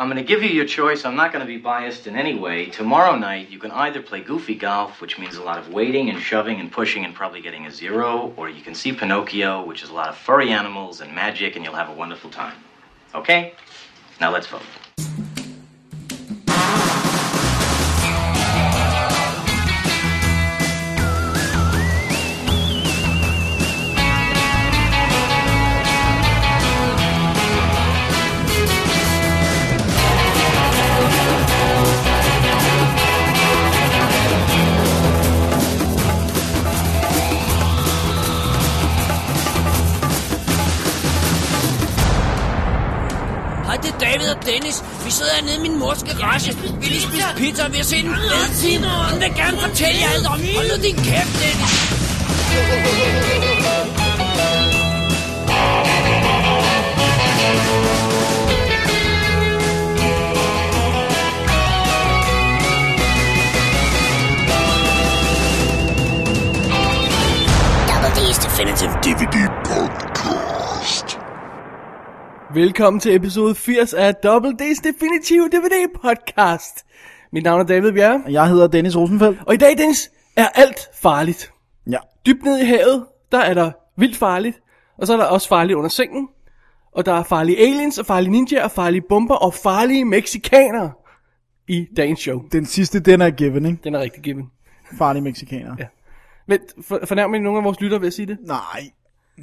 I'm going to give you your choice. I'm not going to be biased in any way. Tomorrow night, you can either play goofy golf, which means a lot of waiting and shoving and pushing and probably getting a zero, or you can see Pinocchio, which is a lot of furry animals and magic, and you'll have a wonderful time. Okay? Now let's vote. Hej, det er David og Dennis. Vi sidder hernede i min mors garage. Vi lige spise pizza, og vi har set en fed film. Hun vil gerne fortælle jer alt om. Hold nu din kæft, Dennis. Double D's Definitive DVD Podcast. Velkommen til episode 80 af Double D's Definitive DVD Podcast. Mit navn er David Bjerre, Jeg hedder Dennis Rosenfeldt. og i dag, Dennis, er alt farligt. Ja. Dybt ned i havet, der er der vildt farligt, og så er der også farligt under sengen. Og der er farlige aliens, og farlige ninjaer, og farlige bomber, og farlige mexikanere i dagens show. Den sidste, den er given, ikke? Den er rigtig given. Farlige mexikaner. Ja. Vent, for, fornærmer I nogen af vores lytter ved at sige det? Nej,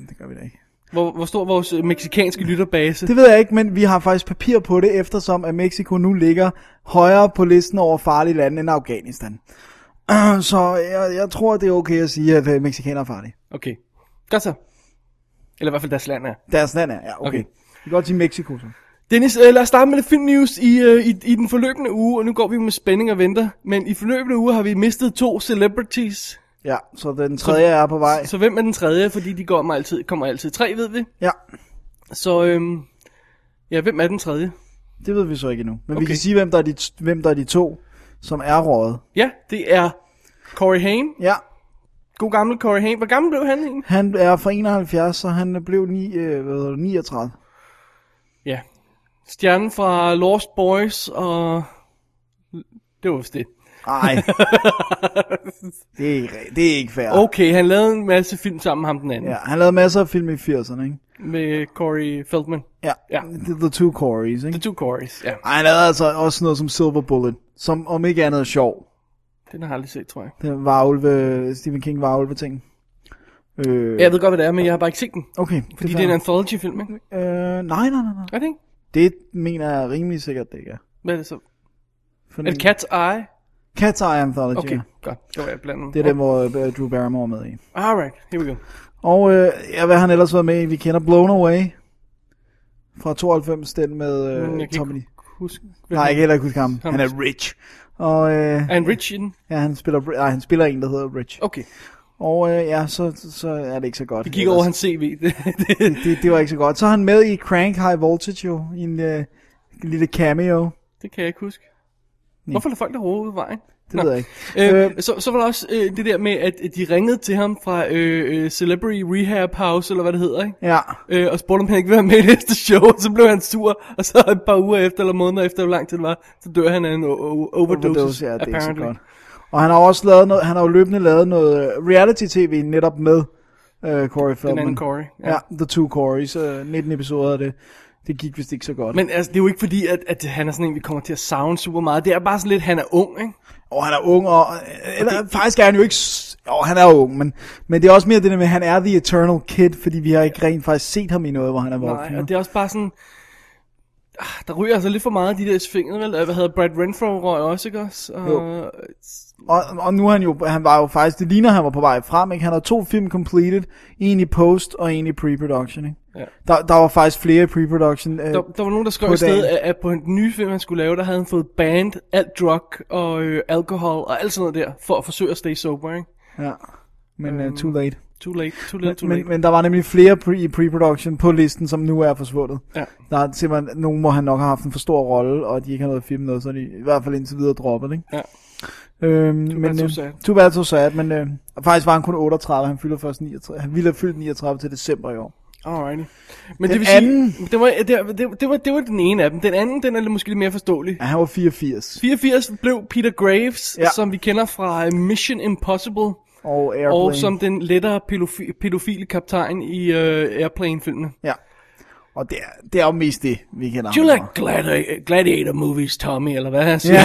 det gør vi da ikke. Hvor, hvor stor er vores øh, meksikanske lytterbase? Det ved jeg ikke, men vi har faktisk papir på det, eftersom at Mexico nu ligger højere på listen over farlige lande end Afghanistan. Øh, Så jeg, jeg tror, det er okay at sige, at øh, mexikanere er farlige. Okay, godt så. Eller i hvert fald deres land er. Deres land er, ja, okay. Okay. okay. Vi kan godt sige Mexico så. Dennis, øh, lad os starte med lidt filmnews i, øh, i, i den forløbende uge, og nu går vi med spænding og venter. Men i forløbende uge har vi mistet to celebrities. Ja, så den tredje er på vej. Så hvem er den tredje? Fordi de går med altid, kommer altid tre, ved vi. Ja, Så øhm, ja, hvem er den tredje? det ved vi så ikke endnu. Men okay. Okay. vi kan sige, hvem der, er de, t- hvem der er de to, som er rådet. Ja, det er Corey Haim. Ja, God gammel Corey Haim. Hvor gammel blev han egentlig? han er fra 71, så han blev ni, øh, hvad hedder det, 39. Ja. Stjernen fra Lost Boys og... Det var vist det. Nej. det, er ikke, det er ikke fair. Okay, han lavede en masse film sammen med ham den anden. Ja, han lavede masser af film i 80'erne, ikke? Med Corey Feldman. Ja. Ja. The, the Two Corys, The ikke? Two Corys, ja. Ej, han lavede altså også noget som Silver Bullet, som om ikke andet er sjov. Den har jeg aldrig set, tror jeg. Det var ulve, Stephen King var ulve ting. Øh, Jeg ved godt, hvad det er, men jeg har bare ikke set den. okay, Fordi er det er en fair. anthology-film, ikke? øh, nej, nej, nej, nej. Er det ikke? Det mener jeg rimelig sikkert, det ikke er. Hvad er det så? For Er det Cat's Eye? Cat's Eye Anthology. Okay, Okay. godt. Det var jeg blandet. Det er den, hvor øh, Drew Barrymore er med i. Alright, here we go. Og øh, ja, hvad har han ellers været med i? Vi kender Blown Away fra 92, den med Men øh, Mm, jeg kan Tommy Lee. ikke huske. hvem Nej, jeg han- kan heller ikke huske ham. Han er Rich. Og øh, Er han rich i den? ja, han spiller, nej, han spiller en, der hedder Rich. Okay, Og øh, ja, så, så er det ikke så godt. vi gik over hans CV. Det- det- Det, det var ikke så godt. Så er han med i Crank High Voltage jo, i en øh, lille cameo. det kan jeg ikke huske. Hvorfor er folk der hovedet i vejen? Det ved jeg ikke. Øh, Øh, så, så var der også øh, det der med, at øh, de ringede til ham fra øh, øh, Celebrity Rehab House, eller hvad det hedder, ikke? Ja, Øh, og spurgte, om han ikke ville være med i næste show, og så blev han sur, og så et par uger efter, eller måneder efter, hvor lang tid det var, så dør han af en o- o- overdose, overdose, ja, det er ikke så apparently. godt. Og han har også lavet noget, han har jo løbende lavet noget øh, reality-tv netop med øh, Corey Feldman. Den anden Corey. Ja. ja, The Two Corys, øh, 19 episoder af det. Det gik vist ikke så godt. Men altså, det er jo ikke fordi, at, at han er sådan en, vi kommer til at savne super meget. Det er bare sådan lidt, han er ung, ikke? Og han er ung, og, øh, eller, det, faktisk er han jo ikke... s- Jo, han er ung, men, men det er også mere det der med, at han er the eternal kid, fordi vi har ikke rent faktisk set ham i noget, hvor han er voksen. Nej, Nej, og det er også bare sådan... ah, Der ryger altså lidt for meget af de der fingre, vel? Øh, Hvad hedder Brad Renfro røg også, ikke også? Og, Jo. og, og, nu er han jo... Han var jo faktisk... Det ligner, han var på vej frem, ikke? Han har to film completed, en i post og en i pre-production, ikke? Ja. Der, der var faktisk flere i pre-production. Øh, Der, der, var nogen, der skrev På et sted, dagen. at, at på den nye film, han skulle lave, der havde han fået banned alt drug og øh, alkohol og alt sådan noget der, for at forsøge at stay sober, ikke? ja. Men øh, too late. Too late, too little, Øhm, too late. Men, men der var nemlig flere pre, i pre-production på listen, som nu er forsvundet. Ja. Der er simpelthen nogen, hvor han nok har haft en for stor rolle, og de ikke har noget film noget, så er de i hvert fald indtil videre droppet, ikke? Ja. Øhm, too men, too øh, sad. Too bad, too sad, men øh, faktisk var han kun 38, han fylder først 39, han ville have fyldt 39 til december i år. Alrighty. Men Den det vil sige, anden- det var, det, det, det, var, det var den ene af dem. Den anden, den er lidt- måske lidt mere forståelig. Ja, han var 84. 84 blev Peter Graves, Ja. ja. som vi kender fra øh, Mission Impossible, Og Airplane. og som den lettere pædofi- pædofile kaptajn i øh, Airplane-filmene. Ja. Og det er, det er jo mest det, vi kender Do you ham like fra. gladi- gladiator movies, Tommy, eller hvad han siger?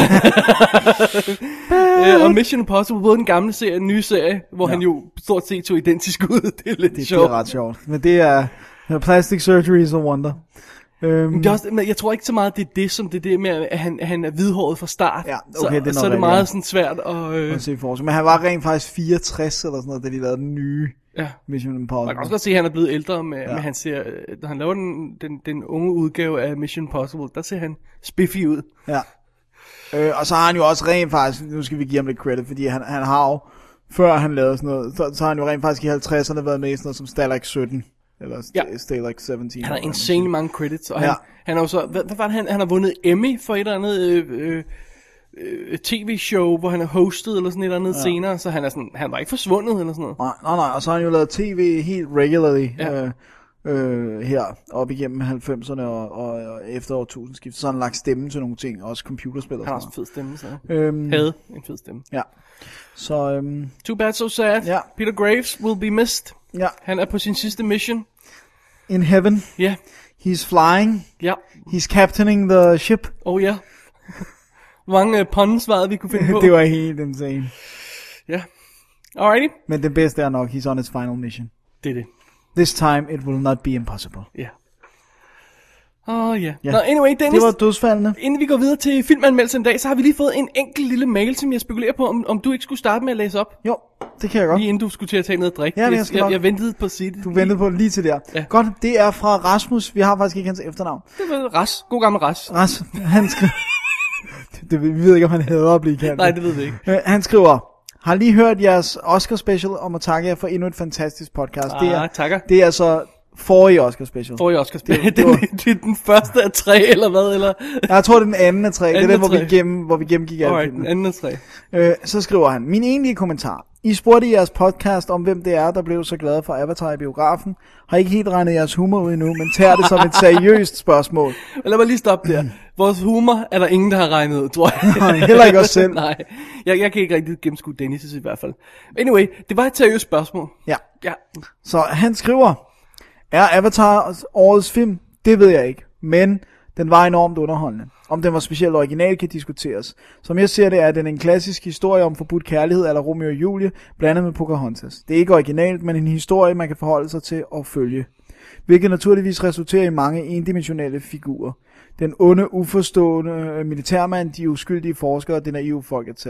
Yeah. og Mission Impossible, både den gamle serie og den nye serie, hvor ja. han jo stort set tog identisk ud. Det er lidt Det, det sjovt. er ret sjovt. Men det er uh, plastic surgery is a wonder. Øhm, Det er også, men jeg tror ikke så meget, det er det, som det er det med, at han, han er hvidhåret fra start. Ja, okay, så, det så er er nok det rigtigt, ja. meget sådan svært at... Øh, at se forskel. Men han var rent faktisk 64 eller sådan noget, da de lavede den nye ja. Mission Man kan også Impossible. godt se, at han er blevet ældre, med, ja. med han ser, øh, når han laver den, den, den unge udgave af Mission Impossible, der ser han spiffy ud. Ja. Øh, og så har han jo også rent faktisk, nu skal vi give ham lidt credit, fordi han, han har jo, før han lavede sådan noget, så, så har han jo rent faktisk i 50'erne været med i sådan noget som Stalag 17. Eller st- Ja. Stalag 17. Han har insane mange credits, og han, Ja. ja. han er jo så, hvad, hvad var det, han, han har vundet Emmy for et eller andet øh, øh, øh, tv-show, hvor han er hostet eller sådan et eller andet ja. senere, så han er sådan, han var ikke forsvundet eller sådan noget. Nej, nej, nej, og så har han jo lavet tv helt regularly ja. Ja. øh, øh, her op igennem 90'erne og, og, og efter årtusindskiftet. Så har han lagt stemme til nogle ting, også computerspil og Han har sådan også en fed stemme, så noget. Øhm, havde en fed stemme. ja. Så øhm, Too bad, so sad. Ja. Peter Graves will be missed. ja, Han er på sin sidste mission. in heaven, Ja, he's flying, ja, he's captaining the ship. oh ja. Hvor mange øh, pondesvaret vi kunne finde på. det var helt insane. Ja. Alrighty. Men det bedste er nok, he's on his final mission. Det er det. This time it will not be impossible. Ja. Åh oh, ja. Ja. Nå, anyway, Det Dennis, var dødsfaldene. inden vi går videre til filmanmeldelsen i dag, så har vi lige fået en enkelt lille mail, som jeg spekulerer på, om, om du ikke skulle starte med at læse op, Jo, det kan jeg godt. lige inden du skulle til at tage noget at drikke. Ja, men jeg jeg, skal nok. jeg, jeg ventede på at sige det. Du ventede på det lige til der. Ja. Godt, det er fra Rasmus. Vi har faktisk ikke hans efternavn. Det var Ras. God gammel Ras. Ras, han skriver... det, det, vi ved ikke, om han hader at blive kaldt. Nej, det ved vi ikke. Øh, han skriver... Har lige hørt jeres Oscar special om at takke jer for endnu et fantastisk podcast. det er, Ah, takker. Det er så forrige Oscar special. Får jeg også skal spille. Det- Det, det det, var- det, er den første af tre, eller hvad? Eller? Jeg tror, det er den anden af tre. det er Anden den, af hvor vi, tre. gennem, hvor vi gennemgik alle Alright, filmene. den anden af tre. Øh, så skriver han, min egentlige kommentar. I spurgte i jeres podcast om, hvem det er, der blev så glad for Avatar i biografen. Har ikke helt regnet jeres humor ud endnu, men tager det som et seriøst spørgsmål. Lad mig lige stoppe der. Vores humor er der ingen, der har regnet ud, tror jeg. Nej, heller ikke os selv. Nej, jeg, jeg kan ikke rigtig gennemskue Dennis' i hvert fald. Anyway, det var et seriøst spørgsmål. Ja, Ja, så han skriver, er Avatar årets film? Det ved jeg ikke, men den var enormt underholdende. Om den var specielt original kan diskuteres. Som jeg ser det, er den en klassisk historie om forbudt kærlighed eller Romeo og Julie, blandet med Pocahontas. Det er ikke originalt, men en historie, man kan forholde sig til og følge. hvilket naturligvis resulterer i mange endimensionelle figurer. Den onde, uforstående øh, militærmand, de uskyldige forskere, det naive folk, etc.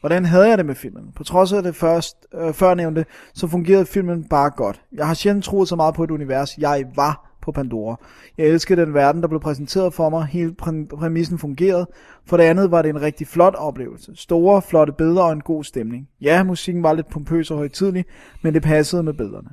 Hvordan havde jeg det med filmen? På trods af det først, øh, førnævnte, så fungerede filmen bare godt. Jeg har sjældent troet så meget på et univers, jeg var på Pandora. Jeg elskede den verden, der blev præsenteret for mig. Hele præ- præmissen fungerede. For det andet var det en rigtig flot oplevelse. Store, flotte billeder og en god stemning. Ja, musikken var lidt pompøs og højtidlig, men det passede med billederne.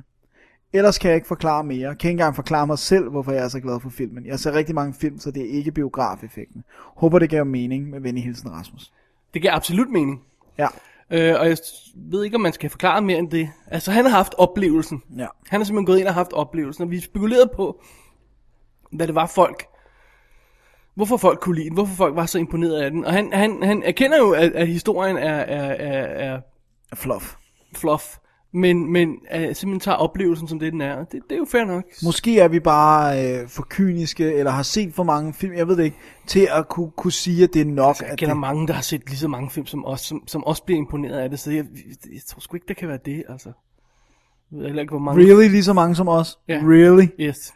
Ellers kan jeg ikke forklare mere. Jeg kan ikke engang forklare mig selv, hvorfor jeg er så glad for filmen. Jeg ser rigtig mange film, så det er ikke biografeffekten. Håber, det gav mening med venlig hilsen, Rasmus. det giver absolut mening. Ja, Øh, og jeg s- ved ikke, om man skal forklare mere end det. Altså, han har haft oplevelsen. ja. Han er simpelthen gået ind og haft oplevelsen, og vi spekulerede på, hvad det var folk, hvorfor folk kunne lide den, hvorfor folk var så imponeret af den. Og han, han, han erkender jo, at, at historien er, er, er, er Fluff. fluff, men, men uh, simpelthen tager oplevelsen som det, den er. Det, det er jo fair nok. Måske er vi bare øh, for kyniske, eller har set for mange film, jeg ved det ikke, til at kunne, kunne sige, at det er nok. Altså, Jeg at kender det... mange, der har set lige så mange film som os, som, som også bliver imponeret af det, så jeg, jeg tror sgu ikke, der kan være det, altså. Jeg ved heller ikke, hvor mange... Really, lige så mange som os? Ja. Really? Yes.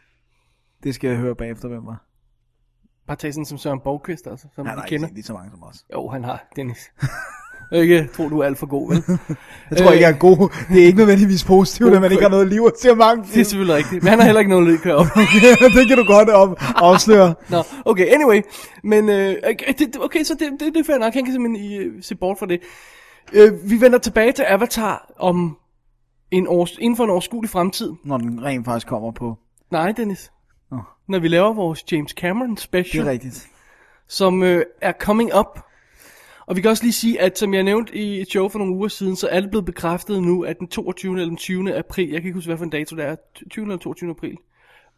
Det skal jeg høre bagefter, hvem var. Bare tag sådan som Søren Borgqvist, altså, som Han vi har ikke kender. set lige så mange som os. Jo, han har, Dennis. ikke tror, du er alt for god, vel? Jeg tror Øh. ikke, jeg er god. Det er ikke nødvendigvis positivt, at man ikke har noget liv at se mange Det er film. selvfølgelig rigtigt, men han har heller ikke noget lyd kører op. det kan du godt om, afsløre. Nå, okay, anyway. Men øh, okay, det, det- okay, så det, det, det er fair nok. Han kan simpelthen øh, se bort fra det. Øh, vi vender tilbage til Avatar om en års, inden for en overskuelig fremtid. Når den rent faktisk kommer på. Nej, Dennis. Nå. Når vi laver vores James Cameron Det special, er rigtigt. som øh, er coming up. Og vi kan også lige sige, at som jeg nævnte i et show for nogle uger siden, så er det blevet bekræftet nu, at den 22. eller den 20. april, jeg kan ikke huske, hvad for en dato det er, 20. eller 22. april,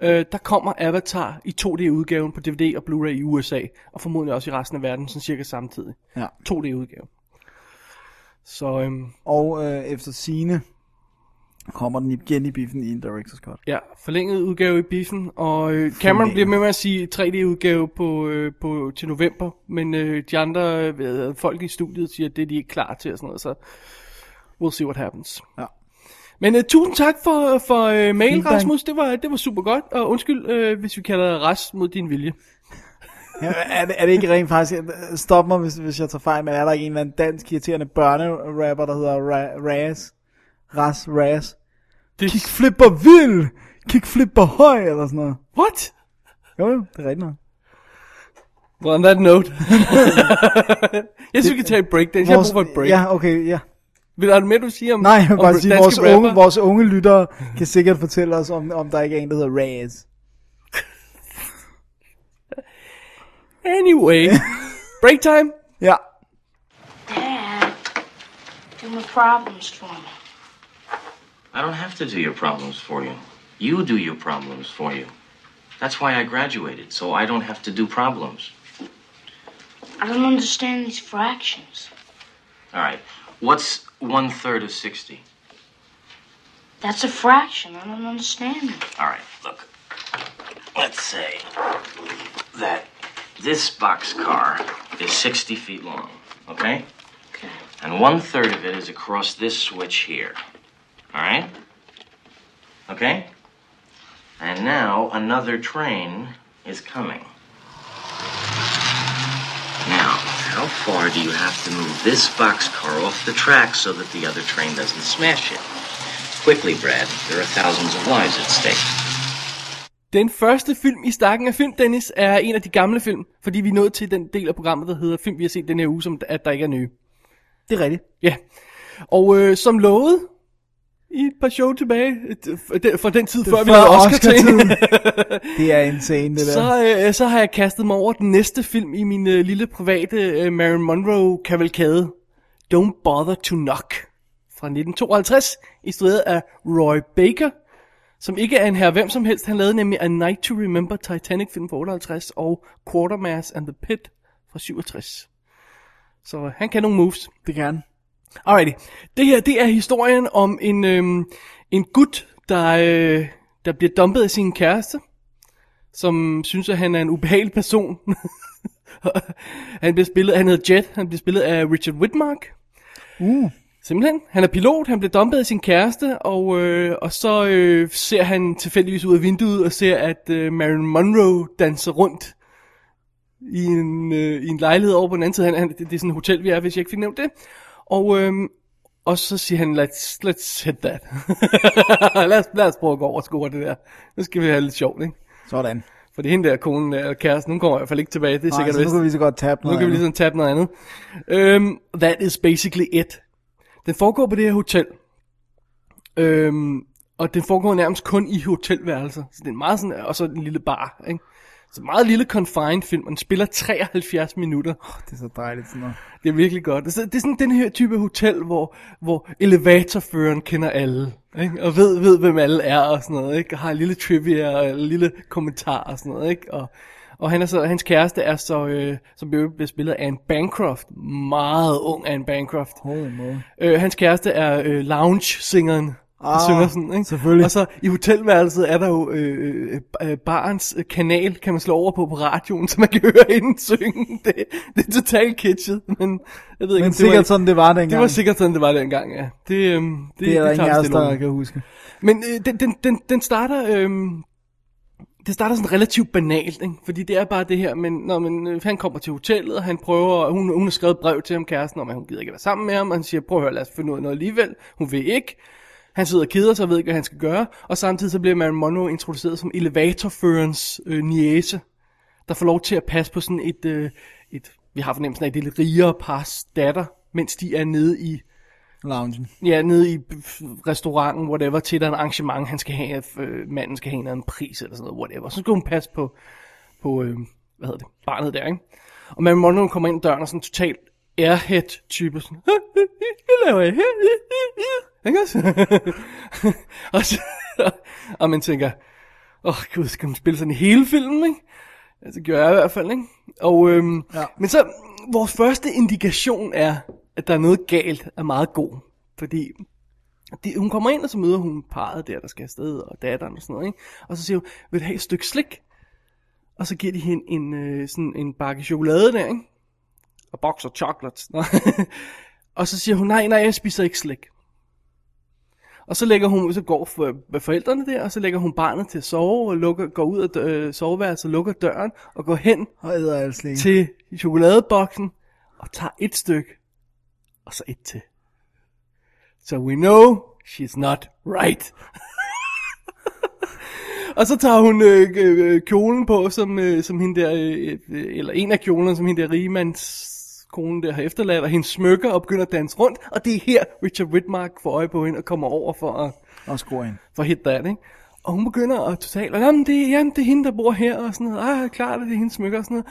øh, der kommer Avatar i 2D-udgaven på DVD og Blu-ray i USA, og formodentlig også i resten af verden, sådan cirka samtidig. Ja. 2D-udgave. Så øhm, Og øh, efter sine kommer den igen i biffen i en director's cut. Ja, forlænget udgave i biffen, og øh, Cameron bliver med med at sige 3D-udgave på, øh, på, til november, men øh, de andre øh, folk i studiet siger, at det er de ikke klar til og sådan noget, så we'll see what happens. Ja. Men øh, tusind tak for, for øh, mail, Feedback. Rasmus, det var, det var super godt, og undskyld, øh, hvis vi kalder dig Ras mod din vilje. Ja, er, det, er det ikke rent faktisk, stop mig hvis, hvis jeg tager fejl, men er der ikke en eller anden dansk irriterende børnerapper, der hedder Ra- Raz? Ras, Raz. Det, Kickflipper vild! Kickflipper høj, eller sådan noget. what? Jo, jo, det er rigtigt nok. Well, on that note. jeg synes, vi kan tage et break, Dennis. Jeg har brug for et break. Ja, okay, ja. Vil der er mere, du siger om Nej, jeg vil om bare sige, danske vores unge, rapper? vores unge lyttere kan sikkert fortælle os, om, om der ikke er en, der hedder Raz. Anyway, break time. Ja. Dad, do my problems for me. I don't have to do your problems for you. You do your problems for you. That's why I graduated, so I don't have to do problems. I don't understand these fractions. All right, what's one third of 60? That's a fraction. I don't understand it. All right, look. Let's say that this boxcar is 60 feet long, okay? Okay. And one third of it is across this switch here. All right? Okay? And now another train is coming. Now, how far do you have to move this boxcar off the track so that the other train doesn't smash it? Quickly, Brad. There are thousands of lives at stake. Den første film i stakken af Film Dennis er en af de gamle film, fordi vi er nået til den del af programmet, der hedder Film, vi har set den her uge, som at der ikke er nye. Det er rigtigt. Ja. Og øh, som lovet i et par show tilbage, øh, for den- for den tid før, vi lavede Oscar til, det er insane, det der. så, øh, så har jeg kastet mig over den næste film i min øh, lille private øh, Marilyn Monroe kavalkade. Don't Bother to Knock fra 1952, instrueret af Roy Baker, som ikke er en her hvem som helst. Han lavede nemlig A Night to Remember Titanic film fra 58 og Quartermass and the Pit fra 67. Så øh, han kan nogle moves. Det kan han. Alrighty. Det her, det er historien om en, øhm, en gut, der, øh, der bliver dumpet af sin kæreste, som synes, at han er en ubehagelig person. han bliver spillet, han hedder Jet, han bliver spillet af Richard Widmark. Simpelthen. Han er pilot, han blev dumpet af sin kæreste, og, øh, og så øh, ser han tilfældigvis ud af vinduet og ser, at øh, Marilyn Monroe danser rundt i en, øh, i en lejlighed over på den anden side. Han, han, det, det er sådan et hotel, vi er, hvis jeg ikke fik nævnt det. Og, øh, og så siger han, let's, let's hit that. lad, os, lad os prøve at gå over og score det der. Nu skal vi have lidt sjovt, ikke? Sådan. For det hende der, konen eller kæresten, hun kommer i hvert fald ikke tilbage, det er Nej, sikkert så nu vist. kan vi så godt tabe Nu noget kan vi andet. ligesom tage noget andet. Øhm, that is basically it. Den foregår på det her hotel. Øhm, og den foregår nærmest kun i hotelværelser. Så det er meget sådan, og så en lille bar, ikke? Så meget lille confined film, og den spiller 73 minutter. Det er så dejligt sådan noget. Det er virkelig godt. Så det er sådan den her type hotel, hvor, hvor elevatorføreren kender alle. Ikke? Og ved, ved, hvem alle er og sådan noget. Ikke? Og har en lille trivia og en lille kommentar og sådan noget. Ikke? Og, og han er så, hans kæreste er så, øh, som bliver bliver spillet af en Bancroft. Meget ung af en Bancroft. Holy moly. Øh, hans kæreste er øh, lounge-singeren. Ah, Ah, synger sådan, ikke? selvfølgelig. Og så i hotelværelset er der jo øh, øh, øh, barens øh, kanal, kan man slå over på på radioen, så man kan høre hende synge. Det, det er totalt kitschet, men jeg ved ikke, om det Men var, sikkert sådan, det var dengang. det var sikkert sådan, det var dengang, ja. Det, øh, det, Det er tager der ingen vi af os, stille og der roligt. kan huske. Men øh, den, den, den, den starter... Øh, det starter sådan relativt banalt, ikke? fordi det er bare det her, men når man, øh, han kommer til hotellet, og han prøver, hun, hun har skrevet brev til ham, kæresten, om at hun gider ikke være sammen med ham, og han siger, prøv at høre, lad os finde ud af noget alligevel, hun vil ikke. Han sidder og keder sig og ved ikke, hvad han skal gøre, og samtidig så bliver Marilyn Monroe introduceret som elevatorførens øh, niece, der får lov til at passe på sådan et, øh, et vi har fornemmelsen af, et lidt rigere pars datter, mens de er nede i Loungen. Ja, nede i f- restauranten, whatever, til der er en arrangement, han skal have, øh, manden skal have en eller anden pris eller sådan noget, whatever. Så skal hun passe på, på øh, hvad hedder det, barnet der, ikke? Og Mary Monroe kommer ind ad døren og sådan totalt airhead-type. Sådan, jeg laver jeg Ikke også? og, så, og man tænker, åh oh, gud, skal man spille sådan i hele filmen, ikke? Altså, det gjorde jeg i hvert fald, ikke? Og, øhm, ja. Men så, vores første indikation er, at der er noget galt, er meget god. Fordi de, hun kommer ind, og så møder hun parret der, der skal afsted, og datteren og sådan noget, ikke? Og så siger hun, vil du have et stykke slik? Og så giver de hende en, øh, sådan en bakke chokolade der, ikke? Og boxer chocolates. Nå. og så siger hun, nej, nej, jeg spiser ikke slik. Og så lægger hun, så går for, med forældrene der, og så lægger hun barnet til at sove, og lukker, går ud af øh, soveværelset, lukker døren, og går hen Og æder alt slik. til chokoladeboksen, og tager et stykke, og så et til. So we know she's not right. og så tager hun øh, øh, øh, kjolen på, som, øh, som hende der, øh, øh, eller en af kjolerne, som hende der rigemands konen der har efterladt, og hendes smykker og begynder at danse rundt, og det er her Richard Whitmark får øje på hende og kommer over for at Og skruer ind. for hit that, ikke? Og hun begynder at totalt, og jamen det, jamen det er hende, der bor her, og sådan noget, ah, klart, at det er hendes smykker, og sådan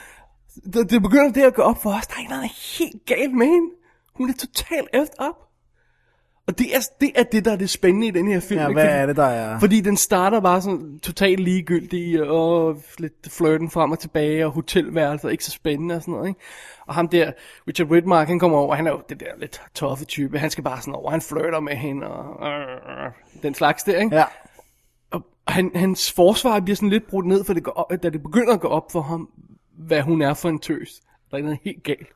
noget. Det, det begynder det at gå op for os, der er ikke noget der er helt galt med hende. Hun er totalt efter op. Og det er, det er det, der er det spændende i den her film. Ja, ikke? hvad Fordi- er det, der er? fordi den starter bare sådan totalt ligegyldig, og lidt flirten frem og tilbage, og hotelværelser, ikke så spændende og sådan noget, ikke? Og ham der, Richard Whitmark, han kommer over, han er jo det der lidt toffe type, han skal bare sådan over, han flirter med hende, og øh, den slags der, ikke? Ja. Og han, hans forsvar bliver sådan lidt brudt ned, for det går op, da det begynder at gå op for ham, hvad hun er for en tøs. Der er noget helt galt.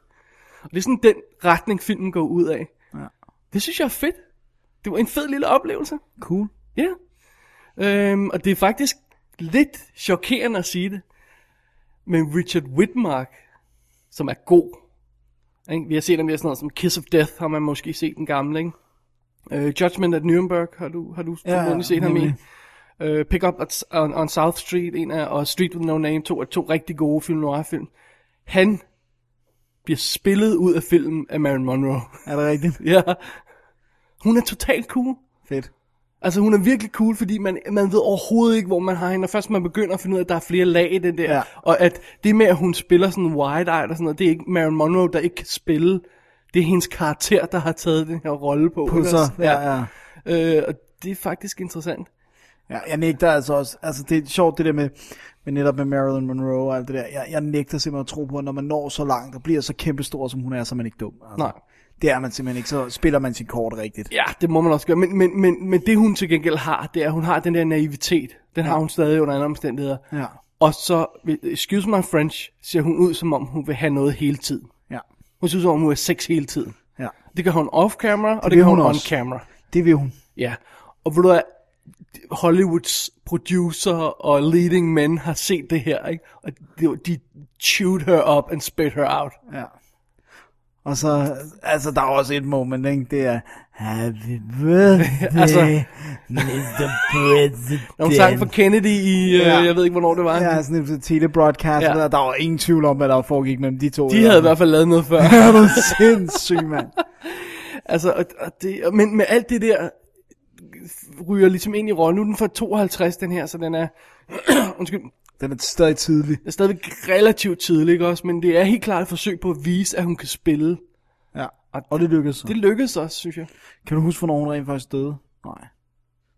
Og det er sådan den retning, filmen går ud af. Ja. Det synes jeg er fedt. Det var en fed lille oplevelse. Cool. Ja. Øhm, og det er faktisk lidt chokerende at sige det. Men Richard Whitmark, som er god. Ikke? Vi har set ham i sådan noget som Kiss of Death, har man måske set den gamle. Ikke? Øh, Judgment at Nuremberg, har du, har du Ja, ja, set ham i. nemlig. Øh, Pick Up at, on, on South Street, en af, og Street With No Name, to, er to rigtig gode film, noir film. Han bliver spillet ud af filmen af Marilyn Monroe. Er det rigtigt? ja. Hun er totalt cool. Fedt. Altså hun er virkelig cool, fordi man, man ved overhovedet ikke, hvor man har hende, og først man begynder at finde ud af, at der er flere lag i den der, Ja. og at det med, at hun spiller sådan wide-eyed og sådan noget, det er ikke Marilyn Monroe, der ikke kan spille, det er hendes karakter, der har taget den her rolle på. ikke Pusser. også? Ja, ja. Øh, og det er faktisk interessant. Ja, jeg nægter altså også, altså det er sjovt det der med, med netop med Marilyn Monroe og alt det der, jeg, jeg nægter simpelthen at tro på, at når man når så langt og bliver så kæmpestor, som hun er, så er man ikke dum. Altså, Nej. Det er man simpelthen ikke, så spiller man sin kort rigtigt. Ja, det må man også gøre, men, men, men, men det hun til gengæld har, det er, at hun har den der naivitet, den har hun stadig under andre omstændigheder. Ja. Og så, excuse my French, ser hun ud, som om hun vil have noget hele tiden. Ja, Hun synes, som om hun er sex hele tiden. ja. Det kan hun off-camera, og det, det vil kan hun, hun hun også. on-camera. Det vil hun. Ja. Og ved du hvad, Hollywoods producer og leading men har set det her, ikke? Og de, de chewed her up and spit her out. Ja. Og så, altså der er også et moment, ikke? det er, Happy birthday, Altså- Mr. President. Når hun sang for Kennedy i, øh, Ja. jeg ved ikke, hvornår det var. Ja, sådan en telebroadcast, Ja. ja. der, der var ingen tvivl om, hvad der foregik mellem de to. De havde i hvert fald lavet noget før. Er du sindssyg, mand? altså, og, og det, og, men med alt det der, ryger ligesom ind i rollen. Nu er den fra 52, den her, så den er, undskyld, Den er stadig tidlig. er stadigvæk relativt tidlig, ikke også? Men det er helt klart et forsøg på at vise, at hun kan spille. Ja, og det lykkedes så. Det lykkedes også, synes jeg. Kan du huske, hvornår hun rent faktisk døde? Nej.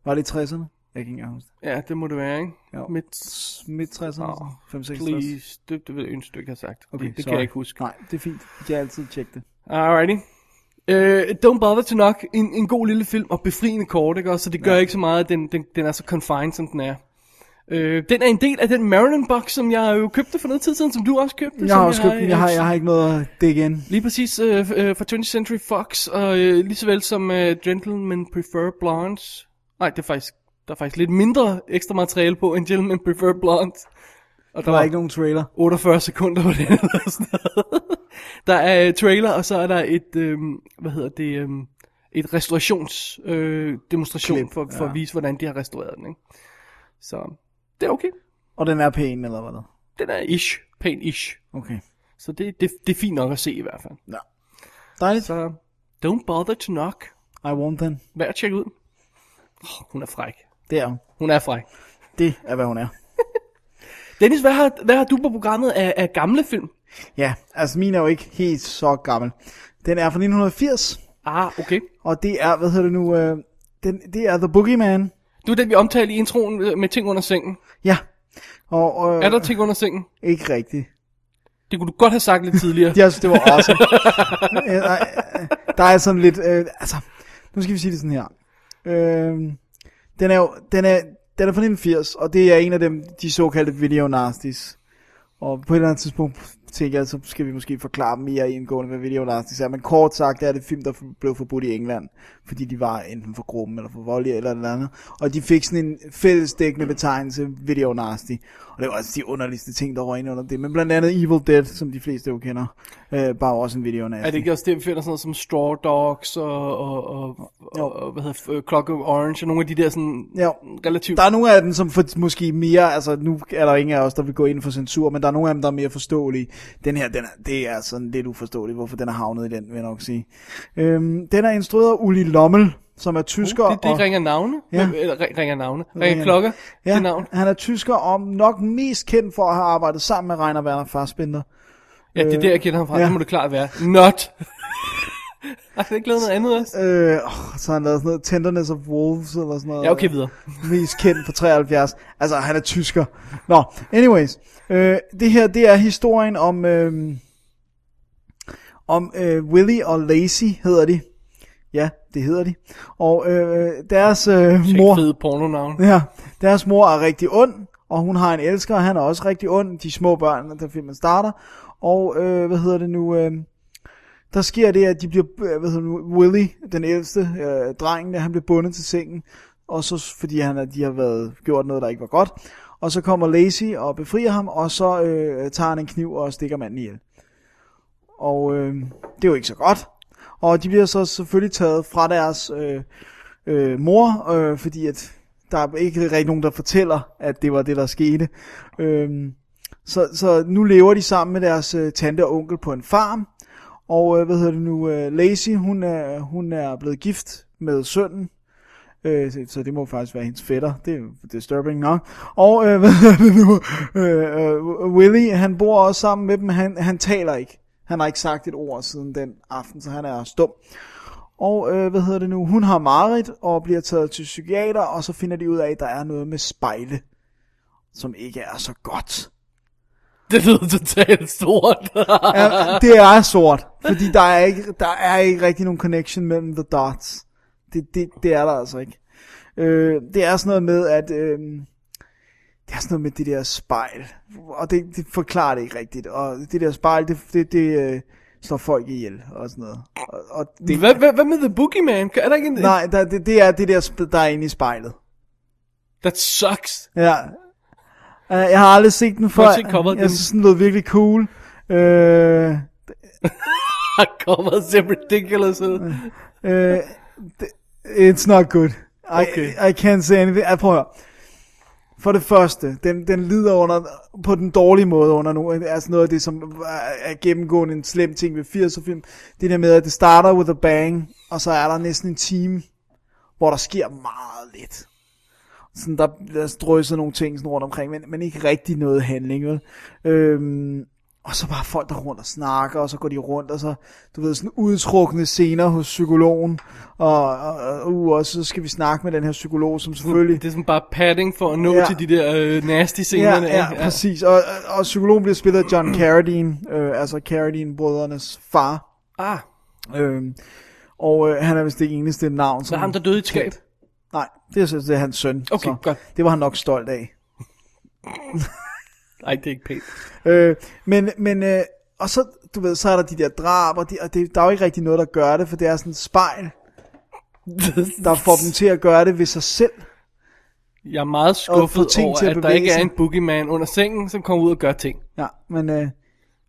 Var det i 60'erne? Jeg kan ikke engang huske det. Ja, det må det være, ikke? Jo. Midt Midt 60'erne? Åh, Oh, 5 60 Please, det, det ved jeg ønske, du ikke har sagt. Okay, det, det kan jeg ikke huske. Nej, det er fint. Jeg har altid tjekket det. Alrighty. Uh, Don't Bother to Knock, en, en god lille film, og befriende kort, ikke også? Så det gør ikke så meget, at den, den, den er så confined, som den er. Uh, den er en del af den Maryland box, som jeg jo købte for noget tid siden, som du også købte. Jeg som har også købt den. Jeg har, jeg har ikke noget at dække ind. Lige præcis øh, f- øh, fra 20th Century Fox, og øh, lige så vel som øh, Gentlemen Prefer Blondes. Nej, det er faktisk, der er faktisk lidt mindre ekstra materiale på, end Gentlemen Prefer Blondes. Og Der var ikke nogen trailer. 48 sekunder på det eller sådan noget. Der er øh, trailer, og så er der et, øhm, hvad hedder det, øhm, et restaurations øh, demonstration Klip, for, for ja. at vise, hvordan de har restaureret den. Ikke? Så det er okay. Og den er pæn, eller hvad der? Den er ish, pæn ish. Okay. Så det, det, det er fint nok at se i hvert fald. Dejligt. Så don't bother to knock. I want den. Værd at tjekke ud. Oh, hun er fræk. Det er hun. Hun er fræk. Det er, hvad hun er. Dennis, hvad har, hvad har du på programmet af, af gamle film? Ja, altså min er jo ikke helt så gammel. Den er fra 1980, Ah, okay. og det er, hvad hedder det nu, øh, den, det er The Boogeyman. Du er den, vi omtalte i introen øh, med ting under sengen. Ja. Og, øh, Er der ting under sengen? Ikke rigtigt. Det kunne du godt have sagt lidt tidligere. Jeg synes, det var awesome. Øh, der, der er sådan lidt, øh, altså, nu skal vi sige det sådan her. Øh, den er jo, den er, den er fra 1980, og det er en af dem, de såkaldte video nasties. Og på et eller andet tidspunkt tænker jeg, så skal vi måske forklare mere indgående, hvad video nasties er. Men kort sagt er det film, der blev forbudt i England, fordi de var enten for gruppen eller for voldelige eller noget andet. Og de fik sådan en fællesdækkende betegnelse, video nasty. Og det var altså de underligste ting, der røg ind under det. Men blandt andet Evil Dead, som de fleste jo kender, øh, bare også en video nasty. Er det ikke også det, vi finder sådan noget som Straw Dogs og, og, og, og, og hvad hedder, øh, Clockwork Orange og nogle af de der sådan Jo. relativt... Der er nogle af dem, som for, måske mere, altså nu er der ingen af os, der vil gå ind for censur, men der er nogle af dem, der er mere forståelige. Den her, den er, det er sådan lidt uforståeligt, hvorfor den er havnet i den, vil jeg nok sige. Øhm, den er instrueret af Uli Lommel, som er tysker. Uh, det, det og, ringer navne. Ja. Ja. Eller, ri- ringer navne. Ringer, Ringer- ringer klokker. Ja. ja, Det navn. han er tysker og nok mest kendt for at have arbejdet sammen med Reiner Werner Fassbinder. Ja, det er der, jeg kender ham fra. ja. Ja. Det må det klart være. Not. Har han ikke lavet noget andet også? Øh, åh, så har han lavet sådan noget Tenderness of Wolves eller sådan noget. Ja, okay, videre. mest kendt fra 73. Altså, han er tysker. Nå, anyways. Øh, det her, det er historien om, øh, om øh, Willy og Lacey, hedder de. Ja, det hedder de. Og øh, deres øh, Mor. mor... Fede porno-navn. Ja, deres mor er rigtig ond, og hun har en elsker, og han er også rigtig ond. De små børn, der filmen starter. Og, øh, hvad hedder det nu... Øh, der sker det, at de bliver, øh, hvad hedder det nu, Willy, den ældste øh, dreng, der, han bliver bundet til sengen, og så fordi han, er- de har været, gjort noget, der ikke var godt. Og så kommer Lacey og befrier ham, og så øh, tager han en kniv og stikker manden ihjel. Og øh, det er jo ikke så godt. Og de bliver så selvfølgelig taget fra deres øh, øh, mor, øh, fordi at der er ikke rigtig nogen, der fortæller, at det var det, der skete. Øh, så, så nu lever de sammen med deres øh, tante og onkel på en farm. Og øh, hvad hedder det nu? Øh, Lacey, hun er, hun er blevet gift med sønnen. Øh, så- så det må faktisk være hendes fætter. Det er jo disturbing nok. Og øh, hvad hedder det nu? Øh, øh, Willy, han bor også sammen med dem. Han, han taler ikke. Han har ikke sagt et ord siden den aften, så han er stum. Og øh, hvad hedder det nu? Hun har Marit og bliver taget til psykiater, og så finder de ud af, at der er noget med spejle, som ikke er så godt. Det lyder totalt stort. Ja, det er sort, fordi der er ikke, der er ikke rigtig nogen connection mellem the dots. Det, det, det er der altså ikke. Øh, det er sådan noget med, at øh, det er sådan noget med det der spejl, og det, det forklarer det ikke rigtigt, og det der spejl, det, det, det øh, slår folk ihjel og sådan noget. Og, og det, Hvad, hvad, hvad med The Boogeyman? Er der ikke en... nej, der, det, det er det der, sp- der er inde i spejlet. That sucks. Ja. Øh, Jeg har aldrig set den før. Godt set coveret, Jeg den- synes, den lød virkelig cool. Øh, Har kommet så ridiculous ud. Øh, det- it's not good. I, okay. Okay. I can't say anything. Ej, prøv at høre. For det første, den, den lider under, på den dårlige måde under nu. Altså noget af det, som er- er gennemgående en slem ting ved 80'er film. Det der med, at det starter with a bang, og så er der næsten en time, hvor der sker meget lidt. Sådan, der bliver drøset nogle ting sådan rundt omkring, men, men ikke rigtig noget handling, vel? Øhm, og så bare folk, der rundt og snakker, og så går de rundt, og så, du ved, sådan udtrukne scener hos psykologen, og, og, og, uh, og så skal vi snakke med den her psykolog, som selvfølgelig... Det er sådan bare padding for at nå Ja. ja. til de der øh, nasty Ja, scener. ja, præcis. Og, og, og psykologen bliver spillet af John Carradine, øh, altså Carradine-brødrenes far. Ah, Øh, og øh, han er vist ikke eneste navn. så Som, er ham, der døde i et skab. Nej, det er, så- det er hans søn. Okay, så godt. Det var han nok stolt af. Nej, det er ikke pænt. Øh, men, men øh, og så, du ved, så er der de der drab, og, de, og det, der er jo ikke rigtig noget, der gør det, for det er sådan et spejl, der får dem til at gøre det ved sig selv. Jeg er meget få skuffet ting over, til at at, der bevæge ikke er sig. en boogeyman under sengen, som kommer ud og gør ting. Ja, men... Øh,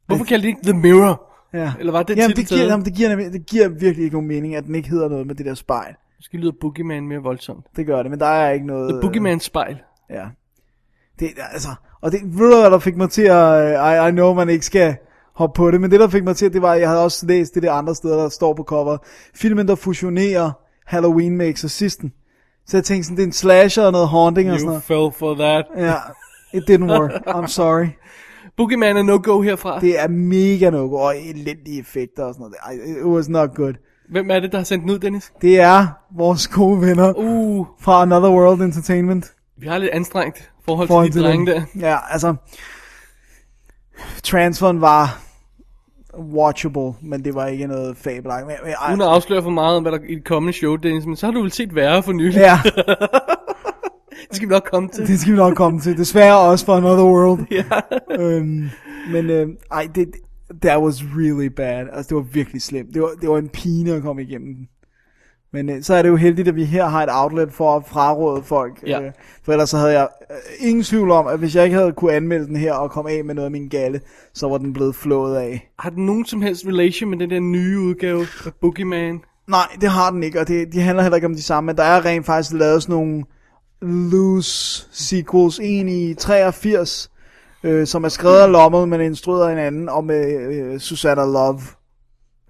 Hvorfor kalder de ikke The Mirror? ja. Eller var det jamen, det titeltaget? giver, jamen, det, giver, nemlig- det giver virkelig ikke nogen mening, at den ikke hedder noget med det der spejl. Måske lyder boogeyman mere voldsomt. Det gør det, men der er ikke noget... The boogeyman spejl. Øh, ja. Det er altså... Og det, ved du hvad, der fik mig til at... Øh, I, I know, man ikke skal hoppe på det, men det, der fik mig til, det var, at jeg havde også læst det der andre steder, der står på cover. Filmen, der fusionerer Halloween med Exorcisten. Så jeg tænkte sådan, det er en slasher og noget haunting og sådan You noget. fell for that. Ja, it didn't work. I'm sorry. Boogeyman er no-go herfra. Det... Det er mega no og elendige effekter og sådan noget. Ej, it was not good. Hvem er det, der har sendt den ud, Dennis? Det er vores gode venner Uh, fra Another World Entertainment. vi har lidt anstrengt forhold Forhold til de drenge der. dem. Ja, altså... Transferen var watchable, men det var ikke noget fabelagt. Men, men, ej, Uden at afsløre for meget om, hvad der er i det kommende show, Dennis, men så har du vel set værre for nylig. ja, Det skal vi nok komme til. det skal vi nok komme til. Desværre også for Another World. Ja. øhm, men øhm, ej, det, that was really bad. Altså, det var virkelig slemt. Det var, det var en pine at komme igennem den. Men øh, så er det jo heldigt, at vi her har et outlet for at fraråde folk. Ja. Øh, for ellers så havde jeg øh, ingen tvivl om, at hvis jeg ikke havde kunne anmelde den her og komme af med noget af min galle, så var den blevet flået af. Har den nogen som helst relation med den der nye udgave af Boogeyman? Nej, det har den ikke, og det, de handler heller ikke om de samme, men der er rent faktisk lavet sådan nogle loose sequels, en i 83, øh, som er skrevet af Lommet, men instrueret af en anden, og med øh, Susanna Love,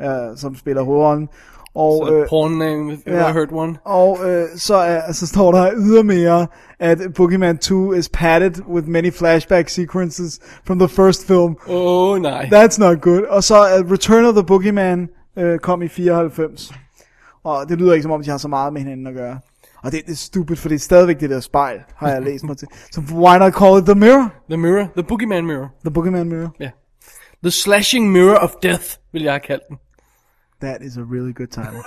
øh, som spiller hovedrollen. Og, øh, Så porn name, if yeah. I heard one. og øh, så, er, så står der ydermere, at Pokemon 2 is padded with many flashback sequences from the first film. Åh, oh, nej. That's not good. Og så uh, Return of the Boogeyman uh, kom i 94. Og det lyder ikke som om, de har så meget med hinanden at gøre. Og det, det er stupid, for det er stadigvæk det der spejl, har jeg læst mig til. Så why not call it the mirror? The Mirror. The Boogeyman Mirror. The Boogeyman mirror. Ja. The Slashing Mirror of Death, vil jeg have kaldt den. That is a really good title.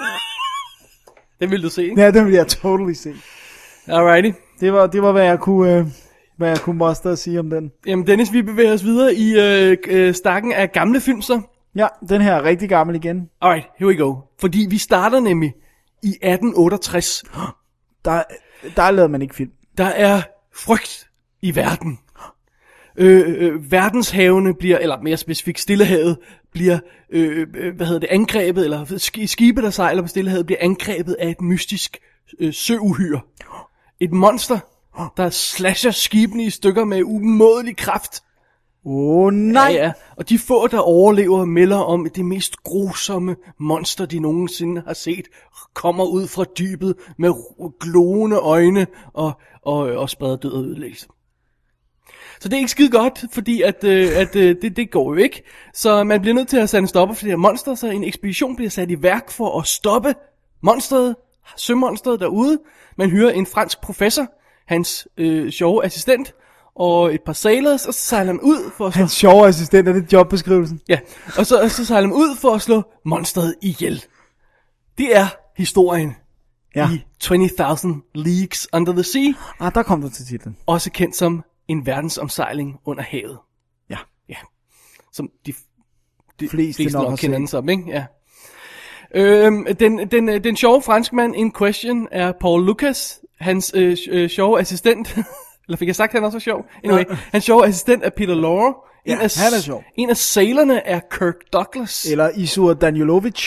Den vil du se, ikke? ja, den vil jeg totally se. Yeah. Alrighty. Det var, det var hvad jeg kunne... Uh, hvad jeg kunne moster at sige om den. Jamen Dennis, vi bevæger os videre i øh, øh, stakken af gamle film så. Ja, den her er rigtig gammel igen. Alright, here we go. Fordi vi starter nemlig i 1868. Der, der lavede man ikke film. Der er frygt i verden. Øh, øh, verdenshavene bliver, eller mere specifikt Stillehavet, bliver, øh, øh, hvad hedder det, angrebet, eller sk- skibe, der sejler på Stillehavet, bliver angrebet af et mystisk øh, søuhyre. Et monster, der slasher skibene i stykker med umådelig kraft. Åh oh, nej! Ja, ja. Og de få, der overlever, melder om, at det mest grusomme monster, de nogensinde har set, kommer ud fra dybet med ru- glående øjne og, og, og spreder død og ødelæggelse. Så det er ikke skide godt, fordi at, øh, at øh, det, det går jo ikke. Så man bliver nødt til at sætte en stopper for det her monster, så en ekspedition bliver sat i værk for at stoppe monstret, sømonstret derude. Man hyrer en fransk professor, hans øh, sjove assistent, og et par sailors, og så sejler man ud for at slå Hans sjove assistent, er det jobbeskrivelsen? Ja, og så, og så sejler man ud for at slå monstret ihjel. Det er historien Ja. ja. i 20.000 Leagues Under the Sea, Ah, der kom du til titlen. også kendt som en verdensomsejling under havet. Ja. Ja, som de, de Fleste nok har set. kender den som, ikke? Ja. Øhm, den, den, øh, den sjove franskmand in question er Paul Lucas, hans øh, sj- øh, sjove assistent, eller fik jeg sagt, at han også var sjov? Anyway, hans sjove assistent er Peter Lorre. En Ja, han er sjov. En af sailerne er Kirk Douglas. Eller Isur Danilovic.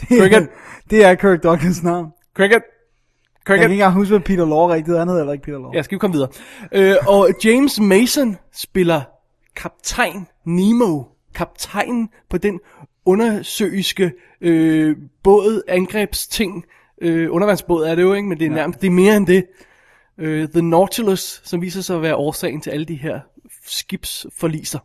Cricket. det er Kirk Douglas navn. Cricket. Jeg Cricket. kan ikke engang huske, hvad Peter Law rigtigt Han hedder heller ikke Peter Law. Ja, skal vi komme videre. Øh, og James Mason spiller kaptajn Nemo. Kaptajnen på den undersøiske øh, båd, angrebsting. Øh, undervandsbåd er det jo, ikke? Men det er nærmest det er mere end det. Øh, The Nautilus, som viser sig at være årsagen til alle de her skibsforliser.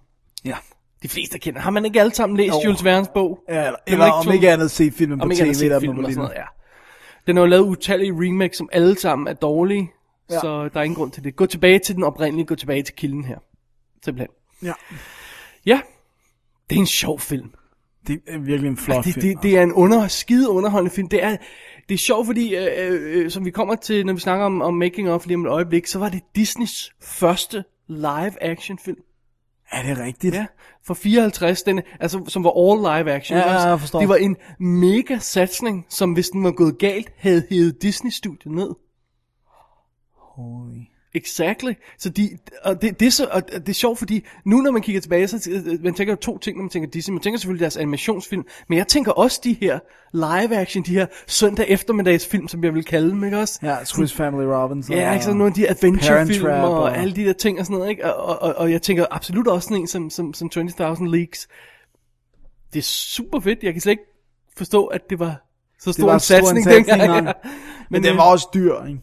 ja. De fleste kender. Har man ikke alle sammen læst Jo. Jules Verne's bog? ja eller, Kan eller man ikke om tro- ikke andet se filmen på om tv. ikke andet set der film man og sådan noget, lige- ja. Den har jo lavet utallige remakes, som alle sammen er dårlige, Ja. ja. så der er ingen grund til det. Gå tilbage til den oprindelige, gå tilbage til kilden her. Simpelthen. Ja. Ja, det er en sjov film. Altså, Det er virkelig en flot Det, film. det, det er en under, skide underholdende film. Det er, det er sjovt, fordi, øh, øh, som vi kommer til, når vi snakker om, om Making of lige om et øjeblik, så var det Disneys første live-action film. Er det rigtigt? Ja, for 54, den, altså, som var all live action. Ja, ikke også? jeg forstår. Det var en mega satsning, som hvis den var gået galt, havde hævet Disney-studiet ned. Holy. Exactly. Så de, og det, det, er så, og det er sjovt, fordi nu når man kigger tilbage, så øh, man tænker jo to ting, når man tænker Disney. Man tænker selvfølgelig deres animationsfilm, men jeg tænker også de her live action, de her søndag eftermiddagsfilm, som jeg vil kalde dem, ikke også? Ja, Swiss Family Robinson. Ja, ikke sådan nogle af de Parent adventure-film Trap og, og- og alle de der ting og sådan noget, ikke? Og, og, og, og jeg tænker absolut også sådan en som, som, som 20.000 Leagues. Det er super fedt. Jeg kan slet ikke forstå, at det var så stor var en en stor en satsning satsning, dengang. øh, nej. Men den var også dyr, ikke?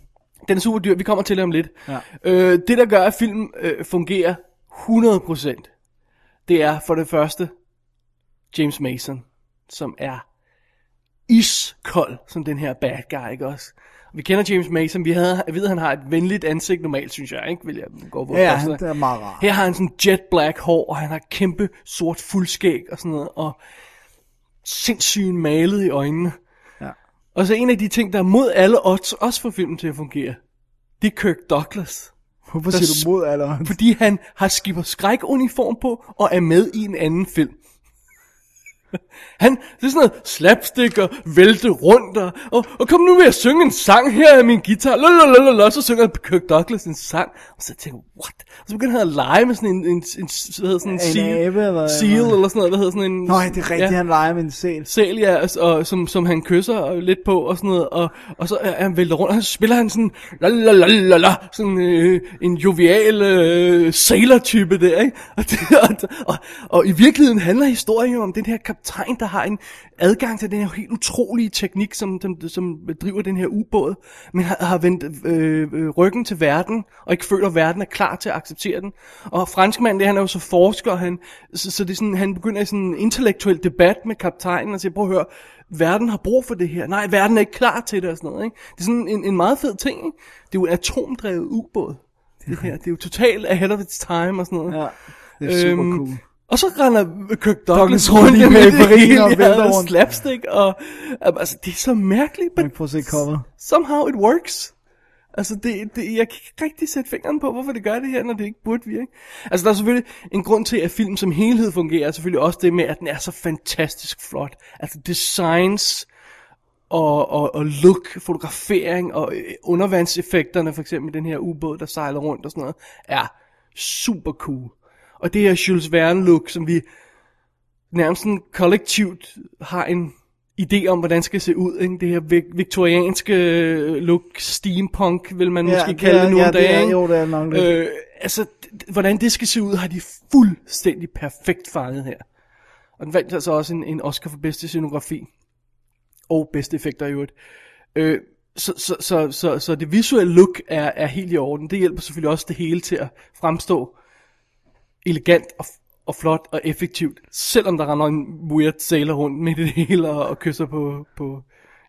Den er super dyr, vi kommer til det om lidt. Ja. Øh, det, der gør, at film øh, fungerer 100%, det er for det første James Mason, som er iskold, som den her bad guy, ikke også? Vi kender James Mason, vi, havde, vi ved, at han har et venligt ansigt normalt, synes jeg, ikke? Vil jeg gå på Ja, han, det er meget rart. her har han sådan jet black hår, og han har kæmpe sort fuldskæg og sådan noget, og sindssygt malet i øjnene. Ja. Og så en af de ting, der er mod alle odds, også får filmen til at fungere, det er Kirk Douglas. Hvorfor Der sp- siger du mod alderen? Fordi han har skipper skrækuniform på, og er med i en anden film. Han, det er sådan noget slapstick og vælte rundt og, og, og kom nu med at synge en sang her af min guitar. Lalalala, så synger Kirk Douglas en sang, og så tænker jeg, what? Og så begynder han at lege med sådan en, en, en, en hvad hedder sådan en, En seal, abe, eller- seal eller sådan noget, hvad hedder sådan en... Nej, det er rigtigt, ja. han leger med en sel. sæl, ja, og, og, som, som han kysser øh, lidt på og sådan noget, og, og så er han vælter rundt, og så spiller han sådan, lalalala, sådan øh, en jovial øh, sailor-type der, ikke? Og, det, og, og, og i virkeligheden handler historien jo om den her kaptajn, der har en adgang til den her helt utrolige teknik, som, som, som driver den her ubåd, men har, har vendt øh, øh, ryggen til verden, og ikke føler, at verden er klar til at acceptere den. Og franskmanden, det, han er jo så forsker, han, så, så det er sådan, han begynder i sådan en intellektuel debat med kaptajnen og siger, prøv at høre, verden har brug for det her. Nej, verden er ikke klar til det og sådan noget. Ikke? Det er sådan en, en meget fed ting. Ikke? Det er jo en atomdrevet ubåd. Det, her. det er jo totalt ahead of its time og sådan noget. Ja, det er super Øhm, cool. Og så render Kirk Douglas Douglas rundt rundt i i periferien periferien og og vælter ja, rundt. slapstick, og altså, det er så mærkeligt, Man but kan prøve at se cover. somehow it works. Altså, det, det, jeg kan ikke rigtig sætte fingeren på, hvorfor det gør det her, når det ikke burde virke. Altså, der er selvfølgelig en grund til, at filmen som helhed fungerer, og selvfølgelig også det med, at den er så fantastisk flot. Altså, designs og, og, og look, fotografering og øh, undervandseffekterne, for eksempel den her ubåd, der sejler rundt og sådan noget, er super cool. Og det her Jules Verne look, som vi nærmest sådan kollektivt har en idé om, hvordan det skal se ud. Ikke? Det her vik- viktorianske øh, look, steampunk, vil man Ja, måske det kalde er- det nu ja, om det er- dagen. ikke? jo, det er nok lidt. øh, Altså, d- d- hvordan det skal se ud, har de fuldstændig perfekt fanget her. Og den vandt altså også en, en Oscar for bedste scenografi. Og bedste effekter i øvrigt. Øh, så, så, så, så, så det visuelle look er, er helt i orden. Det hjælper selvfølgelig også det hele til at fremstå elegant og, og flot og effektivt, selvom der render en weird sailor rundt midt i det hele og, og kysser på, på,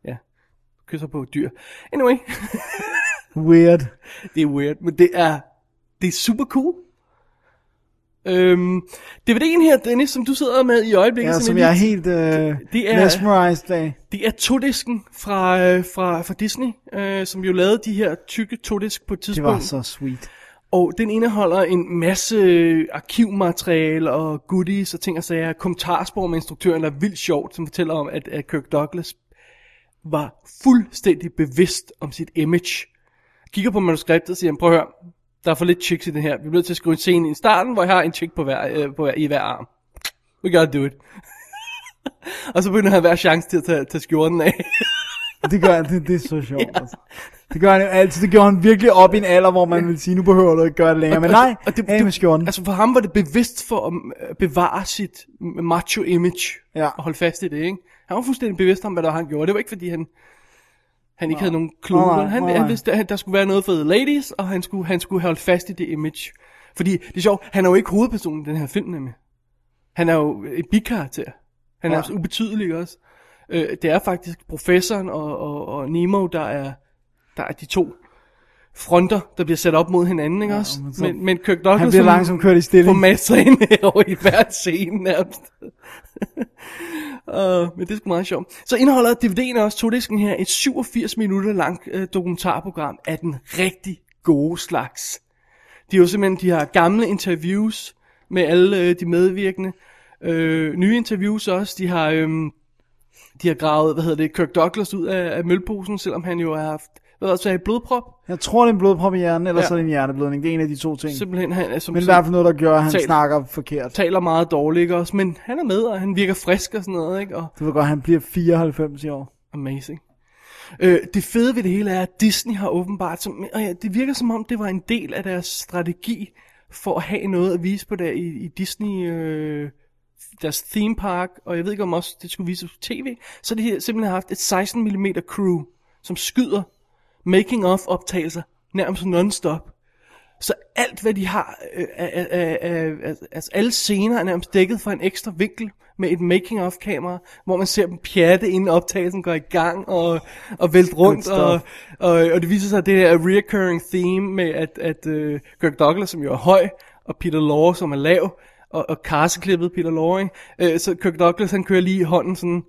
ja, kysser på dyr. Anyway, Weird. det er weird, men det er, det er super cool. Øhm, DVD'en her, Dennis, som du sidder med i øjeblikket, Ja, som lige- jeg er helt øh, det er- mesmerized af. det er todisken fra, øh, fra, fra Disney, øh, som jo lavede de her tykke todisk på et Det tidspunkt. var så sweet. Og den indeholder en masse arkivmateriale og goodies og ting og sager. Kommentarspor med instruktøren der er vildt sjovt, som fortæller om, at, at Kirk Douglas var fuldstændig bevidst om sit image. Kigger på manuskriptet og siger, han, prøv at høre, der er for lidt chicks i det her. Vi bliver nødt til at skrive en scene i starten, hvor jeg har en chick på hver, øh, på hver, i hver arm. We gotta do it. og så begynder han hver chance til at tage, tage skjorten af. Det gør han, det, det er så sjovt. ja. altså. Det gør han jo altid. Det gjorde han virkelig op i en alder, hvor man ville sige, nu behøver du ikke gøre det længere. Men nej, og det, af med skjorten. Altså for ham var det bevidst for at øh, bevare sit macho image Ja. og holde fast i det, ikke? Han var fuldstændig bevidst om, hvad der var, han gjorde. Det var ikke fordi han han ikke havde nogen Nej, klue. nej, Han, nej, han nej. vidste, at der skulle være noget for the ladies, og han skulle, han skulle holde fast i det image. Fordi, det er sjovt, han er jo ikke hovedpersonen i den her film, nemlig. Han er jo en bikarakter. Han er Ja. ja. ubetydelig også. Øh, det er faktisk professoren og, og, og Nemo, der er, der er de to fronter, der bliver sat op mod hinanden, ikke ja, også? men Men, så- men, Kirk Douglas... Han bliver som- langsomt kørt i på stilling. massaen over i hver scene nærmest. uh, men det er sgu meget sjovt. Så indeholder DVD'en også todisken her et 87 minutter langt øh, dokumentarprogram af den rigtig gode slags. Det er jo simpelthen de her gamle interviews med alle øh, de medvirkende. Øh, nye interviews også. De har, øhm, de har gravet, hvad hedder det, Kirk Douglas ud af, af mølposen, selvom han jo har haft, hvad var det, så har I blodprop? Jeg tror, det er en blodprop i hjernen, eller Ja. så er det en hjerteblødning. Det er en af de to ting. Simpelthen, han er som Men i hvert fald noget, der gør, at han Tal. snakker forkert. taler meget dårligt, ikke også? Men han er med, og han virker frisk og sådan noget, ikke? Og Du ved godt, han bliver 94 i år. amazing. Øh, det fede ved det hele er, at Disney har åbenbart, som, og ja, det virker som om, det var en del af deres strategi for at have noget at vise på der i, i Disney, øh, deres theme park, og jeg ved ikke om også det skulle vises på tv, så har de har simpelthen haft et 16mm crew, som skyder making of optagelser nærmest non-stop. Så alt, hvad de har, øh, af- af- af- af- altså alle scener er nærmest dækket fra en ekstra vinkel med et making-of-kamera, hvor man ser dem pjatte, inden optagelsen går i gang, og, og vælte rundt, stuff. og, og, og det viser sig, at det her reoccurring theme med, at, at uh, Kirk Douglas, som jo er høj, og Peter Law, som er lav, og, og karseklippet Peter Law, ikke? Øh, så Kirk Douglas, han kører lige i hånden sådan,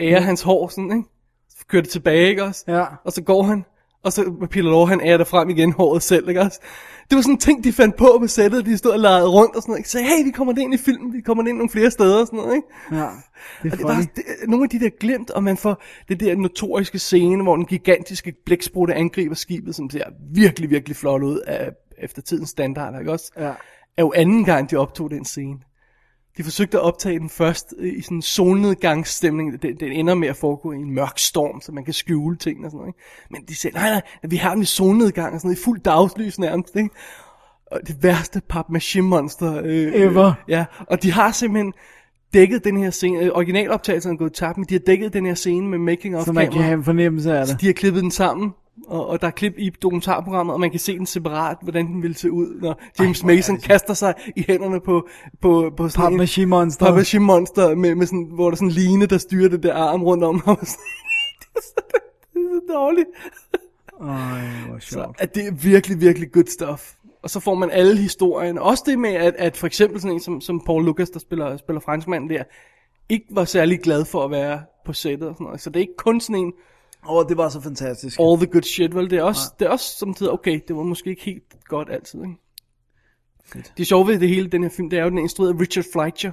ærer hans hår sådan, ikke? Så kører det tilbage, ikke også? Ja. Og så går han, og så Peter Law, han ærer det frem igen håret selv, ikke også? Det var sådan en ting, de fandt på med sættet, de stod og legede rundt og sådan noget, ikke? Så sagde, hey, vi kommer det ind i filmen, vi kommer det ind nogle flere steder og sådan noget, ikke? Ja, det er Og det funny. var det, nogle af de der glemt, og man får det der notoriske scene, hvor den gigantiske blæksprutte angriber skibet, som ser virkelig, virkelig flot ud af, efter tidens standard, ikke også? Ja. Er jo anden gang, de optog den scene. De forsøgte at optage den først øh, i sådan en solnedgangsstemning. Den, den ender med at foregå i en mørk storm, så man kan skjule ting og sådan noget. Ikke? Men de sagde, nej, nej, vi har den i solnedgang og sådan noget, i fuld dagslys nærmest. Ikke? Og det værste papmaché-monster øh, Ever. Øh, ja, og de har simpelthen dækket den her scene. Øh, originaloptagelsen er gået tabt, men de har dækket den her scene med making of Så man kan kamera. have en fornemmelse af det. Så de har klippet den sammen, og, og der er klip i dokumentarprogrammet, og man kan se den separat, hvordan den ville se ud, når James Ej, Mason kaster sig i hænderne på, på, på sådan en- Papmaché monster. Papashi Monster, med, med sådan, hvor der er sådan en line, der styrer det der arm rundt om ham. det er så, det er så dårligt. Ej, hvor Så, sjovt. at det er virkelig, virkelig good stuff. Og så får man alle historien. Også det med, at, at for eksempel sådan en som, som Paul Lucas, der spiller, spiller franskmanden der, ikke var særlig glad for at være på sættet og sådan noget. Så det er ikke kun sådan en Åh, oh, det var så fantastisk. all the good shit, vel? Det er også, det er også samtidig, okay, det var måske ikke helt godt altid, ikke? Det sjove ved det hele, den her film, det er jo, den er instrueret af Richard Fleischer,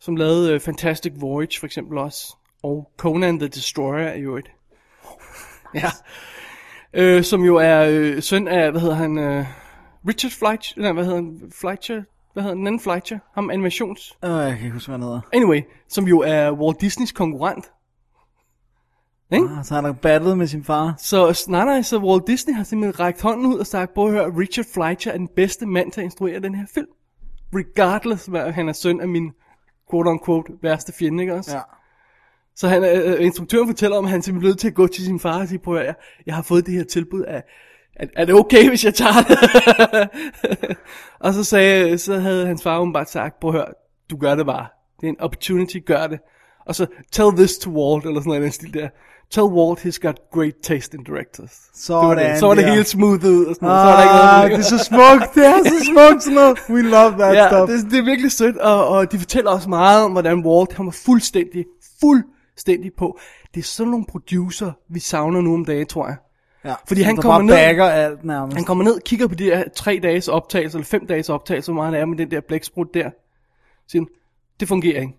som lavede øh, Fantastic Voyage, for eksempel også. Og Conan the Destroyer er jo et. Ja. Øh, som jo er øh, søn af, hvad hedder han, øh, Richard Fleischer, nej, hvad hedder han, Fleischer, hvad hedder han, den anden Fleischer, ham animations. Åh, jeg kan ikke huske, hvad han hedder. Anyway, som jo er Walt Disneys konkurrent. Ikke? Ah, så han har battlet med sin far. Så nej, nej, så Walt Disney har simpelthen rækket hånden ud og sagt, prøv at høre, Richard Fleischer er den bedste mand til at instruere den her film. Regardless, hvad han er søn af min quote-unquote værste fjende, ikke også? Ja. Så han, øh, øh, instruktøren fortæller om, at han simpelthen er nødt til at gå til sin far og sige, prøv at høre, jeg, jeg har fået det her tilbud af, er, er det okay, hvis jeg tager det? og så, sagde, så havde hans far åbenbart sagt, prøv at høre, du gør det bare. Det er en opportunity, gør det. Og så, tell this to Walt, eller sådan noget i den stil der. Tell Walt, he's got great taste in directors. Så det var Sådan det, så var det der. helt smooth ud, og sådan noget. så var der ikke Ah, noget det er så smukt. Det er så smukt sådan noget. We love that ja, stuff. Det, det er virkelig sødt, og, og de fortæller også meget om, hvordan Walt han var fuldstændig, fuldstændig på. Det er sådan nogle producer, vi savner nu om dagen, tror jeg. ja. fordi Som han der kommer bare ned- bagger alt nærmest. Han kommer ned og kigger på de her tre dages optagelse, eller fem dages optagelse, hvor meget han er med den der blæksprut der. Så Siger han, det fungerer ikke.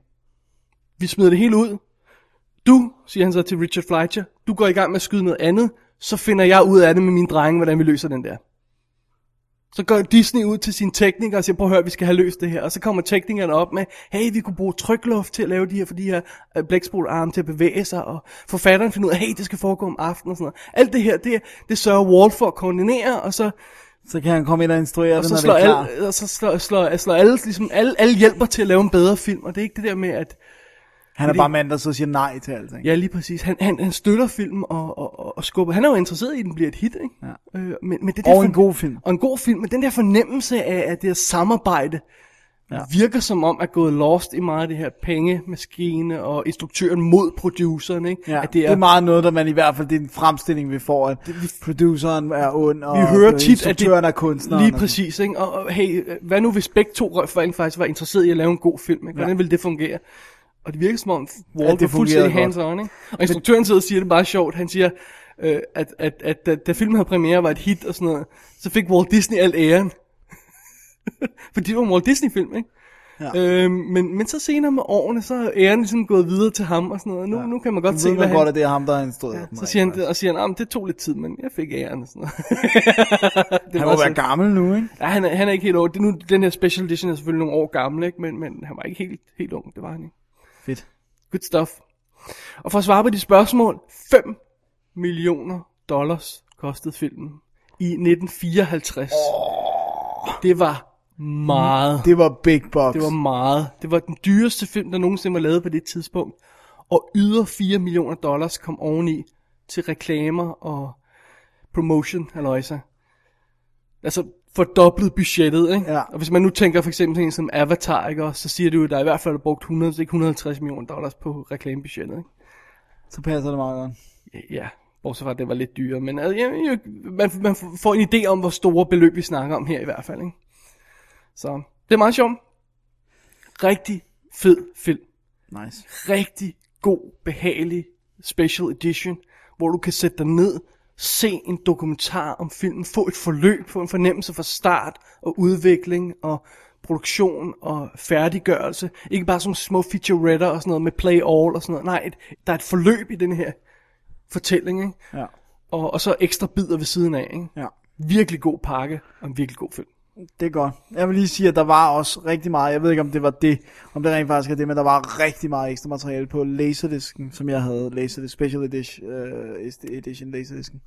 Vi smider det hele ud. Du, siger han så til Richard Fleischer, du går i gang med at skyde noget andet, så finder jeg ud af det med mine drenge, hvordan vi løser den der. Så går Disney ud til sine teknikere og siger, prøv at høre, vi skal have løst det her. Og så kommer teknikerne op med, hey, vi kunne bruge trykluft til at lave de her, for de her øh, blæksprutarme til at bevæge sig. Og forfatteren finder ud af, hey, det skal foregå om aftenen og sådan noget. Alt det her, det, det sørger Walt for at koordinere, og så Så kan han komme ind og instruere og det, så når slår, det er klar. alle, og så slår, slår, slår alle, ligesom alle, alle hjælper til at lave en bedre film, og det er ikke det der med, at Han er bare mand, der så siger nej til alting. ja, lige præcis, han, han, han støtter filmen og, og, og, og skubber. Han er jo interesseret i, at den bliver et hit, ikke? Ja. Øh, men, men det der Og en god film. Og en god film, men den der fornemmelse af, at det her samarbejde ja. virker som om, at gået lost i meget af det her pengemaskine og instruktøren mod produceren, ikke? Ja, at det, er, det er meget noget, der man i hvert fald, det er en fremstilling, vi får, at produceren er ond, og vi hører øh, tit, at det instruktøren er kunstner. Lige præcis, ikke? Og, og hey, øh, hvad nu hvis begge to rø- rent faktisk var interesseret i at lave en god film? Ikke? Hvordan Ja. ville det fungere? Og det virker som om Ja, det Walt ja, var fuldstændig fungerede hands on, ikke? Og instruktøren sidder og siger det bare sjovt. Han siger, øh, at, at, at, at da filmen havde premiere var et hit og sådan noget, så fik Walt Disney alt æren. Fordi det var en Walt Disney-film, ikke? Ja. Øh, men, men så senere med årene, så er æren ligesom gået videre til ham og sådan noget. Nu, ja. nu kan man godt Så se, ved hvad man han... godt, at det er ham, der har instrueret den, så rent siger han, faktisk. det, og siger han, "Ah, men det tog lidt tid, men jeg fik æren og sådan noget. Det er Han meget må være sødt. gammel nu, ikke? Ja, han er, han er ikke helt ung. Det, nu, den her special edition er selvfølgelig nogle år gammel, ikke? Men, men han var ikke helt, helt ung, det var han ikke. Fedt. Good stuff. Og for at svare på de spørgsmål, 5 millioner dollars kostede filmen i 1954. Oh. Det var meget. Det var big box. Det var meget. Det var den dyreste film, der nogensinde var lavet på det tidspunkt. Og yder 4 millioner dollars kom oveni til reklamer og promotion, Aloysa. altså fordoblet budgettet, ikke? Ja. Og hvis man nu tænker for eksempel sådan en som Avatar, ikke? også, så siger du jo, at der i hvert fald er brugt 100, hvis ikke 150 millioner dollars på reklamebudgettet, ikke? Så passer det meget godt. Ja, bortset fra, at det var lidt dyrere, men altså, ja, jo, man, man får en idé om, hvor store beløb vi snakker om her i hvert fald, ikke? Så det er meget sjovt. Rigtig fed film. Nice. Rigtig god, behagelig special edition, hvor du kan sætte dig ned, se en dokumentar om filmen, få et forløb, få en fornemmelse fra start og udvikling og produktion og færdiggørelse. Ikke bare som små featuretter og sådan noget med play all og sådan noget. Nej, et, der er et forløb i den her fortælling, ikke? Ja. og, og så ekstra bidder ved siden af. Ikke? Ja. Virkelig god pakke og en virkelig god film. Det er godt. Jeg vil lige sige, at der var også rigtig meget, jeg ved ikke om det var det, om det rent faktisk er det, men der var rigtig meget ekstra materiale på Laserdisken, som jeg havde, Laserdisc Special Edition, uh, edition Laserdisken.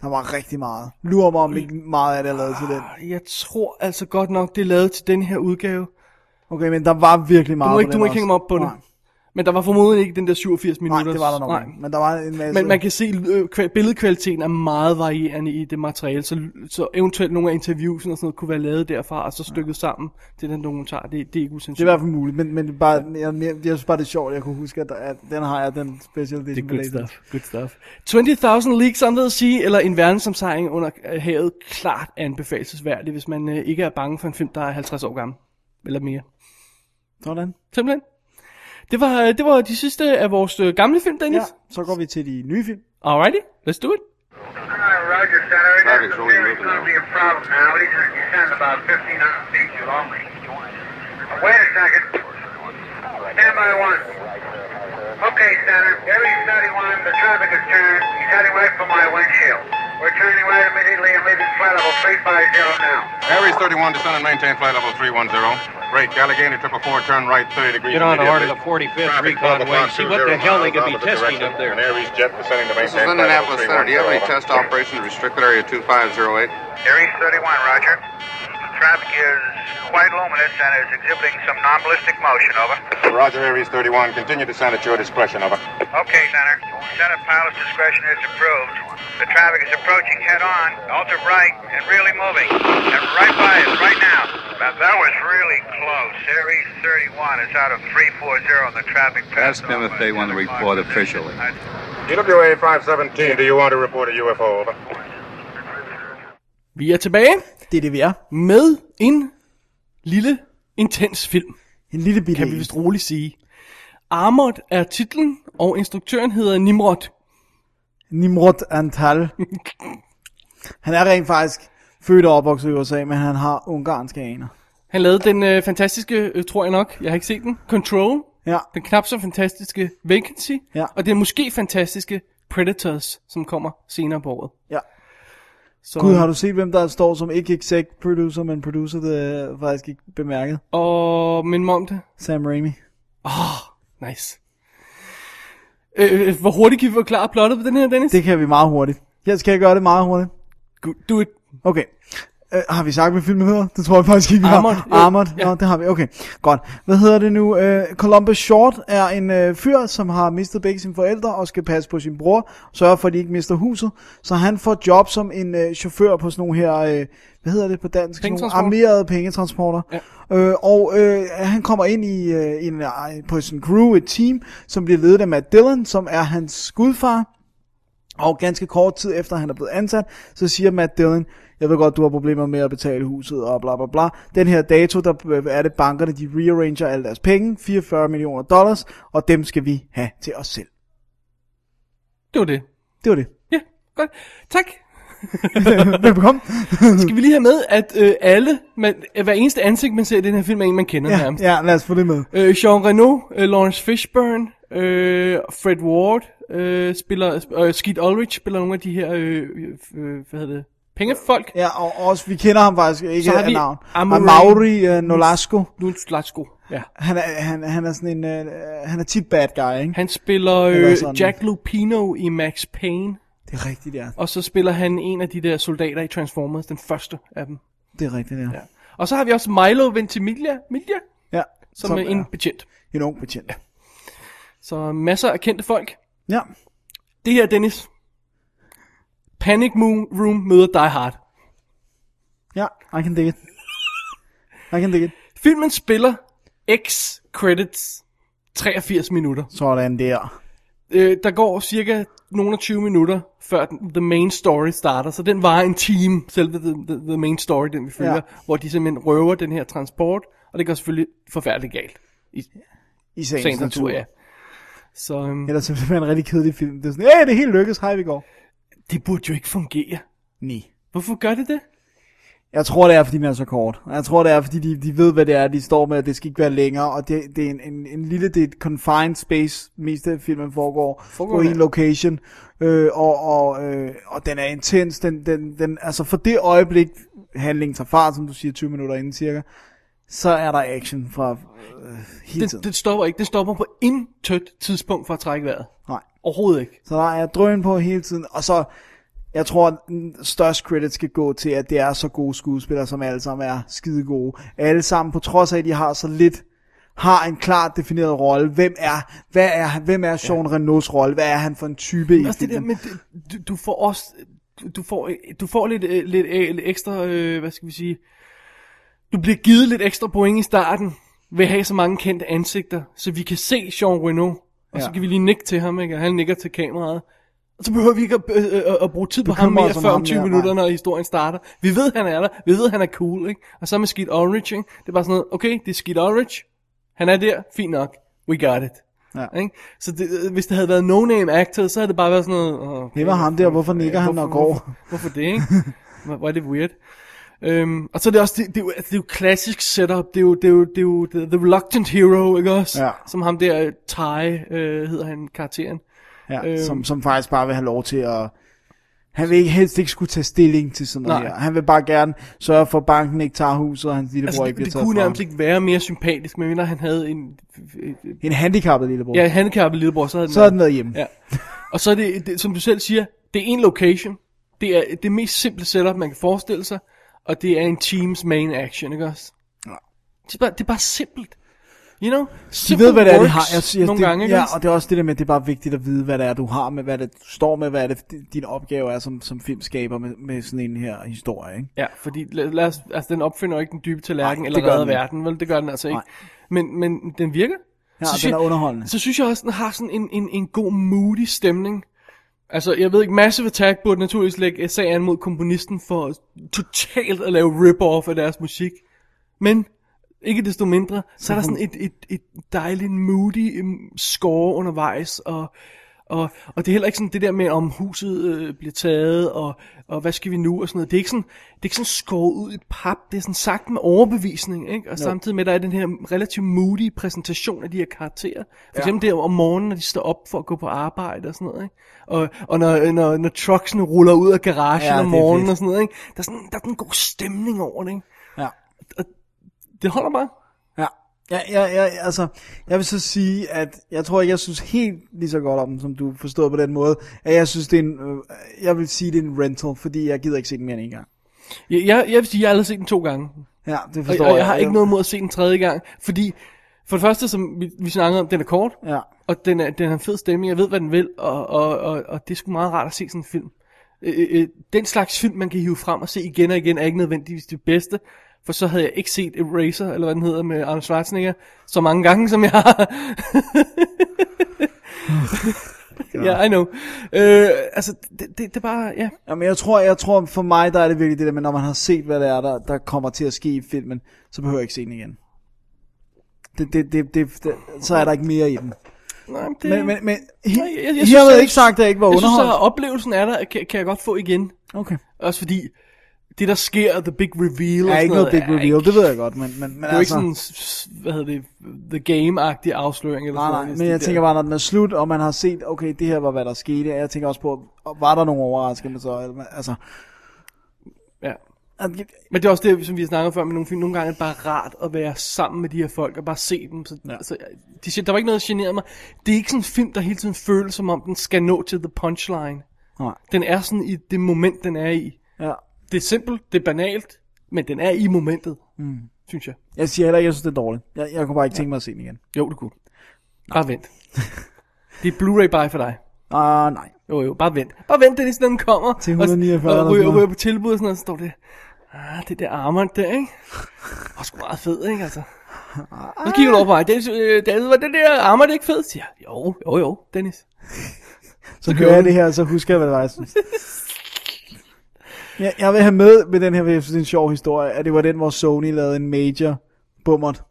Der var rigtig meget. Lurer mig om ikke meget af det er lavet til den. Jeg tror altså godt nok, det er lavet til den her udgave. Okay, men der var virkelig Du meget må på ikke, du den må ikke også. hænge mig op på det. Nej, Men der var formodentlig ikke den der 87 nej minutter. det var der nok. ikke. Altså- Men der var en masse. Men man kan se, øh, kva- billedkvaliteten er meget varierende i det materiale, så, så eventuelt nogle af interviewsene og sådan noget kunne være lavet derfra, og så stykket sammen til den dokumentar. Det, det er ikke Det er i usandsynligt. hvert fald muligt, men, men det er bare, jeg, jeg, jeg synes bare, det er sjovt, at jeg kunne huske, at, der, at den har jeg, den special edition. med Laserdisc. Good stuff. 20.000 Leagues Under the Sea, eller En verdensomsejling under øh, havet, klart anbefalesværdig, hvis man øh, ikke er bange for en film, der er 50 år gammel. Eller mere. Sådan. Simpelthen. Det var, øh, det var de sidste af vores øh, gamle film, Dennis. Ja, så går vi til de nye film. Alrighty, let's do it. Ah, Roger, Senator. Traffic's That's really really moving going to now. be a problem now. He's going to descend about 1,500 feet too long. Wait a second. Stand by one. Okay, Senator. Every study one, the traffic is turned. He's heading right for my windshield. We're turning right immediately and leaving flight level 350 now. Aries 31, descend and maintain flight level 310. Break, Allegheny triple four, turn right 30 degrees. Get on to immediately. order the 45th Traffic, recon 12 wing. o'clock, See what the 20 hell they miles could be opposite testing direction. up there. An Aries jet descending to This is maintain flight level Indianapolis Center. Do you have any 310. test operations restricted area 2508? Aries 31, Roger. Traffic is quite luminous and is exhibiting some non-ballistic motion, over. Roger, Aries 31, continue descent at your discretion, over. Okay, Senator. Senate pilot's discretion is approved. The traffic is approaching head on, ultra bright, and really moving. And right by us, right now. Now, that was really close. Aries 31 is out of 340 on the traffic path. Ask them if they want to report officially. TWA 517, do you want to report a UFO, over? Vi er tilbage Det er det, vi er. med en lille, intens film, En lille bitte. kan vi vist roligt sige. Armored er titlen, og instruktøren hedder Nimrod. Nimrod Antal. han er rent faktisk født og opvokset i USA, men han har ungarske aner. Han lavede den øh, fantastiske, øh, tror jeg nok, jeg har ikke set den, Control. Ja. Den knap så fantastiske Vacancy. Ja. Og den måske fantastiske Predators, som kommer senere på året. Ja. Så, Gud, har du set, hvem der står som ikke exec producer, men producer, det er faktisk ikke bemærket? Og min mor om det. Sam Raimi. Nice. Øh, øh, hvor hurtigt kan vi forklare plottet på den her, Dennis? Det kan vi meget hurtigt. Jeg skal jeg gøre det meget hurtigt. Good, do it. Okay. Øh, har vi sagt, hvad filmen hedder? Det tror jeg faktisk ikke, vi Armored. har. Jo, Armored. ja. Ja. Nå, det har vi. Okay, godt. Hvad hedder det nu? Øh, Columbus Short er en øh, fyr, som har mistet begge sine forældre og skal passe på sin bror, sørge for, at de ikke mister huset. Så han får job som en øh, chauffør på sådan nogle her, øh, hvad hedder det på dansk? Sådan nogle Pengetransport. armerede pengetransporter. Ja. Øh, og øh, han kommer ind i øh, en, øh, på sin crew, et team, som bliver ledet af Matt Dillon, som er hans gudfar. Og ganske kort tid efter han er blevet ansat, så siger Matt Dillon, jeg ved godt, du har problemer med at betale huset og bla bla bla. Den her dato, der øh, er det bankerne, de rearranger alle deres penge, 44 millioner dollars, og dem skal vi have til os selv. Det var det. Det var det. Ja, godt. Tak. Velbekomme. Skal vi lige have med, at øh, alle, man, øh, hver eneste ansigt, man ser i den her film, er en, man kender ja, nærmest. ja, lad os få det med. Øh, Jean Reno, øh, Lawrence Fishburne, øh, Fred Ward, øh, spiller, sp- øh, Skeet Ulrich spiller nogle af de her, øh, øh, hvad hedder det, pengefolk. Ja, og også, vi kender ham faktisk ikke Så har af vi navn. Amaury- Amaury uh, Nolasco. Nu er det Slatsko. Ja. Han er, han, han er sådan en, uh, han er tit bad guy, ikke? Han spiller Eller øh, sådan. Jack Lupino i Max Payne, Det er rigtigt, ja. og så spiller han en af de der soldater i Transformers, den første af dem. Det er rigtigt, ja. Ja, Og så har vi også Milo Ventimiglia, Miglia, ja som, som er en betjent. en ung betjent. Så masser af kendte folk. Ja. Det her, Dennis. Panic Moon Room møder Die Hard. Ja, I can dig it. I can dig it. Filmen spiller X credits 83 minutter. Sådan der. Øh, der går cirka nogle af 20 minutter, før den, the main story starter. Så den var en time, selve the, the, the main story, den vi følger, Ja. ja. hvor de simpelthen røver den her transport. Og det går selvfølgelig forfærdeligt galt. I I sagens natur, ja. Så øhm, Ellers så bliver det en rigtig kedelig film. Det er sådan, hey, det hele lykkedes, hej vi går. det burde jo ikke fungere. Nej. Hvorfor gør det det? Jeg tror, det er, fordi den er så kort. Jeg tror, det er, fordi de, de ved, hvad det er, de står med, at det skal ikke være længere, og det, det er en, en, en lille, det er et confined space, mest af filmen foregår, Foregår på der. en location, øh, og, og, øh, og den er intens, den, den, den, altså for det øjeblik, handlingen tager fart, som du siger, 20 minutter inden cirka, så er der action fra øh, hele det? tiden. Det stopper ikke. Det stopper på intet tidspunkt for at trække vejret. Nej. Overhovedet ikke. Så der er drøn på hele tiden, og så, jeg tror, at den største credit skal gå til, at det er så gode skuespillere, som alle sammen er skide gode. Alle sammen, på trods af, at de har så lidt, har en klart defineret rolle. Hvem er, hvad er, hvem er Sean ja. Renaults rolle? Hvad er han for en type i Også det der, filmen? men det, du, du får også, du får, du får lidt, øh, lidt, øh, lidt ekstra, øh, hvad skal vi sige, du bliver givet lidt ekstra point i starten, ved at have så mange kendte ansigter, så vi kan se Jean Reno, og ja. så Ja. kan vi lige nikke til ham, ikke? og han nikker til kameraet. Og så behøver vi ikke at, øh, øh, at bruge tid på altså ham Bekymre mere os om før ham om 20 mere, minutter, nej. når historien starter. Vi ved, han er der. Vi ved, han er cool. Ikke? Og så med Skid Orange. Ikke? Det er bare sådan noget, okay, det er Skid Orange. Han er der. Fint nok. We got it. Ja. Ikke? Så det, øh, hvis det havde været no-name actor, så havde det bare været sådan noget... åh, Okay, Det var ham der, hvorfor nikker han, hvorfor- når går? Hvorfor, hvorfor det, ikke? Hvor hvor er det weird. Øhm, og så er det også, det, det, er jo, altså, det er jo klassisk setup, det er jo, det er jo, det er jo the, the Reluctant Hero, ikke også? Ja. Som ham der, øh, Ty, øh, hedder han karakteren. Ja, Øhm. som, som faktisk bare vil have lov til at... Han vil ikke helst ikke skulle tage stilling til sådan noget Nej. her. Han vil bare gerne sørge for, at banken ikke tager huset, og hans lillebror Altså, altså, det, ikke bliver det taget kunne fra ham. nærmest ikke være mere sympatisk, men når han havde en, øh, øh, En handicappet lillebror. ja, handicappet lillebror, så havde den så er den været hjemme. Ja. Og så er det, det, som du selv siger, det er en location. Det er det mest simple setup, man kan forestille sig. Og det er en teams main action, ikke også? Det er bare, det er bare simpelt. You know? De Simple ved, hvad det er, de works har. Jeg siger, nogle det, gange, ikke ja, også? og det er også det der med, at det er bare vigtigt at vide, hvad det er, du har med, hvad det er, du står med, hvad er det, din opgave er som, som filmskaber med, med sådan en her historie, ikke? Ja, fordi lad, lad os, altså, den opfinder jo ikke den dybe tallerken Nej, eller det gør redder den ikke. verden, vel? Det gør den altså ikke. Nej. Men, men den virker. Ja, Så den synes er jeg- underholdende. Så synes jeg også, den har sådan en, en, en god moody stemning. Altså, jeg ved ikke, Massive Attack burde naturligvis lægge sagen an mod komponisten for totalt at lave rip-off af deres musik. Men, ikke desto mindre, så er der sådan et, et, et dejligt moody øhm, score undervejs, og, og, og det er heller ikke sådan det der med, om huset øh, bliver taget, og, og hvad skal vi nu, og sådan noget. Det er ikke sådan, det er ikke sådan skåret ud i pap, det er sådan sagt med overbevisning, ikke? og samtidig med, at der er den her relativt moody præsentation af de her karakterer. For eksempel der om morgenen, når de står op for at gå på arbejde og sådan noget, ikke? og, og når, øh, når, når trucksene ruller ud af garagen Ja, om det er morgenen fedt. og sådan noget, ikke? Der, er sådan, der er sådan en god stemning over det. Ikke? Ja. Det holder bare. Ja. Ja, ja, ja, altså, jeg vil så sige, at jeg tror ikke, jeg synes helt lige så godt om den, som du forstår på den måde, at jeg synes, det er en, øh, jeg vil sige, det er en rental, fordi jeg gider ikke se den mere end en gang. Jeg, jeg, jeg vil sige, jeg har aldrig set den to gange. Ja, det Og, forstår og jeg har ikke noget mod at se den tredje gang, fordi for det første, som vi, vi snakkede om, den er kort, Ja. og den, er, den har en fed stemning, jeg ved, hvad den vil, og, og, og, og det er sgu meget rart at se sådan en film. Øh, øh, den slags film, man kan hive frem og se igen og igen, er ikke nødvendigvis det bedste, for så havde jeg ikke set Eraser, eller hvad den hedder, med Arnold Schwarzenegger, så mange gange, som jeg har. Ja, yeah, I know. Øh, altså, det, det, det er bare, ja, Jamen, jeg tror, jeg tror, for mig, der er det virkelig det der med, når man har set, hvad det er, der, der kommer til at ske i filmen, så behøver jeg ikke se den igen. Det, det, det, det, det, så er der ikke mere i den. nej, men det... Men, men, men Nej, jeg- jeg- jeg he, synes, jeg jeg- havde ikke sagt, at jeg ikke var Jeg synes, underholdt. at oplevelsen er der, kan, kan jeg godt få igen. Okay. Også fordi, det der sker, the big reveal Der er og ikke sådan noget big er reveal, ikke- det ved jeg godt, men, men, men Det er jo ikke altså... sådan, s- s- hvad hedder det, the game-agtig afsløring eller Nej, sådan nej, noget. men jeg tænker bare, når den er slut, og man har set, okay, det her var, hvad der skete, jeg tænker også på, var der nogle overraskelser, så, eller- altså... Ja. at- Men det er også det, som vi har snakket om før med nogle film. Nogle gange er det bare rart at være sammen med de her folk og bare se dem. Så, ja. så, de, siger, der var ikke noget, der generede mig. Det er ikke sådan en film, der hele tiden føles, som om den skal nå til the punchline. Nej. Den er sådan i det moment, den er i. Ja. Det er simpelt, det er banalt, men den er i momentet, mm. synes jeg. Jeg siger heller ikke, jeg synes, det er dårligt. Jeg, jeg kunne bare ikke tænke mig at se den igen. Jo, du kunne. Bare vent. det er Blu-ray bare for dig. Ah, nej. Jo, jo, bare vent. Bare vent, Dennis, når den kommer. Til og- 149 og, eller og ryger, sådan noget. ryger på tilbud og sådan noget, så står det. Ah, det der armor der, ikke? Og sgu meget fed, ikke altså? Ah. Og så kigger du over på mig. Dennis, øh, David, var det der armor det ikke fed? Siger jeg, jo, jo, jo, Dennis. Så kører jeg det her, og så husker jeg, hvad det var, jeg synes. Jeg, jeg vil have med med den her, for jeg synes, det er en sjov historie, at det var den, hvor Sony lavede en major bummert.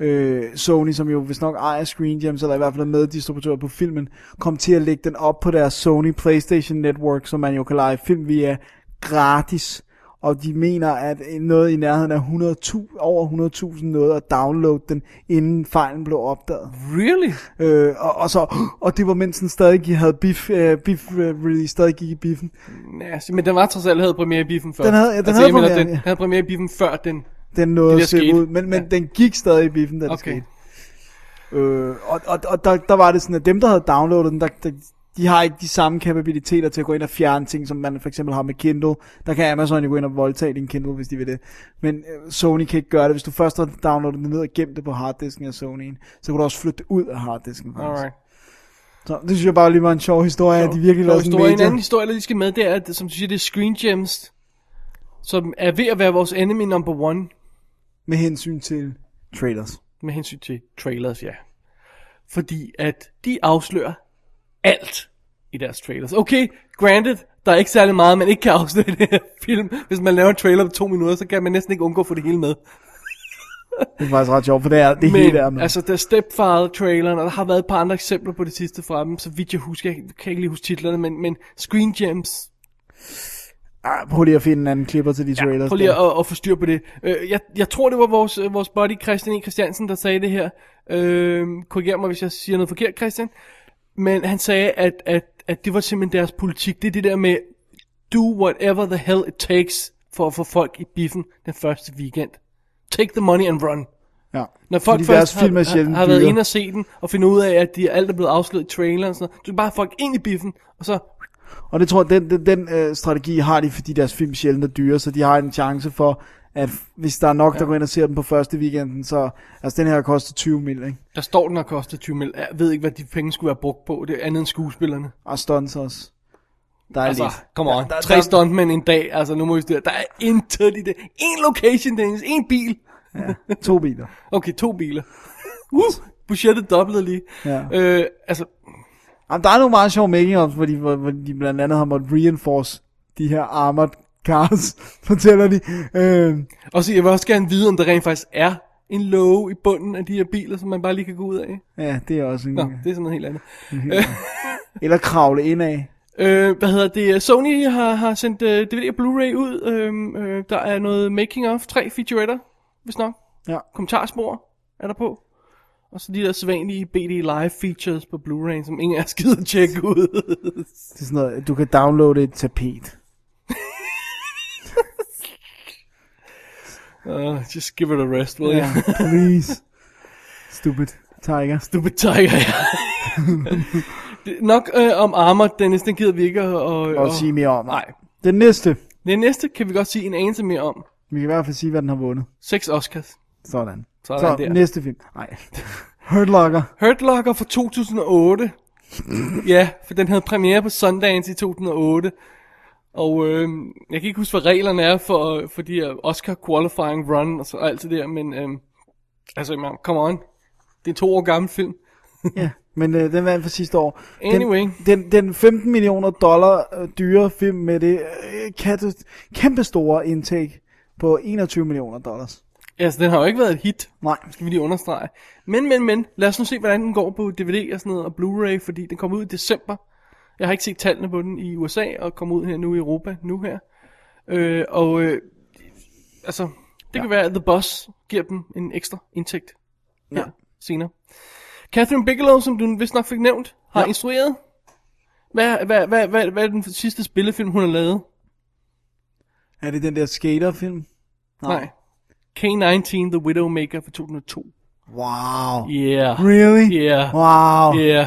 Øh, Sony, som jo hvis nok ejer Screen Gems, eller i hvert fald er meddistributør på filmen, kom til at lægge den op på deres Sony Playstation Network, som man jo kan lege film via gratis. Og de mener, at noget i nærheden af 100.000, over 100.000 nåede at downloade den, inden fejlen blev opdaget. Really? Øh, og, og, så, og det var mens den stadig gik- havde beef, øh, beef øh, release, stadig gik i biffen. Ja, så- men den var trods alt havde premiere i biffen før. Den havde- ja, den altså, havde jeg mener, premiere, den ja. havde premiere i biffen før den. Den nåede Det der at se skete. ud, men, men ja. den gik stadig i biffen, da det Okay. skete. Øh, og og, og der, der var det sådan, at dem, der havde downloadet den, der, der, de har ikke de samme kapabiliteter til at gå ind og fjerne ting, som man for eksempel har med Kindle. Der kan Amazon jo gå ind og voldtage din Kindle, hvis de vil det. Men øh, Sony kan ikke gøre det. Hvis du først har downloadet den ned og gemt det på harddisken af Sony'en, så kan du også flytte det ud af harddisken. faktisk. Alright. Så det synes jeg bare lige var en sjov historie, at de virkelig Sjov lavede sådan en historie. En major. anden historie, der lige skal med, det er, at, som du siger, det er Screen Gems, som er ved at være vores enemy number one med hensyn til trailers. med hensyn til trailers, ja. Fordi at de afslører alt i deres trailers. Okay, granted, der er ikke særlig meget, man ikke kan afsløre i den her film. Hvis man laver en trailer på to minutter, så kan man næsten ikke undgå at få det hele med. Det er faktisk ret sjovt, for det er det Men, hele er med. altså, Altså, der er Stepfather-traileren, og der har været et par andre eksempler på det sidste fra dem, så vidt jeg husker, jeg kan ikke lige huske titlerne, men, men Screen Gems, ah, prøv lige at finde en anden klipper til de ja, trailers. Prøv lige der. at, at få styr på det. Øh, jeg, jeg tror, det var vores, øh, vores buddy Christian E. Christiansen, der sagde det her. Øh, korriger mig, hvis jeg siger noget forkert, Christian. Men han sagde, at, at, at det var simpelthen deres politik. Det er det der med, do whatever the hell it takes for at få folk i biffen den første weekend. Take the money and run. Ja. Når folk Fordi først deres film er har, har, sjældent har været dyre. inde og se den, og finder ud af, at de alt er blevet afsløret i traileren og sådan noget. Du kan bare have folk ind i biffen, og så Og det tror jeg, den, den, den øh, strategi har de, fordi deres film sjældent er dyre, så de har en chance for, at hvis der er nok, ja. der går ind og ser den på første weekenden, så, altså den her koster 20 mil, ikke? der står den og koster 20 mil. Jeg ved ikke, hvad de penge skulle være brugt på. Det er andet end skuespillerne. Og stunts også. Der er Altså, lidt. come on. Der, der, Tre der, stuntmænd en dag, altså nu må vi styre. Der er intet i det. En location, Dennis. En bil. to biler. Okay, to biler. Uh, budgettet doblede lige. Ja. Øh, altså, Jamen, der er nogle meget sjove making-ups, hvor de, hvor, hvor de blandt andet har måttet reinforce de her armored cars, fortæller de. Øh, og så jeg vil også gerne vide, om der rent faktisk er en låge i bunden af de her biler, som man bare lige kan gå ud af. ja, det er også en... Nå, det er sådan noget helt andet. Mm-hmm. Eller kravle indad. Øh, hvad hedder det? Sony har, har sendt øh, DVD og Blu-ray ud. Øhm, øh, der er noget making of. Tre featuretter, hvis nok. Ja. Kommentarspor er der på. Og så de der sædvanlige BD Live features på Blu-ray, som ingen er skide at tjekke ud. Det er sådan noget, at du kan downloade et tapet. Uh, just give it a rest, will Ja, yeah. you? please. Stupid tiger. Stupid tiger, ja. Det- Nok øh, om armor, Dennis, den gider vi ikke at... Og, Og sige mere om. Nej. Den næste. Den næste kan vi godt sige en anelse mere om. Vi kan i hvert fald sige, hvad den har vundet. Seks Oscars. Sådan. Sådan Så der. næste film. Nej. Hurt Locker. Hurt Locker fra 2008. ja, for den havde premiere på Sundance i 2008. Og øh, jeg kan ikke huske, hvad reglerne er for, for de her Oscar qualifying run og så alt det der, men øh, altså, man, come on. Det er en to år gammel film. Ja. Men øh, den vandt for sidste år. Anyway. Den, den, den 15 millioner dollar øh, dyre film med det øh, katte, kæmpe store indtag på 21 millioner dollars. Altså, den har jo ikke været et hit. Nej. skal vi lige understrege. Men, men, men, lad os nu se, hvordan den går på DVD og sådan noget, og Blu-ray, fordi den kommer ud i december. Jeg har ikke set tallene på den i USA, og kommer ud her nu i Europa, nu her. Øh, og, øh, altså, det ja. kan være, at The Boss giver dem en ekstra indtægt her ja. senere. Catherine Bigelow, som du vist nok fik nævnt, har ja. instrueret. Hvad, hvad, hvad, hvad, hvad er den sidste spillefilm, hun har lavet? Er det den der skaterfilm? Nej. K-19, The Widowmaker fra 2002. Wow. Yeah. Really? Yeah. Wow. Yeah.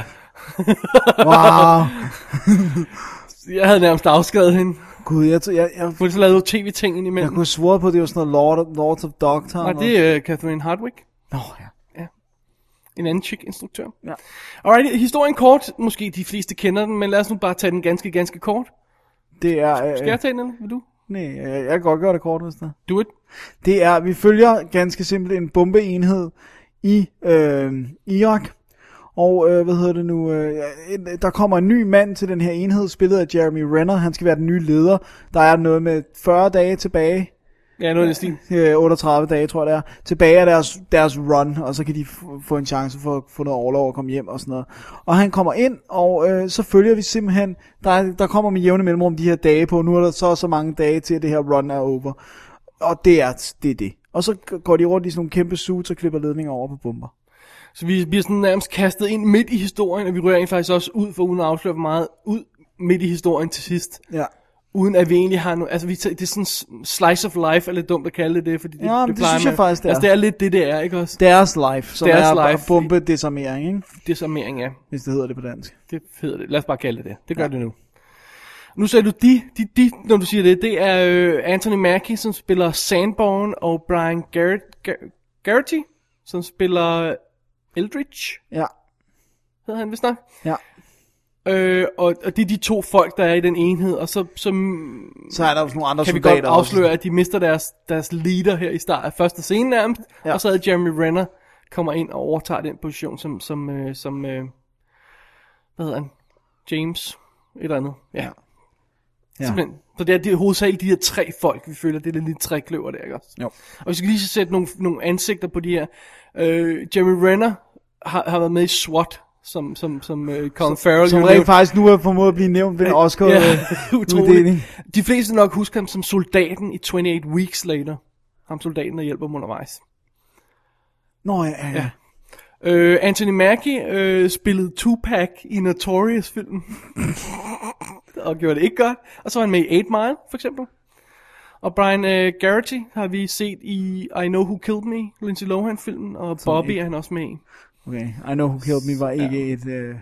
Wow. Jeg havde nærmest afskrevet hende. Gud, jeg, tror- jeg, jeg, Hun har så lavet tv-tingen jeg imellem. kunne svore på, at det var sådan noget Lord of, Lords of Dogtown. Og det er uh, Catherine Hardwick, Nå, ja. en anden chick instruktør. Ja. Alright, historien kort. Måske de fleste kender den, men lad os nu bare tage den ganske, ganske kort. Det er... Øh, Skal jeg tage den, eller vil du? Nej, jeg, jeg kan godt gøre det kort, hvis det er. Do it. Det er, vi følger ganske simpelt en bombeenhed i øh, Irak. Og øh, hvad hedder det nu? Øh, en- der kommer en ny mand til den her enhed, spillet af Jeremy Renner. Han skal være den nye leder. Der er noget med 40 dage tilbage. Ja, noget i den stil. Øh, 38 dage, tror jeg det er. Tilbage af deres, deres run, og så kan de f- få en chance for at få noget overlov og komme hjem og sådan noget. Og han kommer ind, og øh, så følger vi simpelthen... Der, er- der kommer med jævne mellemrum de her dage på. Nu er der så og så mange dage til, at det her run er over. Og det er det. Er det. Og så g- går de rundt i sådan nogle kæmpe suits og klipper ledninger over på bomber. Så vi bliver sådan nærmest kastet ind midt i historien, og vi rører egentlig faktisk også ud, for uden at afsløre for meget, ud midt i historien til sidst. Ja. Uden at vi egentlig har noget, altså vi tager, det er sådan s- slice of life, er lidt dumt at kalde det det, fordi det, Ja, men det plejer synes jeg man- faktisk, det er. Altså det er lidt det, det er, ikke også? Deres life, som Deres Deres er bare life. bombe desarmering, ikke? Det er summering, ja. hvis det hedder det på dansk. Det hedder det. Lad os bare kalde det det. Det gør ja. det nu. Nu sagde du de, de, de, når du siger det, det er øh, Anthony Mackie, som spiller Sandborn, og Brian Garrett, Gar- Garrity, som spiller Eldridge, Ja, hedder han vist nok. ja. Øh, og, og det er de to folk, der er i den enhed, og så, så mm, Så er der jo sådan nogle andre kan vi soldater godt afsløre, Også. at de mister deres, deres leader her i start, første scene nærmest, ja. Ja. og så er Jeremy Renner kommer ind og overtager den position, som, som, øh, som øh, hvad hedder han, James, et eller andet, ja. Ja. Simpelthen. Så det er, det er hovedsageligt de her tre folk, vi føler, det er det lille trækløver der, ikke også? Jo. Og vi skal lige så sætte nogle, nogle ansigter på de her. Øh, Jeremy Renner har, har været med i SWAT, som, som, som øh, Colin Farrell Som jo rent nævnte. faktisk nu er formået at blive nævnt ved en Oscar. Ja, øh, utroligt. uddeling. De fleste nok husker ham som soldaten i 28 Weeks Later. Ham soldaten, der hjælper dem undervejs. Nå ja, ja. ja. Øh, Anthony Mackie øh, spillede Tupac i Notorious-filmen. og gjorde det ikke godt. Og så var han med i 8 Mile, for eksempel. Og Brian øh, Garrity har vi set i I Know Who Killed Me, Lindsay Lohan-filmen. Og Bobby ikke- er han også med i. Okay, I Know Who Killed Me var ikke ja. et, øh,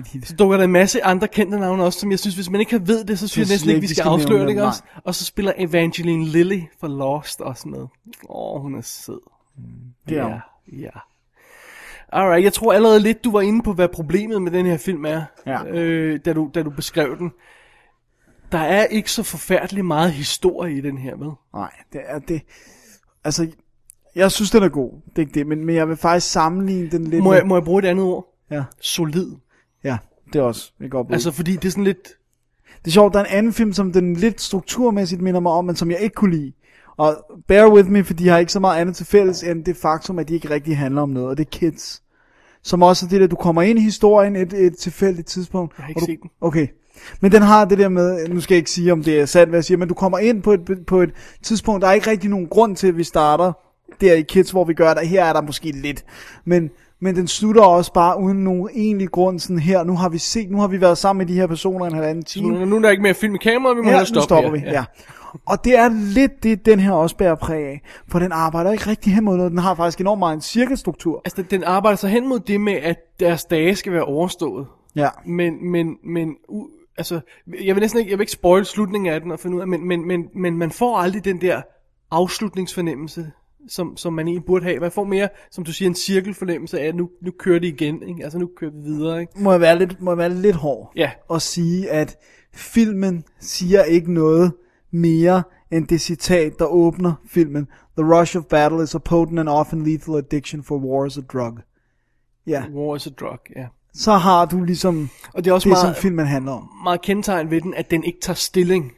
et hit. Så dukker der en masse andre kendte navne også, som jeg synes, hvis man ikke har ved det, så synes jeg næsten ikke, vi skal, afsløre nævne det, ikke dem, også? Og så spiller Evangeline Lilly fra Lost også med. Åh, oh, hun er sød. Det er hun. Ja. Alright, jeg tror allerede lidt, du var inde på, hvad problemet med den her film er, Ja. øh, da, du, da du beskrev den. Der er ikke så forfærdelig meget historie i den her, vel? Nej, det er det. Altså, jeg synes, den er god. Det er ikke det, men, men jeg vil faktisk sammenligne den lidt Må med... jeg, må jeg bruge et andet ord? Ja, Solid. ja, det er også et godt bud. Altså, fordi det er sådan lidt... Det er sjovt, der er en anden film, som den lidt strukturmæssigt minder mig om, men som jeg ikke kunne lide. Og bear with me, for de har ikke så meget andet til fælles, end det faktum, at de ikke rigtig handler om noget, og det er kids. Som også er det der, du kommer ind i historien et, et tilfældigt tidspunkt. Jeg har ikke du, set den. Okay. Men den har det der med, nu skal jeg ikke sige, om det er sandt, hvad jeg siger, men du kommer ind på et, på et tidspunkt, der er ikke rigtig nogen grund til, at vi starter der i Kids, hvor vi gør det. Her er der måske lidt. Men, men den slutter også bare uden nogen egentlig grund, sådan her, nu har vi set, nu har vi været sammen med de her personer en halvanden time. Nu, nu er der ikke mere film i kameraet, vi må Ja, hellere nu stoppe stopper her. vi. Ja. ja. Og det er lidt det, den her også bærer præg af. For den arbejder ikke rigtig hen mod noget. Den har faktisk enormt meget en cirkelstruktur. Altså, den- den arbejder sig hen mod det med, at deres dage skal være overstået. Ja. Men, men, men, u, altså, jeg vil næsten ikke, jeg vil ikke spoil slutningen af den og finde ud af, men, men, men, men man får aldrig den der afslutningsfornemmelse, som, som man egentlig burde have. Man får mere, som du siger, en cirkelfornemmelse af, at nu, nu kører det igen, ikke? Altså, nu kører vi videre, ikke? Må jeg være lidt, må jeg være lidt hård. Ja. Og sige, at filmen siger ikke noget mere end det citat, der åbner filmen. The rush of battle is a potent and often lethal addiction for war is a drug. Ja, War is a drug, ja. så har du ligesom Og det er også det, meget, som filmen handler om. meget kendetegn ved den, at den ikke tager stilling.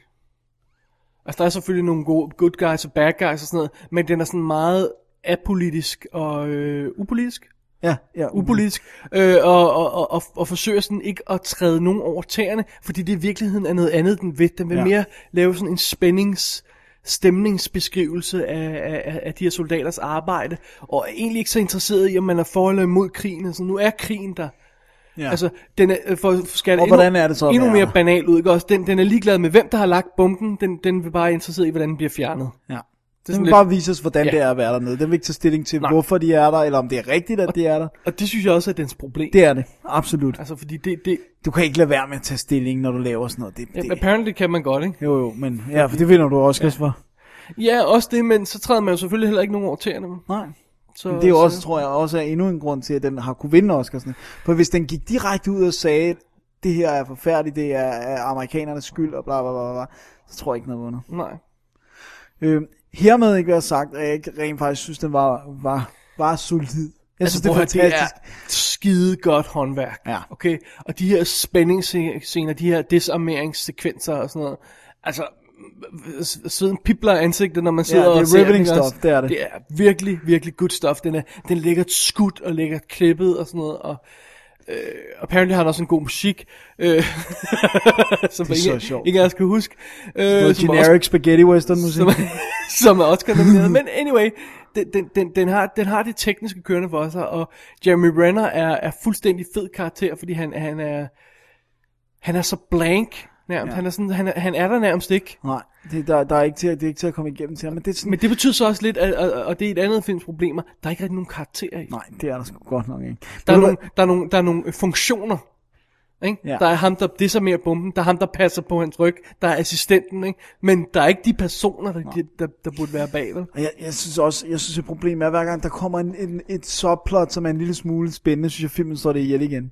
Altså, der er selvfølgelig nogle gode good guys og bad guys og sådan noget, men den er sådan meget apolitisk og øh, upolitisk. Ja, ja. upolitisk, øh, og, og, og, og, og forsøger sådan ikke at træde nogen over tæerne, fordi det i virkeligheden er noget andet, den ved. Den vil ja. Ja. mere lave sådan en spændings stemningsbeskrivelse af, af, af- af de her soldaters arbejde, og er egentlig ikke så interesseret i, om man er for eller imod krigen. Altså, nu er krigen der. Ja. Ja. Altså, den er, øh, for, for skal Og endnu, hvordan er det så at endnu være mere der? banal ud, ikke også? Den, den er ligeglad med, hvem der har lagt bomben. Den, den vil bare interesseret i, hvordan den bliver fjernet. Ja. Det er Den sådan vil lidt- bare vise os, hvordan Ja. ja. det er at være dernede. Den vil ikke tage stilling til, Nej. Nej. hvorfor de er der, eller om det er rigtigt, at de er der. Og det synes jeg også er dens problem. Det er det, absolut. Altså, fordi det... det, Du kan ikke lade være med at tage stilling, når du laver sådan noget. Det, det. det. Apparently kan man godt, ikke? Jo, jo, men ja, for det vinder du også, Kasper. Ja, også det, men så træder man jo selvfølgelig heller ikke nogen over tæerne. vel? Nej. Så, Men det er jo også, så, tror jeg, også er endnu en grund til, at den har kunne vinde Oscarsen. For hvis den gik direkte ud og sagde, det her er forfærdeligt, det er, er amerikanernes skyld, og bla bla bla, bla, så tror jeg ikke, den havde vundet. Nej. Øh, hermed ikke være sagt, at jeg ikke rent faktisk synes, den var, var, var solid. Jeg synes, Altså, prøv det er at høre, fantastisk. Det er skide godt håndværk. Ja. Okay? Og de her spændingsscener, de her disarmeringssekvenser og sådan noget. Altså, s- sveden pipler i ansigtet, når man sidder det er og ser den. riveting ikke også? stuff, det er det. Det er virkelig, virkelig good stuff. Den, er, den ligger skudt og ligger klippet og sådan noget. Og, øh, apparently har den også en god musik, øh, som så ikke, sjovt. ikke jeg skal huske. Øh, Noget som også generic spaghetti western musik. som, som er også nomineret. Men anyway, den, den, den, den, har, den har det tekniske kørende for sig, og Jeremy Renner er, er fuldstændig fed karakter, fordi han, han er han er så blank nærmest. Ja. Han, er sådan, han, er, han er der nærmest ikke. Nej, det, der, der er ikke til, at- det er ikke til at komme igennem til ham, men det er sådan, Men det betyder så også lidt, at, og, og det er et andet films problemer, der er ikke rigtig nogen karakterer i. nej, det er der sgu godt nok ikke. Der er, Ved du nogle, der, er nogle, der er nogle øh, funktioner. Ikke? Ja. Der er ham, der desarmerer bomben. Der er ham, der passer på hans ryg. Der er assistenten. Ikke? Men der er ikke de personer, der, der, der, der burde være bag. Vel? Og Jeg, jeg synes også, jeg synes et problem er, hver gang der kommer en, en, et subplot, som er en lille smule spændende, synes jeg, filmen står det ihjel igen.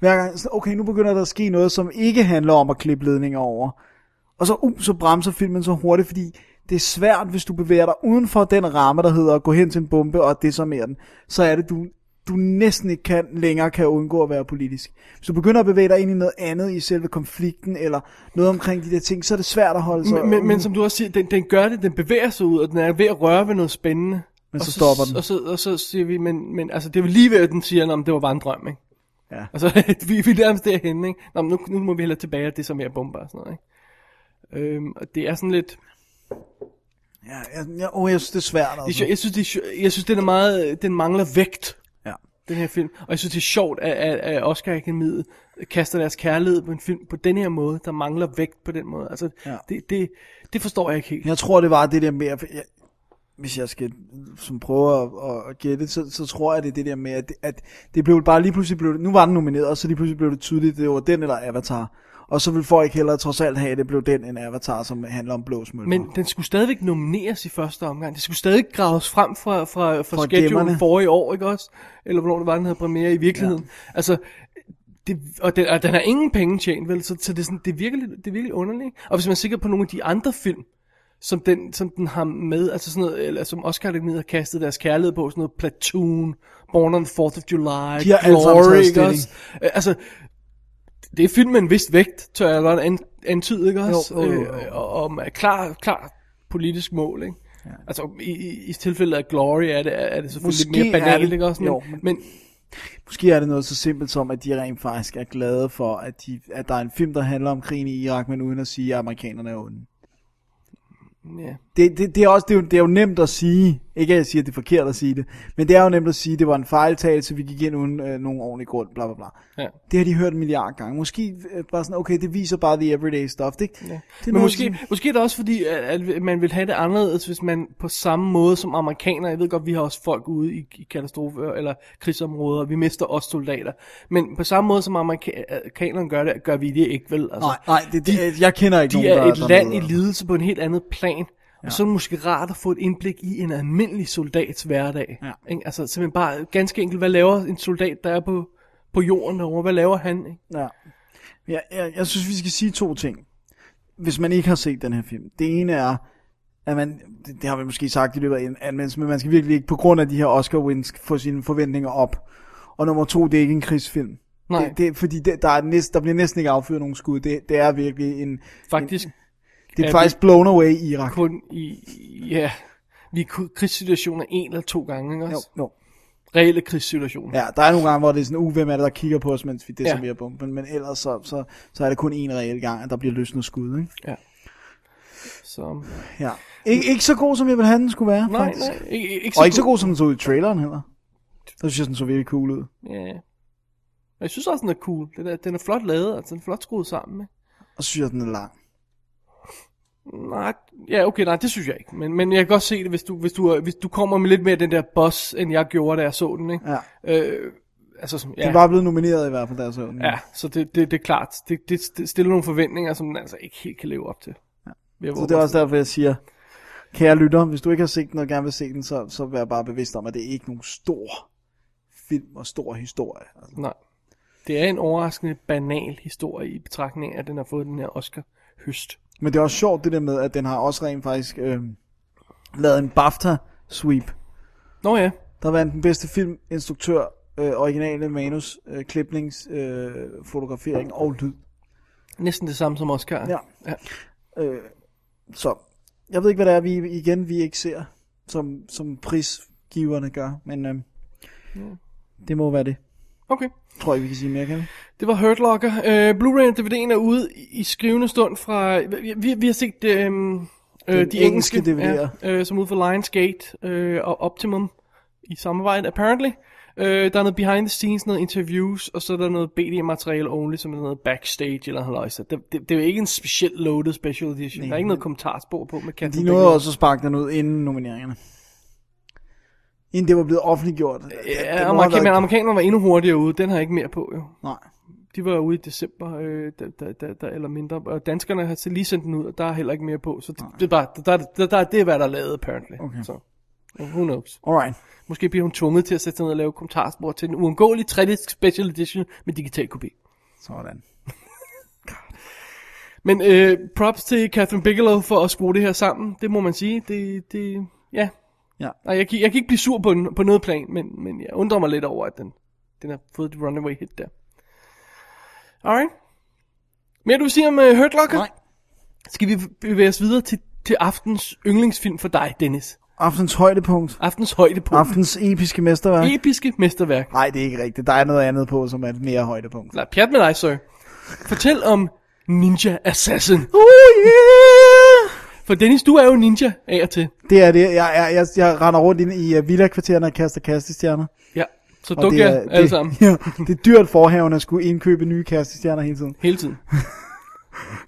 Hver gang, sådan, okay, nu begynder der at ske noget, som ikke handler om at klippe ledninger over. Og så, uh, så bremser filmen så hurtigt, fordi det er svært, hvis du bevæger dig uden for den ramme, der hedder at gå hen til en bombe og desarmere den. Så er det, du, du næsten ikke kan, længere kan undgå at være politisk. Hvis du begynder at bevæge dig ind i noget andet i selve konflikten, eller noget omkring de der ting, så øhm, er det svært at holde sig Men, men, men ude. som du også siger, den, den gør det, den bevæger sig ud, og den er ved at røre ved noget spændende. Men og så stopper den. Og så, og så siger vi, men, men altså, det er vel lige ved, at den siger, om det var bare en drøm, ikke? Ja. Altså, vi, vi er nærmest derhenne, ikke? Nå, men nu, nu må vi hellere tilbage, og det er så mere bomber og sådan noget, ikke? Øhm, og det er sådan lidt... Ja, jeg, jeg, åh, jeg synes, det er svært. Det er, Altså. sjovt- jeg, synes, det er, sjovt- jeg synes, den er meget... Den mangler vægt, Ja. den her film. Og jeg synes, det er sjovt, at, at, at Oscar Akademiet kaster deres kærlighed på en film på den her måde, der mangler vægt på den måde. Altså, Ja. det, det, det forstår jeg ikke helt. Jeg tror, det var det der med, at jeg, hvis jeg skal som prøve at, at, at gætte, så, så tror jeg, det er det der med, at, at det blev bare lige pludselig, blev det, nu var den nomineret, og så lige pludselig blev det tydeligt, at det var den eller Avatar. Og så vil folk hellere trods alt have, at det blev den en Avatar, som handler om blå smølfer. Men den skulle stadigvæk nomineres i første omgang. Det skulle stadig graves frem fra, fra, fra, fra schedulen gemmerne. forrige år, ikke også? Eller hvornår det var, den havde premiere i virkeligheden. Ja. Altså, det, og, den, og den har ingen penge tjent, vel? Så, så det, er sådan, det, er virkelig, det er virkelig underligt. ikke? Og hvis man er sikker på nogle af de andre film, som den, som den har med, altså sådan noget, eller som Oscar Akademiet har kastet deres kærlighed på, sådan noget Platoon, Born on the 4th of July, De har alle sammen Glory, taget ikke stilling. også? Øh, Altså, det er film med en vis vægt, tør jeg godt an- antyde, ikke også? Jo, jo, jo, jo. Øh, og, og med klar, klar politisk mål, ikke? Ja. Altså, i, i, i tilfældet af Glory er det, er det selvfølgelig Måske lidt mere banalt, er det- ikke også? Men, jo, men- men Måske er det noget så simpelt som, at de rent faktisk er glade for, at, de, at der er en film, der handler om krigen i Irak, men uden at sige, at amerikanerne er onde. ja. det, det, det, er også, det, er jo, det er jo nemt at sige, ikke at jeg siger, at det er forkert at sige det, men det er jo nemt at sige, at det var en fejltagelse, vi gik ind uden øh, nogen ordentlig grund, bla bla bla. Ja. Det har de hørt en milliard gange. Måske øh, bare sådan, okay, det viser bare the everyday stuff. Det, ja. det er Men noget, måske, sådan- måske er det også fordi, at, at man vil have det anderledes, hvis man på samme måde som amerikanere, jeg ved godt, vi har også folk ude i, i katastrofer eller krigsområder, og vi mister også soldater, men på samme måde som amerika- amerikanerne gør det, gør vi det ikke, vel? Altså, Nej, nej, det, det, jeg kender ikke de nogen, er der et land i dernede. lidelse på en helt andet plan. Ja. Og så er det måske rart at få et indblik i en almindelig soldats hverdag. Ja. Ikke? Altså simpelthen bare ganske enkelt, hvad laver en soldat, der er på, på jorden derovre? Hvad laver han? Ikke? Ja. Jeg, jeg, jeg synes, vi skal sige to ting, hvis man ikke har set den her film. Det ene er, at man, det, det har vi måske sagt i løbet af en anmeldelse, men man skal virkelig ikke på grund af de her Oscar-wins få sine forventninger op. Og nummer to, det er ikke en krigsfilm. Nej. Det, det, er fordi det, der, er næst, der bliver næsten ikke affyret nogen skud. Det, det er virkelig en... Faktisk Det er Ja, faktisk blown away i Irak. kun i, i- ja, vi er kun krigssituationer en eller to gange, ikke Jo, også? jo. Reelle krigssituationer. Ja, der er nogle gange, hvor det er sådan, uh, hvem er det, der kigger på os, mens vi Ja. desarmerer ja. bomben. Men ellers så, så, så er det kun en reel gang, at der bliver løsnet skud. Ikke? Så, Ja. Ik- ikke så god, som jeg ville have den skulle være, nej, faktisk. nej, ikke, ikke, Og ikke så god, som den så ud i traileren heller. Der synes jeg, den så virkelig cool ud. Ja. Og jeg synes også, den er cool. Den er, den er flot lavet, altså den er flot skruet sammen. Ikke? Og så synes jeg, den er lang. Nej, ja, okay, nej, det synes jeg ikke. Men, men jeg kan godt se det, hvis du, hvis, du, hvis du kommer med lidt mere den der boss, end jeg gjorde, da jeg så den, ikke? Ja. Øh, altså, sådan, ja, Den var blevet nomineret i hvert fald, der så den. ja, så det, det, det er klart. Det, det, det stiller nogle forventninger, som den altså ikke helt kan leve op til. Ja. Så det er også derfor, jeg siger, kære lytter, hvis du ikke har set den og gerne vil se den, så, så vær bare bevidst om, at det er ikke nogen stor film og stor historie. Altså, Nej. Det er en overraskende banal historie i betragtning af, at den har fået den her Oscar-høst. Men det er også sjovt det der med, at den har også rent faktisk øh, lavet en BAFTA-sweep. Nå ja, Der vandt den bedste filminstruktør, øh, originale manus, øh, klipnings, øh, fotografering og lyd. næsten det samme som Oscar. Ja. ja. Øh, så jeg ved ikke, hvad det er, vi igen vi ikke ser, som, som prisgiverne gør, men øh, Mm. det må være det. Okay. Tror jeg, vi kan sige mere, kan vi? Det var Hurt Locker. Øh, Blu-ray og DVD'en er ude i, i skrivende stund fra... Vi, vi, vi har set øh, øh, de engelske engelske DVD'er. Ja, øh, som ude for Lionsgate øh, og Optimum i samarbejde, apparently. Øh, der er noget behind the scenes, noget interviews, og så er der noget BD-materiale only, som er noget backstage eller halløjsa. Det, det, det er jo ikke en specielt loaded special edition. Nej. Der er ikke noget kommentarspor på med Captain De nåede Bigelow. også at sparke den ud inden nomineringerne. Inden det var blevet offentliggjort. Ja, amerikan- men amerikanerne var endnu hurtigere ude. Den har ikke mere på, jo. Nej. De var ude i december, øh, da, da, da, da, eller mindre. Og danskerne har så lige sendt den ud, og der er heller ikke mere på. Så det, det er bare, der, der, der, det er, hvad der er lavet, apparently. Okay. Så, who knows. Alright. Måske bliver hun tvunget til at sætte sig ned og lave kommentarspor til en uundgåelig 3 special edition med digital kopi. Sådan. Men øh, props til Catherine Bigelow for at skrue det her sammen. Det må man sige. Det, det, ja. Ja. Nej, jeg, kan- jeg kan ikke blive sur på, den- på noget plan, men, men jeg undrer mig lidt over, at den, den har fået et runaway hit der. Alright. Mere du vil sige om uh, Hurt Locker? Nej. Skal vi bevæge os videre til, til aftens yndlingsfilm for dig, Dennis? Aftens højdepunkt. Aftens højdepunkt. Aftens episke mesterværk. Episke mesterværk. Nej, det er ikke rigtigt. Der er noget andet på, som er et mere højdepunkt. Nej, pjat med dig, sir. Fortæl om Ninja Assassin. Oh yeah! For Dennis, du er jo ninja af og til. Det er det. Jeg, jeg, jeg, jeg render rundt ind i uh, villa-kvartererne og kaster kastestjerner. Ja, så Og dukker det jeg er, alle det, sammen. Ja, det er dyrt forhaven at skulle indkøbe nye kastestjerner hele tiden. Hele tiden.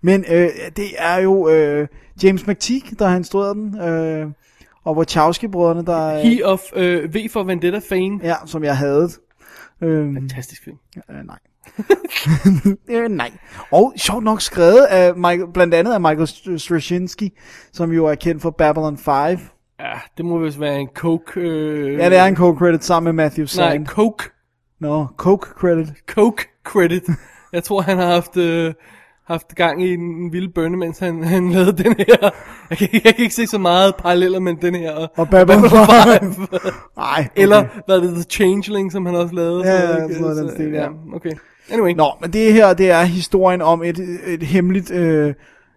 Men øh, det er jo øh, James McTeague, der har instrueret den. Øh, og Wachowski-brødrene, der... Øh, He of øh, V for Vendetta fame. ja, som jeg havde. Øh, Fantastisk film. øh, nej. øh, nej. Og sjovt nok skrevet af Michael, blandt andet af Michael Str- Straczynski, som jo er kendt for Babylon 5. Ja, det må vist være en coke... Øh... Ja, det er en co-credit sammen med Matthew Nej, Sand. coke, Nå, no, coke-credit. coke credit. Jeg tror, han har haft... Øh, haft gang i en, en vild bønne, mens han, han lavede den her. Jeg kan, jeg kan ikke se så meget paralleller mellem den her og, Og Babylon 5. Five. Nej. Okay. Eller hvad er det, The Changeling, som han også lavede. Ja, Så, ja, ikke? sådan noget i den Så, stil, ja. Okay. Anyway. Nå, men det her, det er historien om et, et hemmeligt øh,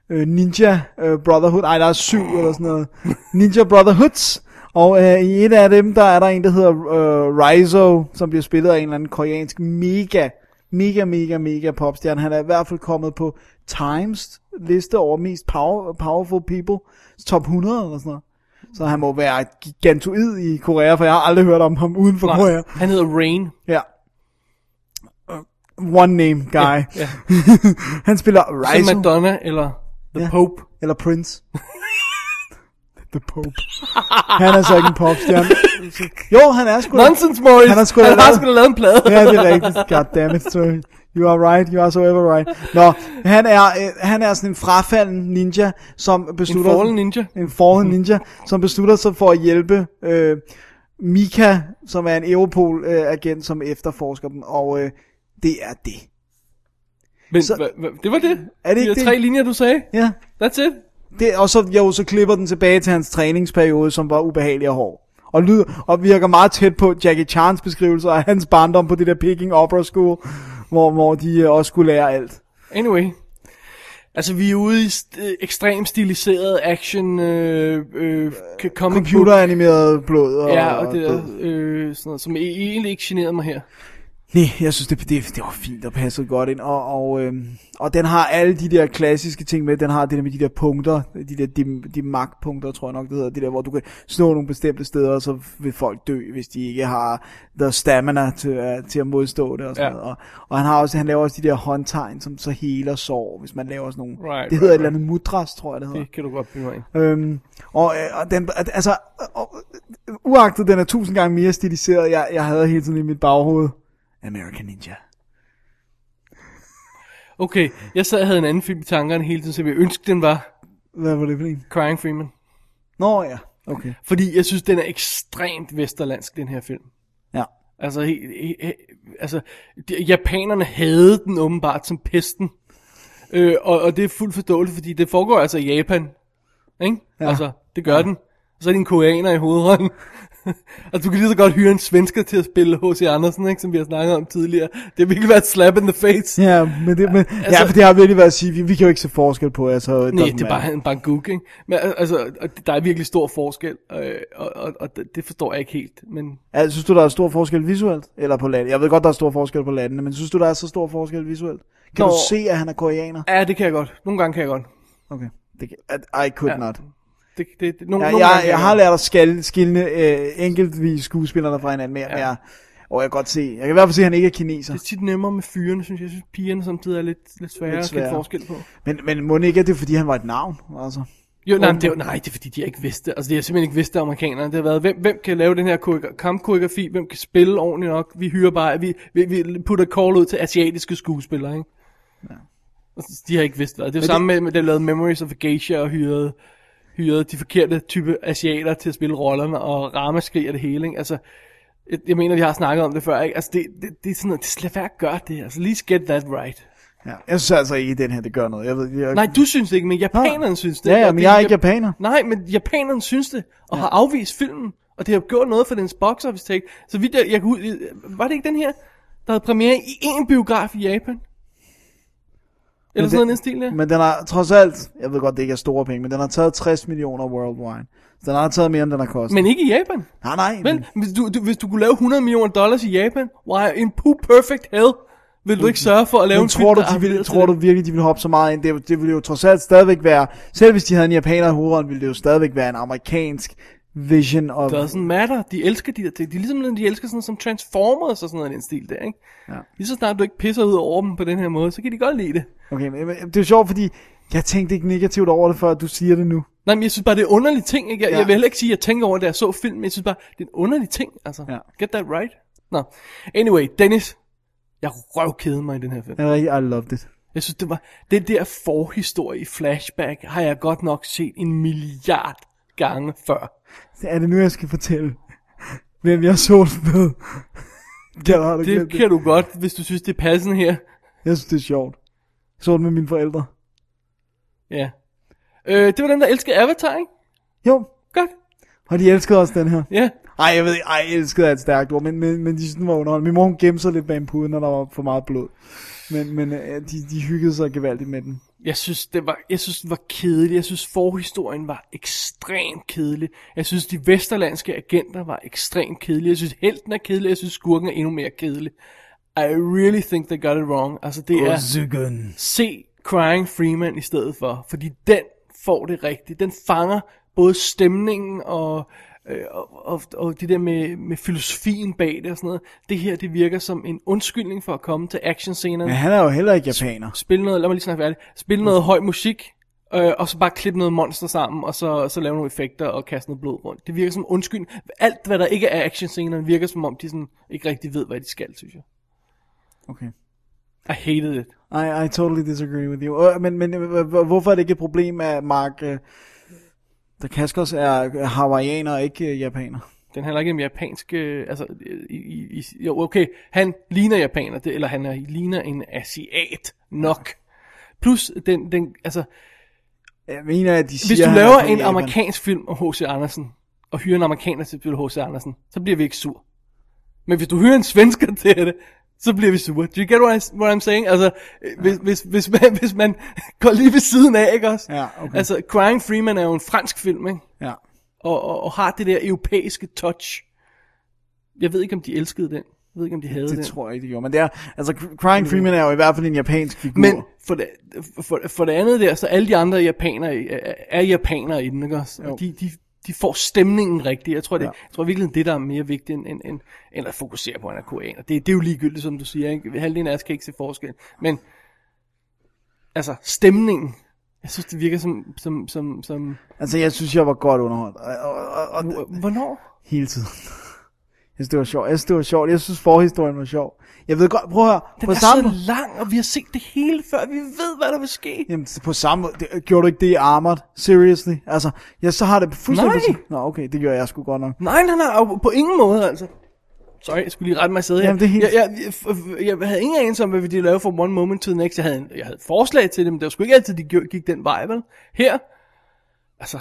øh, Ninja øh, Brotherhood. Ej, der er syv eller sådan noget. Ninja Brotherhoods. Og øh, i et af dem, der er der en, der hedder øh, Rizo, som bliver spillet af en eller anden koreansk mega, mega, mega, mega popstjerne. Han er i hvert fald kommet på Times liste over mest power, powerful people. Top 100 eller sådan noget. Så han må være gigantoid i Korea, for jeg har aldrig hørt om ham uden for Nej, Korea. Han hedder Rain. Ja. Uh, One name guy. ja. han spiller Som Rizzo, Madonna eller The Ja. Pope. eller Prince. The Pope. Han er så ikke en popstjerne. Jo, han er sgu da- Nonsense, Morris. Han har sgu da han har lavet- sgu da lavet en plade. Ja, det er rigtigt. God damn it, sir. You are right, you are so ever right. Nå, han er, øh, han er sådan en frafalden ninja, som En beslutter... fallen ninja. En fallen ninja, som beslutter sig for at hjælpe øh, Mika, som er en Europol-agent, som efterforsker dem, og øh, det er det. Men Så- så, hva, hva, det var det. Er det De ikke der det? tre linjer, du sagde? Ja, That's it. Det, og så, jo, så klipper den tilbage til hans træningsperiode, som var ubehagelig og hård. Og, lyder, og virker meget tæt på Jackie Chans beskrivelse af hans barndom på det der Peking Opera School, hvor, hvor de øh, også skulle lære alt. Anyway. Altså, vi er ude i st- øh, ekstremt stiliseret action, øh, øh, k- comic book. Computeranimeret blod og... Ja, og det der, død. øh, sådan noget, som e- egentlig ikke generede mig her. Nej, jeg synes, det, det, det var fint og passede godt ind. Og, og, øh, og den har alle de der klassiske ting med. Den har det der med de der punkter, de der de, de magtpunkter, tror jeg nok, det hedder. Det der, hvor du kan slå nogle bestemte steder, og så vil folk dø, hvis de ikke har der stamina til, uh, til at modstå det. Og, sådan Ja. ja. noget. Og, og, han, har også, han laver også de der håndtegn, som så heler sår, hvis man laver sådan nogle... Right, det hedder right, et eller andet mudras, tror jeg, det hedder. Det kan du godt blive mig i. Øhm, og, øh, og den, at- altså, og, øh, uagtet den er tusind gange mere stiliseret, jeg, jeg havde hele tiden i mit baghoved. American Ninja. Okay, jeg sad og havde en anden film i tankerne hele tiden, så jeg ønskede, den var Hvad var det for en? Crying Freeman. Nå ja, okay. Fordi jeg synes, den er ekstremt vesterlandsk, den her film. Ja. Altså, he, he, he, altså de, japanerne havde den åbenbart som pesten. Øh, og, og det er fuldt forståeligt, fordi det foregår altså i Japan. Ikke? Ja. Altså, det gør ja. den. Og så er det en koreaner i hovedrollen. altså, du kan lige så godt hyre en svensker til at spille H.C. Andersen, ikke? som vi har snakket om tidligere. Det ville være et slap in the face. Ja, men det, men, altså, ja, for det har virkelig været at sige, vi, vi kan jo ikke se forskel på, altså... Nej, Dokken det er Man. bare en banguk, ikke? Men al- altså, og der er virkelig stor forskel, øh, og, og, og det- det forstår jeg ikke helt. Men Altså, synes du, der er stor forskel visuelt? Eller på land? Jeg ved godt, der er stor forskel på landene, men synes du, der er så stor forskel visuelt? Kan Nå. du se, at han er koreaner? ja, det kan jeg godt. Nogle gange kan jeg godt. Okay. Det, kan- I I could Ja. ja. not. Det, det, det, nogle, Jeg, nogle gange jeg, kan jeg har godt. lært at skal, skille øh, enkeltvis skuespillerne fra hinanden mere, ja. men jeg, og jeg kan godt se, jeg kan i hvert fald se, at han ikke er kineser. Det er tit nemmere med fyrene, synes jeg. Jeg synes, pigerne samtidig er lidt, lidt sværere Lidt at kende sværere. forskel på. Men, men må det ikke, at det er, fordi han var et navn, altså? Jo, nej, men det, er jo- nej, det er fordi, de ikke vidste. Altså, de har simpelthen ikke vidst, at amerikanerne. Det har været, hvem, hvem kan lave den her koreogra- kampkoreografi? Hvem kan spille ordentligt nok? Vi hyrer bare, vi, vi, vi putter call ud til asiatiske skuespillere, ikke? Ja. De har ikke vidst, hvad. Det er jo det- samme med, med, da de lavede Memories of a Geisha og hyrede, hyrede de forkerte type asiater til at spille rollerne og ramaskrig og det hele, ikke? Altså, jeg, jeg mener, vi har snakket om det før, ikke? Altså, det, det, det er sådan noget, det skal lade være at gøre det. Altså, lige get that right. Ja. Jeg synes altså ikke, at den her, det gør noget. Jeg ved, jeg, Nej, du synes det ikke, men japanerne Nej. synes det. Ja, ja, Og men det- jeg er ikke japaner. Nej, men japanerne synes det, og ja. har afvist filmen, og det har gjort noget for dens box office take. Så vidt jeg, jeg kan ud, var det ikke den her, der havde premiere i én biograf i Japan? Eller det- sådan noget i den stil der? Men, Men den har trods alt, jeg ved godt, det ikke er store penge, men den har taget 60 millioner worldwide. Så den har taget mere, end den har kostet. men ikke i Japan. nej, nej. Vel, hvis du, du, hvis du kunne lave 100 millioner dollars i Japan, why, in poo perfect hell, vil du ikke sørge for at lave Mm. Men en tror film, du, der de appellerer ville, til tror du det? virkelig, de ville hoppe så meget ind? Det, det ville jo trods alt stadigvæk være, selv hvis de havde en japaner i hovedrollen, ville det jo stadigvæk være en amerikansk vision of... Doesn't matter, de elsker de der ting. De er ligesom, de elsker sådan noget som Transformers og sådan noget i den stil der, ikke? Ja. Lige så snart du ikke pisser ud over dem på den her måde, så kan de godt lide det. Okay, men men det er jo sjovt, fordi jeg tænkte ikke negativt over det, før du siger det nu. Nej, men jeg synes bare, det er en underlig ting. Ikke? Jeg, ja. Ja. jeg vil heller ikke sige, at jeg tænker over, det, da jeg så film, men jeg synes bare, det er en underlig ting. Altså, ja. Ja. get that right. Nå, anyway, Dennis, jeg røvkede mig i den her film. Ja. Jeg er rigtig- I loved it. Jeg synes, det var, den der forhistorie i flashback, har jeg godt nok set en milliard gange før. Er det nu, jeg skal fortælle, hvem jeg så den med? Jeg, har da Det glemt det. kan du godt, hvis du synes, det er passende her. jeg synes, det er sjovt. Jeg så den med mine forældre. Ja. Øh, det var den, der elsker Avatar, ikke? Jo, Godt. og de elskede også den her. Ja. Ej, jeg ved ikke, ej, elskede er et stærkt ord, men, men, men de synes, den var underholdende. Min mor, hun gemte sig lidt bag en pude, når der var for meget blod. Men, men øh, de, de hyggede sig gevaldigt med den. Jeg synes, det var, jeg synes, den var kedelig. Jeg synes, forhistorien var ekstremt kedelig. Jeg synes, de vesterlandske agenter var ekstremt kedelige. Jeg synes, helten er kedelig. Jeg synes, skurken er endnu mere kedelig. I really think they got it wrong. Altså, det er... Zygon. Se Crying Freeman i stedet for, fordi den får det rigtigt. Den fanger både stemningen og, øh, og, og, og det der med, med filosofien bag det og sådan noget. Det her, det virker som en undskyldning for at komme til actionscenerne Men han er jo heller ikke japaner. spille noget, lad mig lige snakke færdigt, spille noget høj musik, øh, og så bare klippe noget monster sammen, og så, så lave nogle effekter og kaste noget blod rundt. Det virker som undskyld. Alt, hvad der ikke er actionscener, virker som om, de sådan ikke rigtig ved, hvad de skal, synes jeg. Okay. I hated it. I, I totally disagree with you. Øh, men, men øh, h- h- hvorfor er det ikke et problem, at Mark øh, Dacascos er hawaiianer og ikke øh, japaner? Den handler ikke om japansk, øh, altså, øh, i, i, i- jo, okay, han ligner japaner, det, eller han er, ligner en asiat nok. Plus, den, den, altså, Jeg mener, at de siger, Hvis du han er laver fra en Japan. amerikansk film om H.C. Andersen, og hyrer en amerikaner til at spille H.C. Andersen, så bliver vi ikke sur. Men hvis du hyrer en svensker til det, så bliver vi sure. Do you get what, I, what I'm saying? Altså, øh, hvis, hvis, hvis, man, hvis man går lige ved siden af, ikke også? Ja, okay. Altså, Crying Freeman er jo en fransk film, ikke? Ja. Og, og, og har det der europæiske touch. Jeg ved ikke, om de elskede den. Jeg ved ikke, om de havde den. Det tror jeg ikke, det gjorde. Men det er, altså, Crying Freeman er jo i hvert fald en japansk figur. Men for det, for, for det andet der, så alle de andre japanere i- er, er japanere i den, ikke også? Og De, de, de får stemningen rigtigt. Jeg tror, det, ja. jeg tror virkelig, det der er mere vigtigt, end, end, end, end at fokusere på, at han er koreaner. Det, det er jo ligegyldigt, som du siger. Ikke? Halvdelen af os kan ikke se forskel. Men, altså, stemningen. Jeg synes, det virker som... som, som, som Altså, jeg synes, jeg var godt underholdt. Og, og, og, og, hvornår? hele tiden. Jeg synes, det var sjovt. Jeg synes, det var sjovt. Jeg synes, forhistorien var sjov. Jeg ved godt, prøv at høre. Den på er samme... så lang, og vi har set det hele før. Vi ved, hvad der vil ske. Jamen, på samme måde, det, gjorde du ikke det i Armored? Seriously? Altså, jeg så har det fuldstændig... Nej. Nå, okay, det gjorde jeg sgu godt nok. Nej, nej, nej, og på ingen måde, altså. Sorry, jeg skulle lige rette mig sidde her. Jamen, det er helt- jeg, jeg, f- f- jeg, havde ingen anelse om, hvad de lavede fra One Moment to the Next. Jeg havde, en, jeg havde et forslag til det, men det var sgu ikke altid, de gjorde- gik den vej, vel? Her, altså,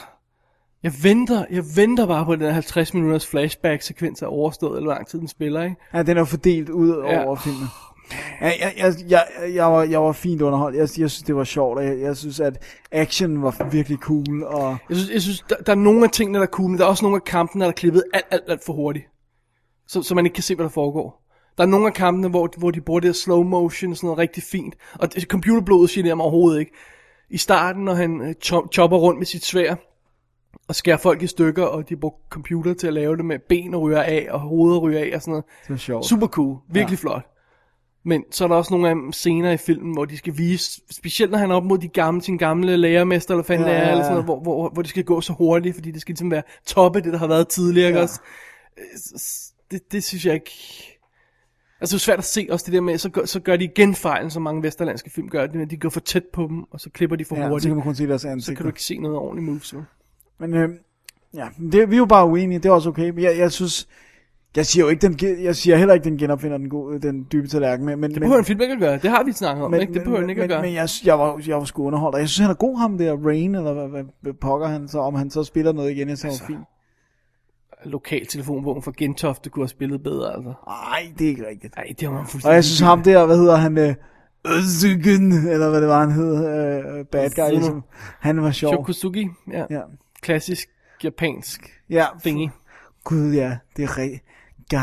jeg venter, jeg venter bare på at den her 50 minutters flashback-sekvens er overstået, eller hvor lang tid den spiller, ikke? Ja, den er fordelt ud Ja. over filmen. Ja, jeg, jeg, jeg, jeg, var, jeg var fint underholdt. Jeg, jeg synes, det var sjovt, og jeg, jeg synes, at action var virkelig cool. Og Jeg synes, jeg synes der, der er nogle af tingene, der er cool, men der er også nogle af kampene, der er klippet alt, alt, alt for hurtigt. Så, så man ikke kan se, hvad der foregår. Der er nogle af kampene, hvor, hvor de bruger det her slow motion og sådan noget rigtig fint. Og det- computerblodet generer mig overhovedet ikke. I starten, når han øh, cho- chopper rundt med sit svær og skærer folk i stykker, og de bruger computer til at lave det med ben og ryger af, og hoveder ryger af og sådan noget. det var sjovt. Super cool. Virkelig ja. flot. Men så er der også nogle af dem senere i filmen, hvor de skal vise, specielt når han er op mod de gamle, sin gamle lærermester, eller fanden Ja, ja, det ja, er, eller ja. sådan noget, hvor, hvor, hvor det skal gå så hurtigt, fordi det skal ligesom være toppe det, der har været tidligere, ja. også? Øh, s- s- Det, det synes jeg ikke... Altså det er svært at se også det der med, så gør, så gør de igen fejlen, som mange vesterlandske film gør, det er, at de går for tæt på dem, og så klipper de for Ja, hurtigt. så kan man kun se deres så ansigter. kan du ikke se noget ordentligt moves. jo. Men øh, ja, men det, vi er jo bare uenige, det er også okay. Men jeg, jeg synes, jeg siger jo ikke, den, ge- jeg siger heller ikke, den genopfinder den, gode, den dybe tallerken. Men, men, Det behøver en film ikke at gøre, det har vi snakket om, men, ikke? Det behøver den ikke men, at gøre. Men jeg, jeg, var, jeg var sgu underholdt, og jeg synes, han er god ham der, Rain, eller hvad, hvad, hvad pokker han så, om han så spiller noget igen, så altså. fint. Lokaltelefonbogen fra Gentofte kunne have spillet bedre, altså. Nej, det er ikke rigtigt. Nej, det var man Og fuldstændig... jeg synes ham der, hvad hedder han, øh, Özgün, eller hvad det var, han hed, øh, bad guy, Zeno. ligesom. han var sjov. Shokusugi, ja. Ja, Klassisk japansk ja. thingy. Gud ja, det er rigtigt. God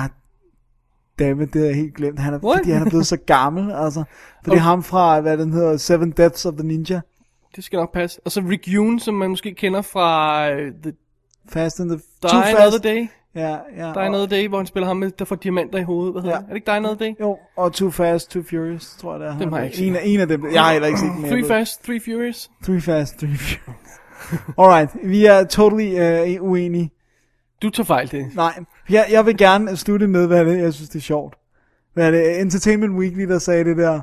damn it, det havde jeg helt glemt. Han er, What? fordi han er blevet så gammel, altså. For det er ham fra, hvad den hedder, Seven Deaths of the Ninja. Det skal nok passe. Og så Rick Yoon, som man måske kender fra øh, The Fast and the Too Die Fast. Another Day. Ja, ja. Die Another Day, hvor han spiller ham med, der får diamanter i hovedet. Hvad hedder Ja. ja. Er det ikke Die Another Day? Jo, og Too Fast, Too Furious, tror jeg det er. Dem har jeg ikke set. en, af, en af dem. Jeg har heller ikke set den. jeg Three ved. Fast, Three Furious. Three Fast, Three Furious. Alright, vi er totally øh, uenige. Du tager fejl, det. Nej, jeg, jeg vil gerne slutte med, hvad det er, jeg synes, det er sjovt. Hvad er det Entertainment Weekly, der sagde det der,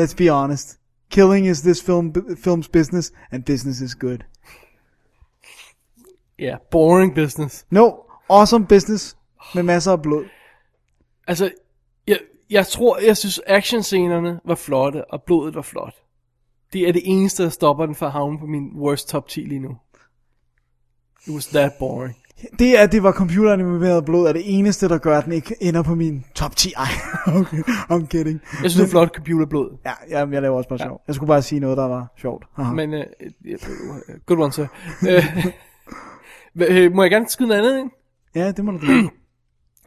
let's be honest, killing is this film, film's business, and business is good. Ja, yeah, boring business. No, awesome business, med masser af blod. Altså, jeg, jeg tror, jeg synes, actionscenerne var flotte, og blodet var flot. Det er det eneste, der stopper den fra at havne på min worst top 10 lige nu. It was that boring. Det, at det var computeranimeret blod, er det eneste, der gør, at den ikke ender på min top 10. Ej, okay, I'm kidding. Jeg synes, det er flot computerblod. Ja, jamen, jeg laver også bare sjov. Jeg skulle bare sige noget, der var sjovt. Haha. Men, øh, øh, øh, good one, sir. Øh, hva- øh, må jeg gerne skyde noget andet ind? Ja, det må du blive.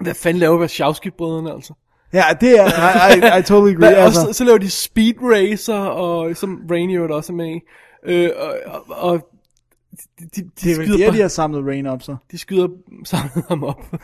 Hvad fanden laver Wachowski-brødrene, altså? Ja, det er, I, I, I totally Hvad, agree. altså. altså. Og så, så laver de Speed Racer, og, som Rainy jo også er med i. Øh, og, og, og de, de, de Det er vel skyder der, bare- de har samlet Rain op, så. de skyder samlet ham op.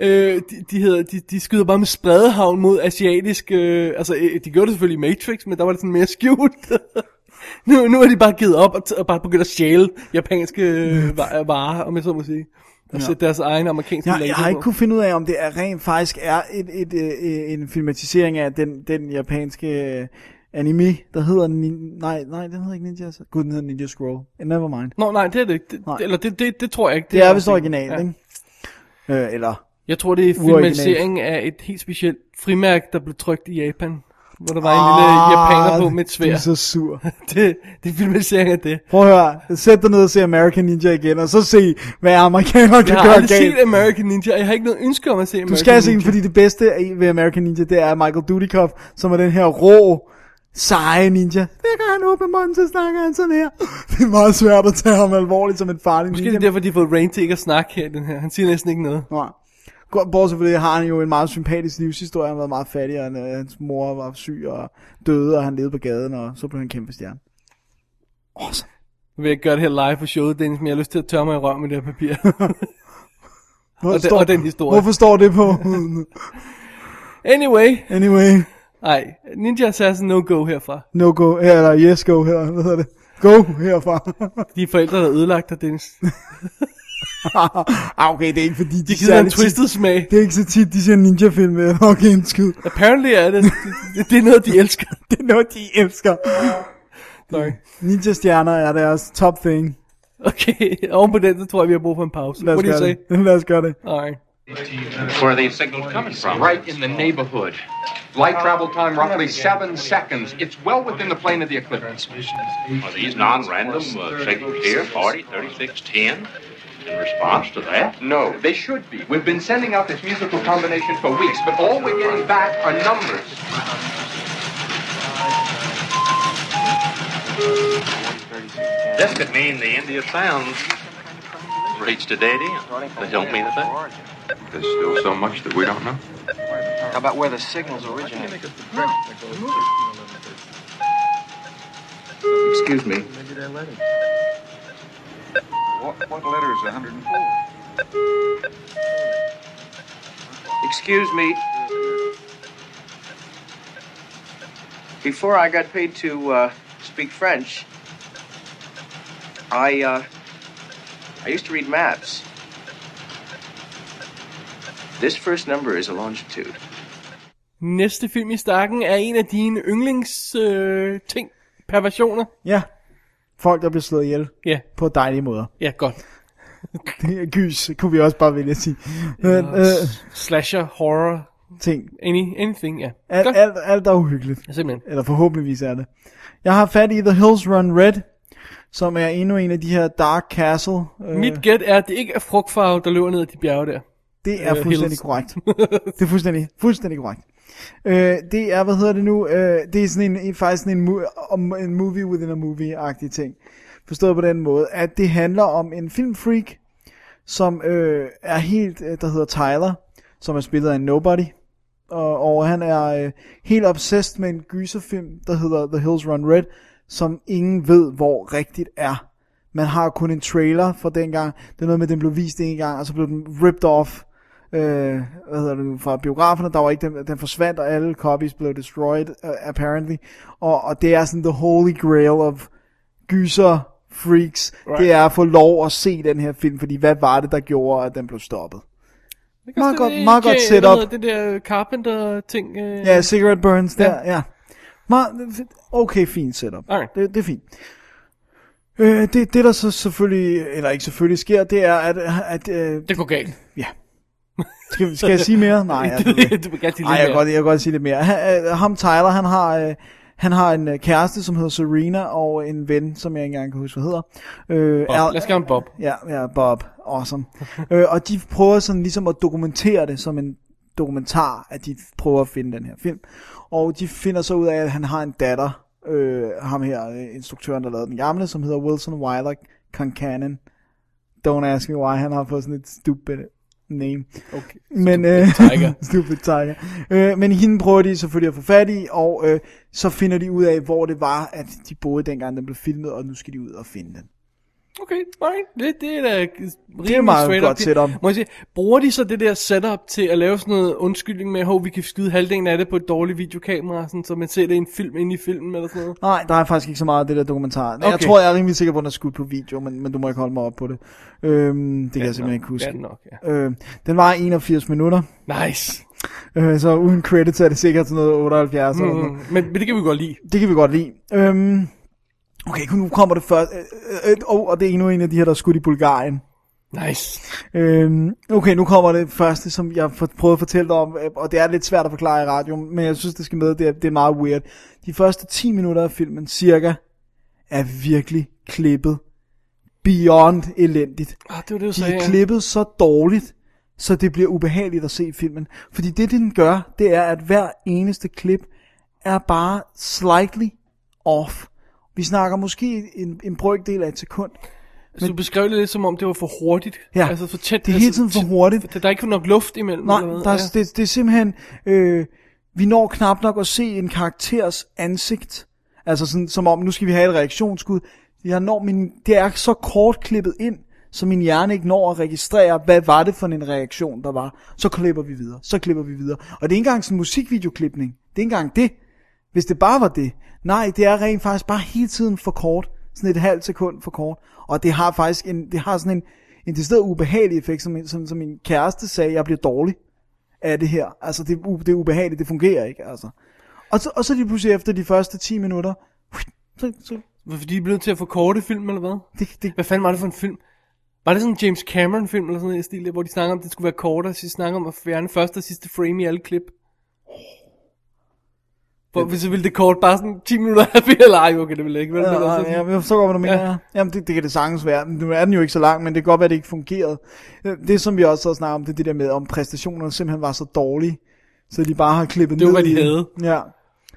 øh, de, de, hedder, de, de skyder bare med spredehavn mod asiatisk... Øh, altså, øh, de gjorde det selvfølgelig i Matrix, men der var det sådan mere skjult. nu, nu er de bare givet op og, t- og bare begyndt at stjæle japanske øh, va- varer, om jeg så må sige. Og ja. sætte deres egen amerikanske Jeg, label jeg har ikke på. kunne finde ud af, om det er rent faktisk er et, et, et, en filmatisering af den, den japanske øh, anime, der hedder... Nin, nej, nej, den hedder ikke Ninja... Gud, den hedder Ninja Scroll. Never mind. Nå, nej, det er det ikke. Det, Nej. eller det, det, det tror jeg ikke. Det er vist originalt, ikke? Øh, eller... Jeg tror, det er Uoriginalt. filmatisering af et helt specielt frimærke, der blev trykt i Japan. Hvor der var en Ah, lille japaner på med et Du er svær. så sur. Det, det er filmatisering af det. Prøv at høre. Sæt dig ned og se American Ninja igen, og så se, hvad amerikanere kan Jeg har gøre aldrig galt. set American Ninja, og jeg har ikke noget ønske om at se American Du skal se den, Ninja. fordi det bedste af- ved American Ninja, det er Michael Dudikoff, som er den her rå, seje ninja. Hver gang han åbner munden, så snakker han sådan her. Det er meget svært at tage ham alvorligt som en farlig Måske ninja. det er derfor, de har fået Rain til ikke at snakke her i den her. Han siger næsten ikke noget. Nej. Godt, Bortset fra det har han jo en meget sympatisk livshistorie. Han har været meget fattig, og han, øh, hans mor var syg og døde, og han levede på gaden, og så blev han en kæmpe stjerne. Awesome. Nu vil jeg ikke gøre det her live på showet, Dennis, men jeg har lyst til at tørre mig i røven med det her papir. Hvor Og den- og den historie. Hvorfor står det på? anyway, anyway, nej, Ninja Assassin no go herfra. no go, eller yes go her, hvad hedder det? Go herfra. De forældre, der har ødelagt dig, Dennis. ah, okay, det er ikke fordi, de, De giver dig en særlig tit- twisted smag. Det er ikke så tit, de ser ninja-film med okay, en skid. Apparently er det. Det, det er noget, de elsker. Det er noget, de elsker. Sorry. Ninja-stjerner er deres top thing. Okay, oven på den, så tror jeg, vi har brug for en pause. Lad os, What do you gøre say? det. Lad os gøre det. Alright. Where are these signals coming from? Right in the neighborhood. Light travel time roughly seven seconds. It's well within the plane of the eclipse. Are these non-random uh, signals here? 40, 36, 10? In response to that? No, they should be. We've been sending out this musical combination for weeks, but all we're getting back are numbers. This could mean the India Sound reached a dead end. They don't mean a thing. There's still so much that we don't know. How about where the signals originate? Excuse me. What, what letter is 104? Excuse me. Before I got paid to uh, speak French, I uh, I used to read maps. This first number is a longitude. Næste film i stakken er en af dine yndlings øh, ting, perversioner. Ja. Folk, der bliver slået ihjel. Ja. På dejlige måder. Ja, godt. Gys, kunne vi også bare vælge at sige. Men, Og øh, s- Slasher, horror, ting. any, anything, ja. Alt, Godt. alt, alt er uhyggeligt. Simpelthen. Eller forhåbentligvis er det. Jeg har fat i The Hills Run Red, som er endnu en af de her Dark Castle. Øh, Mit gæt er, at det ikke er frugtfarve, der løber ned ad de bjerge der. det er øh, fuldstændig Hills. korrekt. Det er fuldstændig, fuldstændig korrekt. Øh, det er, hvad hedder det nu? Øh, det er sådan en, en- faktisk sådan en, mu- om- en movie within a movie-agtig ting. Forstået på den måde, at det handler om en filmfreak, som øh, er helt, øh, der hedder Tyler, som er spillet af en nobody. Og, og han er øh, helt obsessed med en gyserfilm, der hedder The Hills Run Red, som ingen ved, hvor rigtigt er. Man har kun en trailer fra dengang. Det er noget med, at den blev vist en gang, og så blev den ripped off øh, hvad hedder det, nu, fra biograferne. Der var ikke den, den forsvandt, og alle copies blev destroyed, uh, apparently. Og, og det er sådan the holy grail of gyser freaks. Right. Det er at få lov at se den her film, fordi hvad var det, der gjorde, at den blev stoppet? Meget godt- meget godt set setup. Det der øh, Carpenter-ting. Øh, Ja, cigarette burns der, ja. Meget, okay, fint setup. Okay. Det, det er fint. Øh, det, det der så selvfølgelig, eller ikke selvfølgelig sker, det er, at, at øh, Det går galt. ja. Skal, skal jeg sige mere? Nej, jeg, du vil gerne sige Ej, lidt jeg, kan mere. godt, jeg kan godt sige lidt mere. Han, øh, ham Tyler, han har, øh, han har en øh, kæreste, som hedder Serena, og en ven, som jeg ikke engang kan huske, hvad hedder. Øh, Al- Bob. Lad os gøre en Bob. Ja, ja, Bob. Awesome. øh, og de prøver sådan ligesom at dokumentere det som en dokumentar, at de prøver at finde den her film. Og de finder så ud af, at han har en datter, øh, ham her, øh, instruktøren, der lavede den gamle, som hedder Wilson Wyler Concannon. Don't ask me why, han har fået sådan et stupid name. Okay. Men, øh, tiger. stupid tiger. Øh, men hende prøver de selvfølgelig at få fat i, og øh, så finder de ud af, hvor det var, at de boede dengang, den blev filmet, og nu skal de ud og finde den. Okay, nej, det, det er da rimelig meget straight godt up. setup. Må jeg sige, bruger de så det der setup til at lave sådan noget undskyldning med, hov, vi kan skyde halvdelen af det på et dårligt videokamera, sådan, så man ser det i en film ind i filmen eller sådan noget? Nej, der er faktisk ikke så meget af det der dokumentar. Okay. Jeg Okay. tror, jeg er rimelig sikker på, at den er skudt på video, men, men du må ikke holde mig op på det. Øhm, det kan jeg simpelthen ikke huske. Ja, nok, ja. Øhm, den var 81 minutter, Nice. øh, så uden credits er det sikkert sådan noget 78 mm. eller sådan noget. Mm, men, men det kan vi godt lide. Det kan vi godt lide. Øhm, okay, nu kommer det først. Øh, øh, øh, oh, og det er endnu en af de her, der er skudt i Bulgarien. Nice. Øhm, okay, nu kommer det første, som jeg har prøvet at fortælle dig om, øh, og det er lidt svært at forklare i radioen, men jeg synes, det skal med, det er, det er meget weird. De første 10 minutter af filmen, cirka, er virkelig klippet beyond elendigt. Ah, det var det, du De sagde. er ja. klippet så dårligt, så det bliver ubehageligt at se filmen. Fordi det, den gør, det er, at hver eneste klip er bare slightly off. Vi snakker måske en, en brøkdel af et sekund. Altså, du beskrev det lidt som om, det var for hurtigt. Ja. Altså for tæt. Det er altså, hele tiden for tæt- hurtigt. Der er ikke nok luft imellem. eller Nej, hvad? der er, Altså, det, det er simpelthen, øh, vi når knap nok at se en karakters ansigt. Altså sådan, som om, nu skal vi have et reaktionsskud. Jeg når min, det er så kort klippet ind, så min hjerne ikke når at registrere, hvad var det for en reaktion, der var. Så klipper vi videre, så klipper vi videre. Og det er ikke engang sådan en musikvideoklipning. Det er ikke engang det. Hvis det bare var det. Nej, det er rent faktisk bare hele tiden for kort. Sådan et halvt sekund for kort. Og det har faktisk en, det har sådan en, en decideret ubehagelig effekt, som, som, som min kæreste sagde, jeg bliver dårlig af det her. Altså, det, er u- det er ubehageligt, det fungerer ikke, altså. Og så, og så lige pludselig efter de første 10 minutter, så, så Hvorfor de er blevet nødt til at forkorte film, eller hvad? det, det, Hvad fanden var det for en film? Var det sådan en James Cameron film eller sådan noget i stil, der, hvor de snakker om, at det skulle være kortere, så de snakker om at fjerne første og sidste frame i alle klip? Hvor, så ville det kort bare sådan 10 minutter af eller ej, okay, det ville det ikke. Vel, men Ja, altså ja, sådan- ja, jeg forstår godt, hvad du mener. Ja. Ja. Jamen, det, det kan det sagtens være. Nu er den jo ikke så lang, men det kan godt være, at det ikke fungerede. Øh, Det, som vi også har snakket om, det er det der med, om præstationerne simpelthen var så dårlige, så de bare har klippet Det var, ned hvad de i... havde. Ja,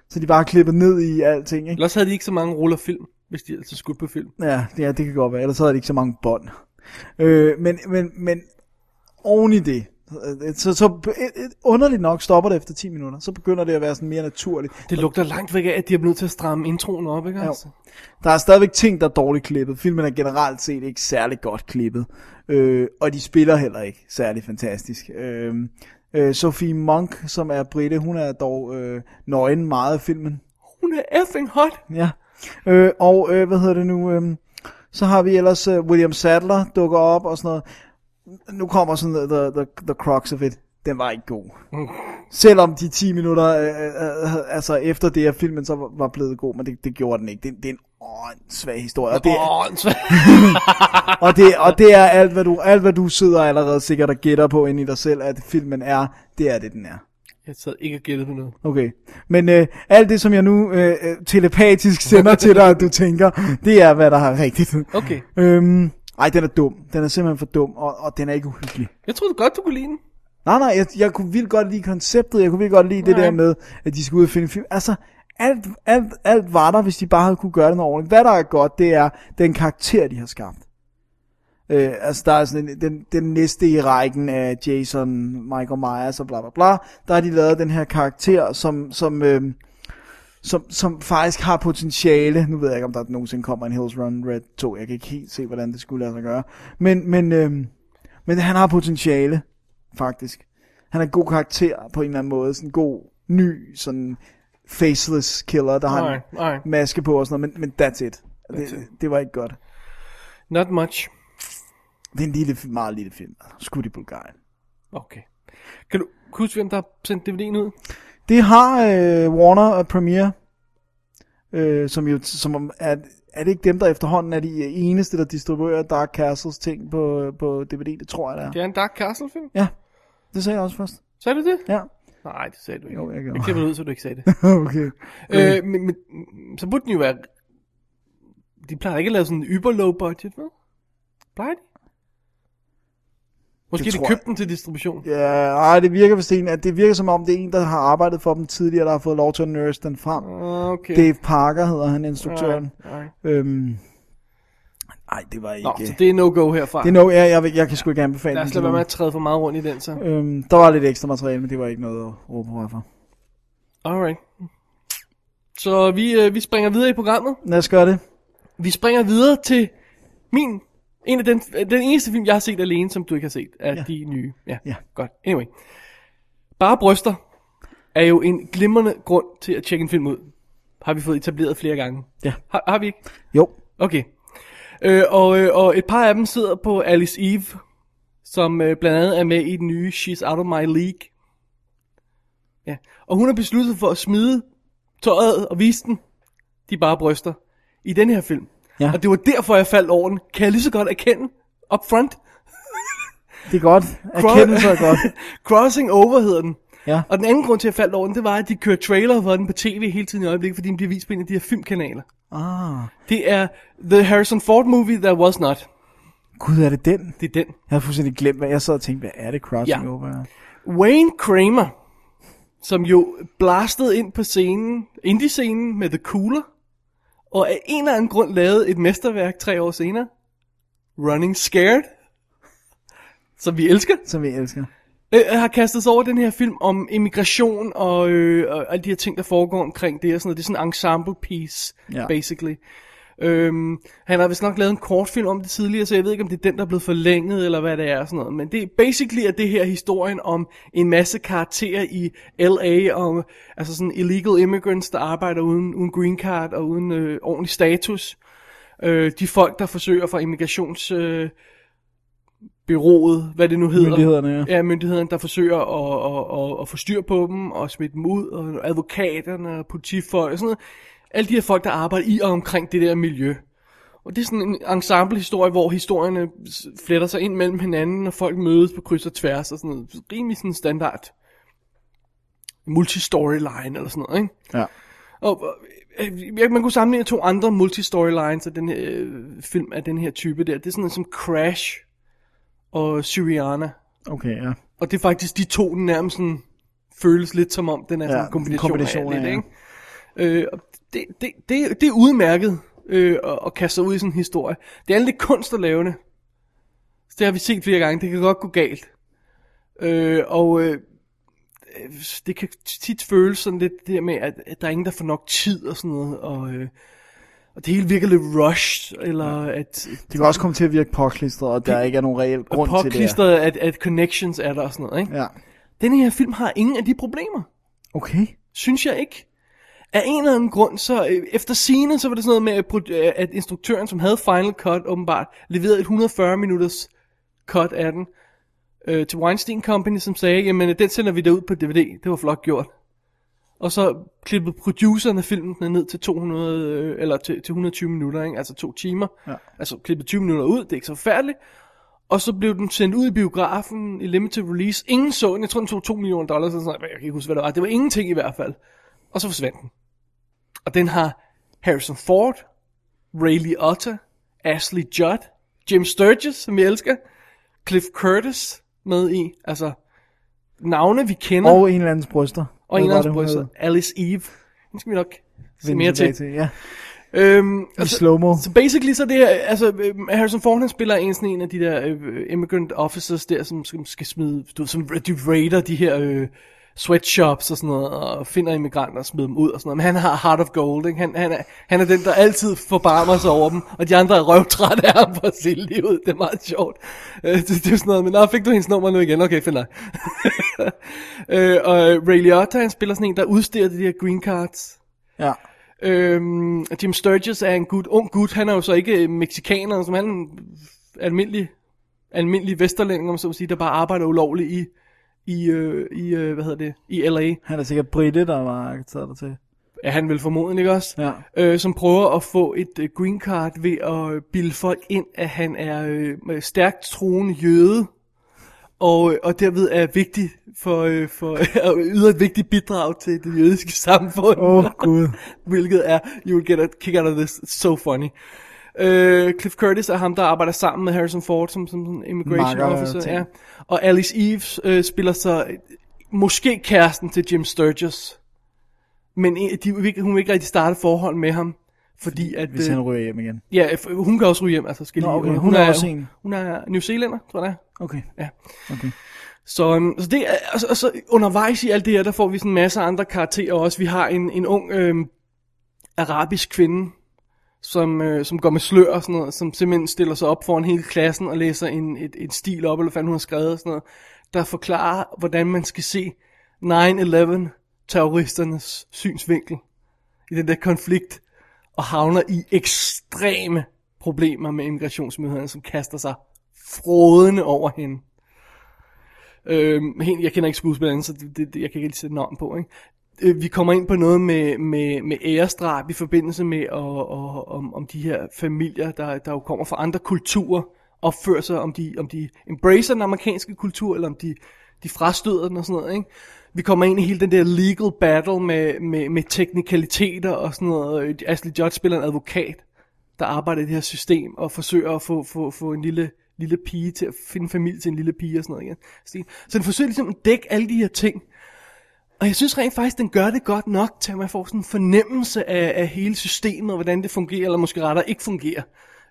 så de bare har klippet ned i alting, ikke? Eller også havde de ikke så mange ruller film, hvis de altså skudt på film. Ja, det, ja, det kan godt være. Ellers så havde de ikke så mange bånd. Øh, men, men, men oven i det, øh, så, så et, et, underligt nok stopper det efter 10 minutter. Så begynder det at være sådan mere naturligt. Det lugter langt væk af, at de er nødt til at stramme introen op, ikke? Jo. Altså? Der er stadigvæk ting, der er dårligt klippet. Filmen er generelt set ikke særlig godt klippet. Øh, og de spiller heller ikke særlig fantastisk. Øh, øh, Sophie Monk, som er britte, hun er dog øh, nøgen meget af filmen. Hun er effing hot. Ja. Øh, og øh, hvad hedder det nu? Øh, så har vi ellers øh, William Sadler dukker op og sådan noget. Nu kommer sådan the, the, the, the crux of it. Den var ikke god. Mm. Selvom de 10 minutter, øh, øh, øh, altså efter det her filmen, så var- var blevet god, men det, det gjorde den ikke. Det, det er en åndssvag historie. Og det, Åndssvag. og det, og det er alt hvad, du, alt, hvad du sidder allerede sikkert og gætter på ind i dig selv, at filmen er, det er det, den er. Jeg sad ikke og gættede på noget. Okay. Men øh, alt det, som jeg nu øh, øh, telepatisk sender til dig, at du tænker, det er, hvad der er rigtigt. Okay. Øhm, ej, den er dum. Den er simpelthen for dum, og, og den er ikke uhyggelig. Jeg troede godt, du kunne lide den. Nej, nej, jeg, jeg kunne vildt godt lide konceptet. Jeg kunne vildt godt lide det Nej. der med, at de skulle ud og finde en film. Altså, alt, alt, alt var der, hvis de bare havde kunne gøre det noget ordentligt. Hvad der er godt, det er den karakter, de har skabt. Øh, altså, der er sådan en, den, den næste i rækken af Jason, Michael Myers og bla bla bla. Der har de lavet den her karakter, som, som, øh, som, som faktisk har potentiale. Nu ved jeg ikke, om der nogensinde kommer en Hills Run Red 2. Jeg kan ikke helt se, hvordan det skulle lade sig gøre. Men, men, øh, men han har potentiale, faktisk. Han er en god karakter på en eller anden måde. Sådan en god, ny, sådan faceless killer, der har en Nej, nej. maske på og sådan noget. Men, men that's it. That's det, det var ikke godt. Not much. Det er en lille, fi- meget lille film. Skudt i Bulgarien. Okay. Kan du kan du huske, hvem der har sendt DVD'en ud? Det har øh, Warner og Premiere, øh, som jo som om- er, er det ikke dem, der efterhånden er de eneste, der distribuerer Dark Castles ting på, på DVD? Det tror jeg, det er. Det er en Dark Castle-film. Ja, det sagde jeg også først. Sagde du det? Ja. Nej, det sagde du ikke. Jo, jeg gjorde. jeg klipper det ud, så du ikke sagde det. okay. øh, men, men, så burde den jo være... De plejer ikke at lave sådan en yber low budget, vel? Plejer de? Måske Det de tror købte den til distribution. Ja, ej, det virker vist en, at det virker som om, det er en, der har arbejdet for dem tidligere, der har fået lov til at nurse den frem. Ah, Okay. Dave Parker hedder han, instruktøren. Nej, nej. Øhm, nej, det var ikke... Nå, så det er no-go herfra. det er no, ja, jeg, jeg, jeg kan sgu ikke anbefale Lad den os til lade være nogen. med at træde for meget rundt i den, så. Øhm, der var lidt ekstra materiale, men det var ikke noget at råbe hurra for. Alright. Så vi, øh, vi springer videre i programmet. Lad os gøre det. Vi springer videre til min... En af den, den eneste film, jeg har set alene, som du ikke har set, er ja. de nye. Ja, ja, godt. Anyway. Bare bryster er jo en glimrende grund til at tjekke en film ud. Har vi fået etableret flere gange. Ja. Har, har vi ikke? Jo. Okay. Øh, og, øh, og et par af dem sidder på Alice Eve, som øh, blandt andet er med i den nye She's Out of My League. Ja. Og hun har besluttet for at smide tøjet og vise den. De bare bryster. I den her film. Ja. Og det var derfor, jeg faldt over den. Kan jeg lige så godt erkende up front? Det er godt. Erkendelse er godt. Crossing Over hedder den. Ja. Og den anden grund til, at jeg faldt over den, det var, at de kører trailer for den på tv hele tiden i øjeblikket, fordi den bliver vist på en af de her filmkanaler. Ah, Det er The Harrison Ford Movie That Was Not. gud, er det den? Det er den. Jeg havde fuldstændig glemt, hvad jeg sad og tænkte, hvad er det crossing Ja. ja. over? er? Wayne Kramer, som jo blastede ind på scenen, indie-scenen med The Cooler, og af en eller anden grund lavede et mesterværk tre år senere, Running Scared, som vi elsker, Som vi elsker. øh, har kastet sig over den her film om immigration og, øh, og alle de her ting, der foregår omkring det. Og sådan noget. Det er sådan en ensemble piece, ja. Ja. basically. Øhm, han har vist nok lavet en kortfilm om det tidligere, så jeg ved ikke, om det er den, der er blevet forlænget, eller hvad det er. og Sådan noget. Men det er basically er det her historien om en masse karakterer i L.A., og, altså sådan illegal immigrants, der arbejder uden, uden green card og uden øh, ordentlig status. Øh, de folk, der forsøger fra immigrations... Øh, byrået, hvad det nu hedder. Myndighederne, ja. Ja, myndighederne, der forsøger at, at, at, at få styr på dem, og smide dem ud, og advokaterne, og politifolk og sådan noget. Alle de her folk, der arbejder i og omkring det der miljø. Og det er sådan en ensemble-historie, hvor historierne s- fletter sig ind mellem hinanden, og folk mødes på kryds og tværs, og sådan noget. Rimelig sådan standard multi-storyline eller sådan noget, ikke? Ja. Og, og, øh, ja, man kunne sammenligne to andre multi-storylines af den her, øh, film af den her type der. Det er sådan noget som Crash og Syriana. Okay, ja. Og det er faktisk de to, den nærmest sådan, føles lidt som om, den er Ja, sådan en kombination, kombination af alt af, lidt, ikke? Øh, og det, det, det, det er udmærket øh, at, at kaste sig ud i sådan en historie. Det er lidt kunst at lave det. Så det har vi set flere gange. Det kan godt gå galt. Øh, og øh, øh, det kan tit føles sådan lidt det der med, at, at der er ingen, der får nok tid og sådan noget. Og, øh, og det hele virker lidt rushed, eller ja. at... Det kan også komme til at virke påklistret, og der ikke er nogen reel grund og til det. her. påklistret, at, at connections er der og sådan noget, ikke? Ja. Den her film har ingen af de problemer. Okay. Synes jeg ikke. Af en eller anden grund, så øh, efter scene, så var det sådan noget med, at, produ- øh, at instruktøren, som havde Final Cut åbenbart, leverede et 140 minutters cut af den øh, til Weinstein Company, som sagde, jamen øh, den sender vi derud på DVD. Det var flot gjort. Og så klippede produceren af filmen den ned til 200, øh, eller til, til 120 minutter, ikke? altså to timer. Ja. Altså klippede 20 minutter ud, det er ikke så forfærdeligt. Og så blev den sendt ud i biografen i limited release. Ingen så den. Jeg tror, den tog 2 millioner dollars. Eller sådan. noget. Jeg kan ikke huske, hvad det var. Det var ingenting i hvert fald. Og så forsvandt den. Og den har Harrison Ford, Ray Liotta, Ashley Judd, Jim Sturgis, som jeg elsker, Cliff Curtis med i. Altså navne, vi kender. Og en eller andens bryster. Og en Hvad af var hans det, hun bryster, hed? Alice Eve. Den skal vi nok se Vende mere tilbage til. til, ja. Øhm, I slow-mo. Så basically så det her, altså øh, Harrison Ford han spiller en sådan en af de der øh, immigrant officers der, som skal, skal smide, du, ved, som de raider de her øh, sweatshops og sådan noget, og finder immigranter og smider dem ud og sådan noget. Men han har heart of gold, ikke? Han, han, er, han er den, der altid forbarmer sig over dem, og de andre er røvtrætte af ham for at se livet. Det er meget sjovt. Øh, det, det, er sådan noget, men nå, fik du hendes nummer nu igen? Okay, fint nok. øh, og Ray Liotta, han spiller sådan en, der udstiller de her green cards. Ja. Øhm, Jim Sturgis er en gut, ung gut, han er jo så ikke øh, mexikaner, som han er en almindelig, almindelig vesterlænding, om så at sige, der bare arbejder ulovligt i, i, øh, i øh, hvad hedder det, i LA. Han er sikkert Britte, der var taget der til. Er han vel formodentlig ikke også? Ja. Øh, som prøver at få et øh, green card ved at øh, bilde folk ind, at han er øh, med stærkt troende jøde, og, øh, og derved er vigtig for, øh, for og yder et vigtigt bidrag til det jødiske samfund. Åh, Gud. Hvilket er, you will get a kick out of this, it's so funny. Øh, Cliff Curtis er ham, der arbejder sammen med Harrison Ford som, som sådan immigration Makker og officer. ting. Ja. Og Alice Eves øh, spiller så øh, måske kæresten til Jim Sturgis. Men øh, de, vil ikke- hun vil ikke rigtig starte et forhold med ham. Fordi at... Hvis øh, han ryger hjem igen. Ja, f- hun kan også ryge hjem, altså skal Nå, lige... okay, hun er også hun- en. Hun er New Zealander, tror jeg det er. Okay. Ja. Okay. Så, øhm, så det er, og, så, og så undervejs i alt det her, der får vi sådan en masse andre karakterer også. Vi har en, en ung øhm, arabisk kvinde, som, øh, som går med slør og sådan noget, som simpelthen stiller sig op foran hele klassen og læser en, et, en stil op, eller hvad fanden hun har skrevet og sådan noget, der forklarer, hvordan man skal se 9-11 terroristernes synsvinkel i den der konflikt, og havner i ekstreme problemer med immigrationsmyndighederne, som kaster sig frodende over hende. Øhm, hende, jeg kender ikke skuespilleren, så det, det, jeg kan ikke rigtig sætte navn på. Ikke? Øh, vi kommer ind på noget med, med, med æresdrab i forbindelse med, og, og, om, om de her familier, der, der jo kommer fra andre kulturer, opfører sig, om de, om de embracer den amerikanske kultur, eller om de, de frastøder den og sådan noget. Ikke? Vi kommer ind i hele den der legal battle med, med, med teknikaliteter og sådan noget. Øh, Ashley Judd spiller en advokat, der arbejder i det her system og forsøger at få, få, få en lille, lille pige til at finde familie til en lille pige og sådan noget igen. Stil. Så den forsøger ligesom at dække alle de her ting. Og jeg synes rent faktisk, den gør det godt nok til, at man får sådan en fornemmelse af, af hele systemet, og hvordan det fungerer, eller måske rettere ikke fungerer.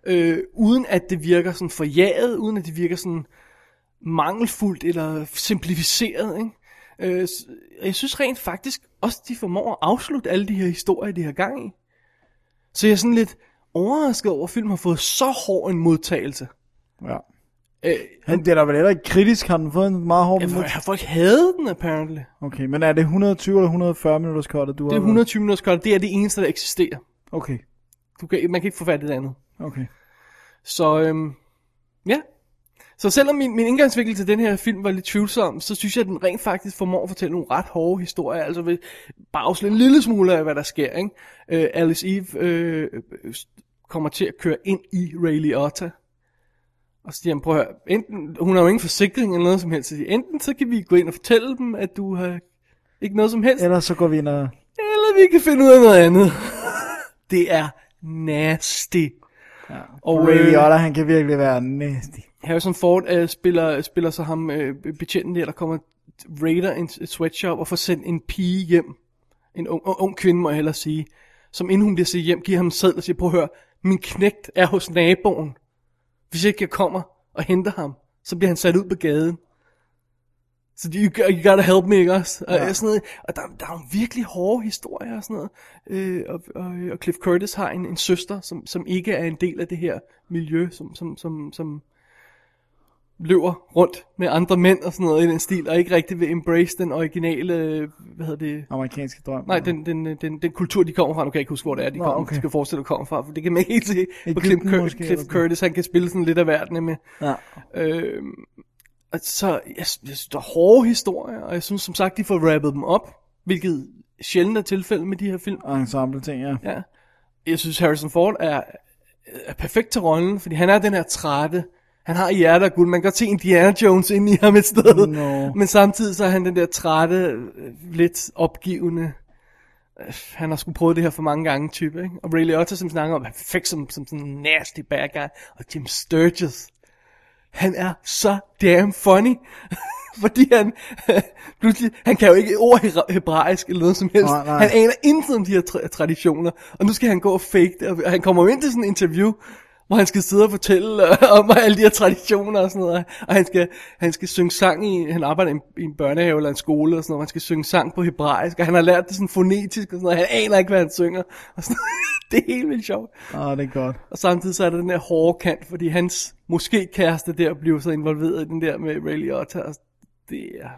Øh, uden at det virker sådan forjaget, uden at det virker sådan mangelfuldt eller simplificeret. Ikke? Øh, s- og jeg synes rent faktisk også, de formår at afslutte alle de her historier, de har gang i. Så jeg er sådan lidt overrasket over, at filmen har fået så hård en modtagelse. Ja. Øh, Han, den er vel heller ikke kritisk, har den fået en meget hård jeg, modtagelse? jeg, folk havde den, apparently. Okay, men er det 120 eller 140 minutters kortet, du Det er 120 minutters cut, det er det eneste, der eksisterer. Okay, Du kan, man kan ikke få fat i det andet. okay. Så øhm, ja. Så selvom min, min indgangsvinkel til den her film var lidt tvivlsom, så synes jeg, at den rent faktisk formår at fortælle nogle ret hårde historier. Altså ved bare afsløre en lille smule af, hvad der sker. Ikke? Øh, Alice Eve øh, øh, kommer til at køre ind i Ray Liotta. Og så siger han, prøv at høre, enten, hun har jo ingen forsikring eller noget som helst. Så siger, jeg, enten så kan vi gå ind og fortælle dem, at du har ikke noget som helst. Ellers så går vi ind og... Eller vi kan finde ud af noget andet. det er nasty. Ja. Og øh, Ray Liotta, han kan virkelig være næstig. Harrison Ford øh, spiller, spiller så ham øh, betjenten der, der kommer raider en et sweatshop og får sendt en pige hjem. En ung, ung, ung kvinde, må jeg hellere sige. Som inden hun bliver sendt hjem, giver ham en sæd og siger, prøv at høre, min knægt er hos naboen. Hvis ikke jeg kommer og henter ham, så bliver han sat ud på gaden. Så so you, you gotta help me, ikke også? Og, ja. sådan noget. og der, der er jo virkelig hårde historier og sådan noget. Øh, og, og, og Cliff Curtis har en, en søster, som, som ikke er en del af det her miljø, som, som, som, som løber rundt med andre mænd og sådan noget i den stil, og ikke rigtig vil embrace den originale, hvad hedder det? Amerikanske drøm. Nej, den, den, den, den, den kultur, de kommer fra. Nu kan jeg ikke huske, hvor det er, de Nå, kommer, okay. okay. skal forestille, at kommer fra, for det kan man ikke helt se på Egypten Cliff, Cur- måske, Cliff eller sådan. Curtis. Han kan spille sådan lidt af verden med. Ja. Øhm, og så, jeg, jeg synes, der er hårde historier, og jeg synes som sagt, de får rappet dem op, hvilket sjældent er tilfældet med de her film. Og ensemble ting, ja. Ja. Jeg synes, Harrison Ford er, er perfekt til rollen, fordi han er den her trætte. Han har hjerter og guld. Man kan godt se Indiana Jones inde i ham et sted. No. Men samtidig så er han den der trætte, øh, lidt opgivende. øh, Han har sgu prøvet det her for mange gange type. Ikke? Og Ray Liotta, som snakker om, er perfekt som, som sådan en nasty bad guy. Og Jim Sturgis. Han er så damn funny. Fordi han, pludselig, han kan jo ikke et ord hebra- hebraisk eller noget som helst. Nej, nej. Han aner intet om de her tra- traditioner, og nu skal han gå og fake det, og han kommer jo ind til sådan en interview, hvor han skal sidde og fortælle øh, om alle de her traditioner og sådan noget, og han skal, han skal synge sang i, han arbejder i en, i en børnehave eller en skole og sådan noget, og han skal synge sang på hebraisk, og han har lært det sådan fonetisk og sådan noget, han aner ikke, hvad han synger, og sådan Det er helt vildt sjovt. Åh, oh, det er godt. Og samtidig så er der den der hårde kant, fordi hans måske kæreste der bliver så involveret i den der med Ray Liotta, og det er,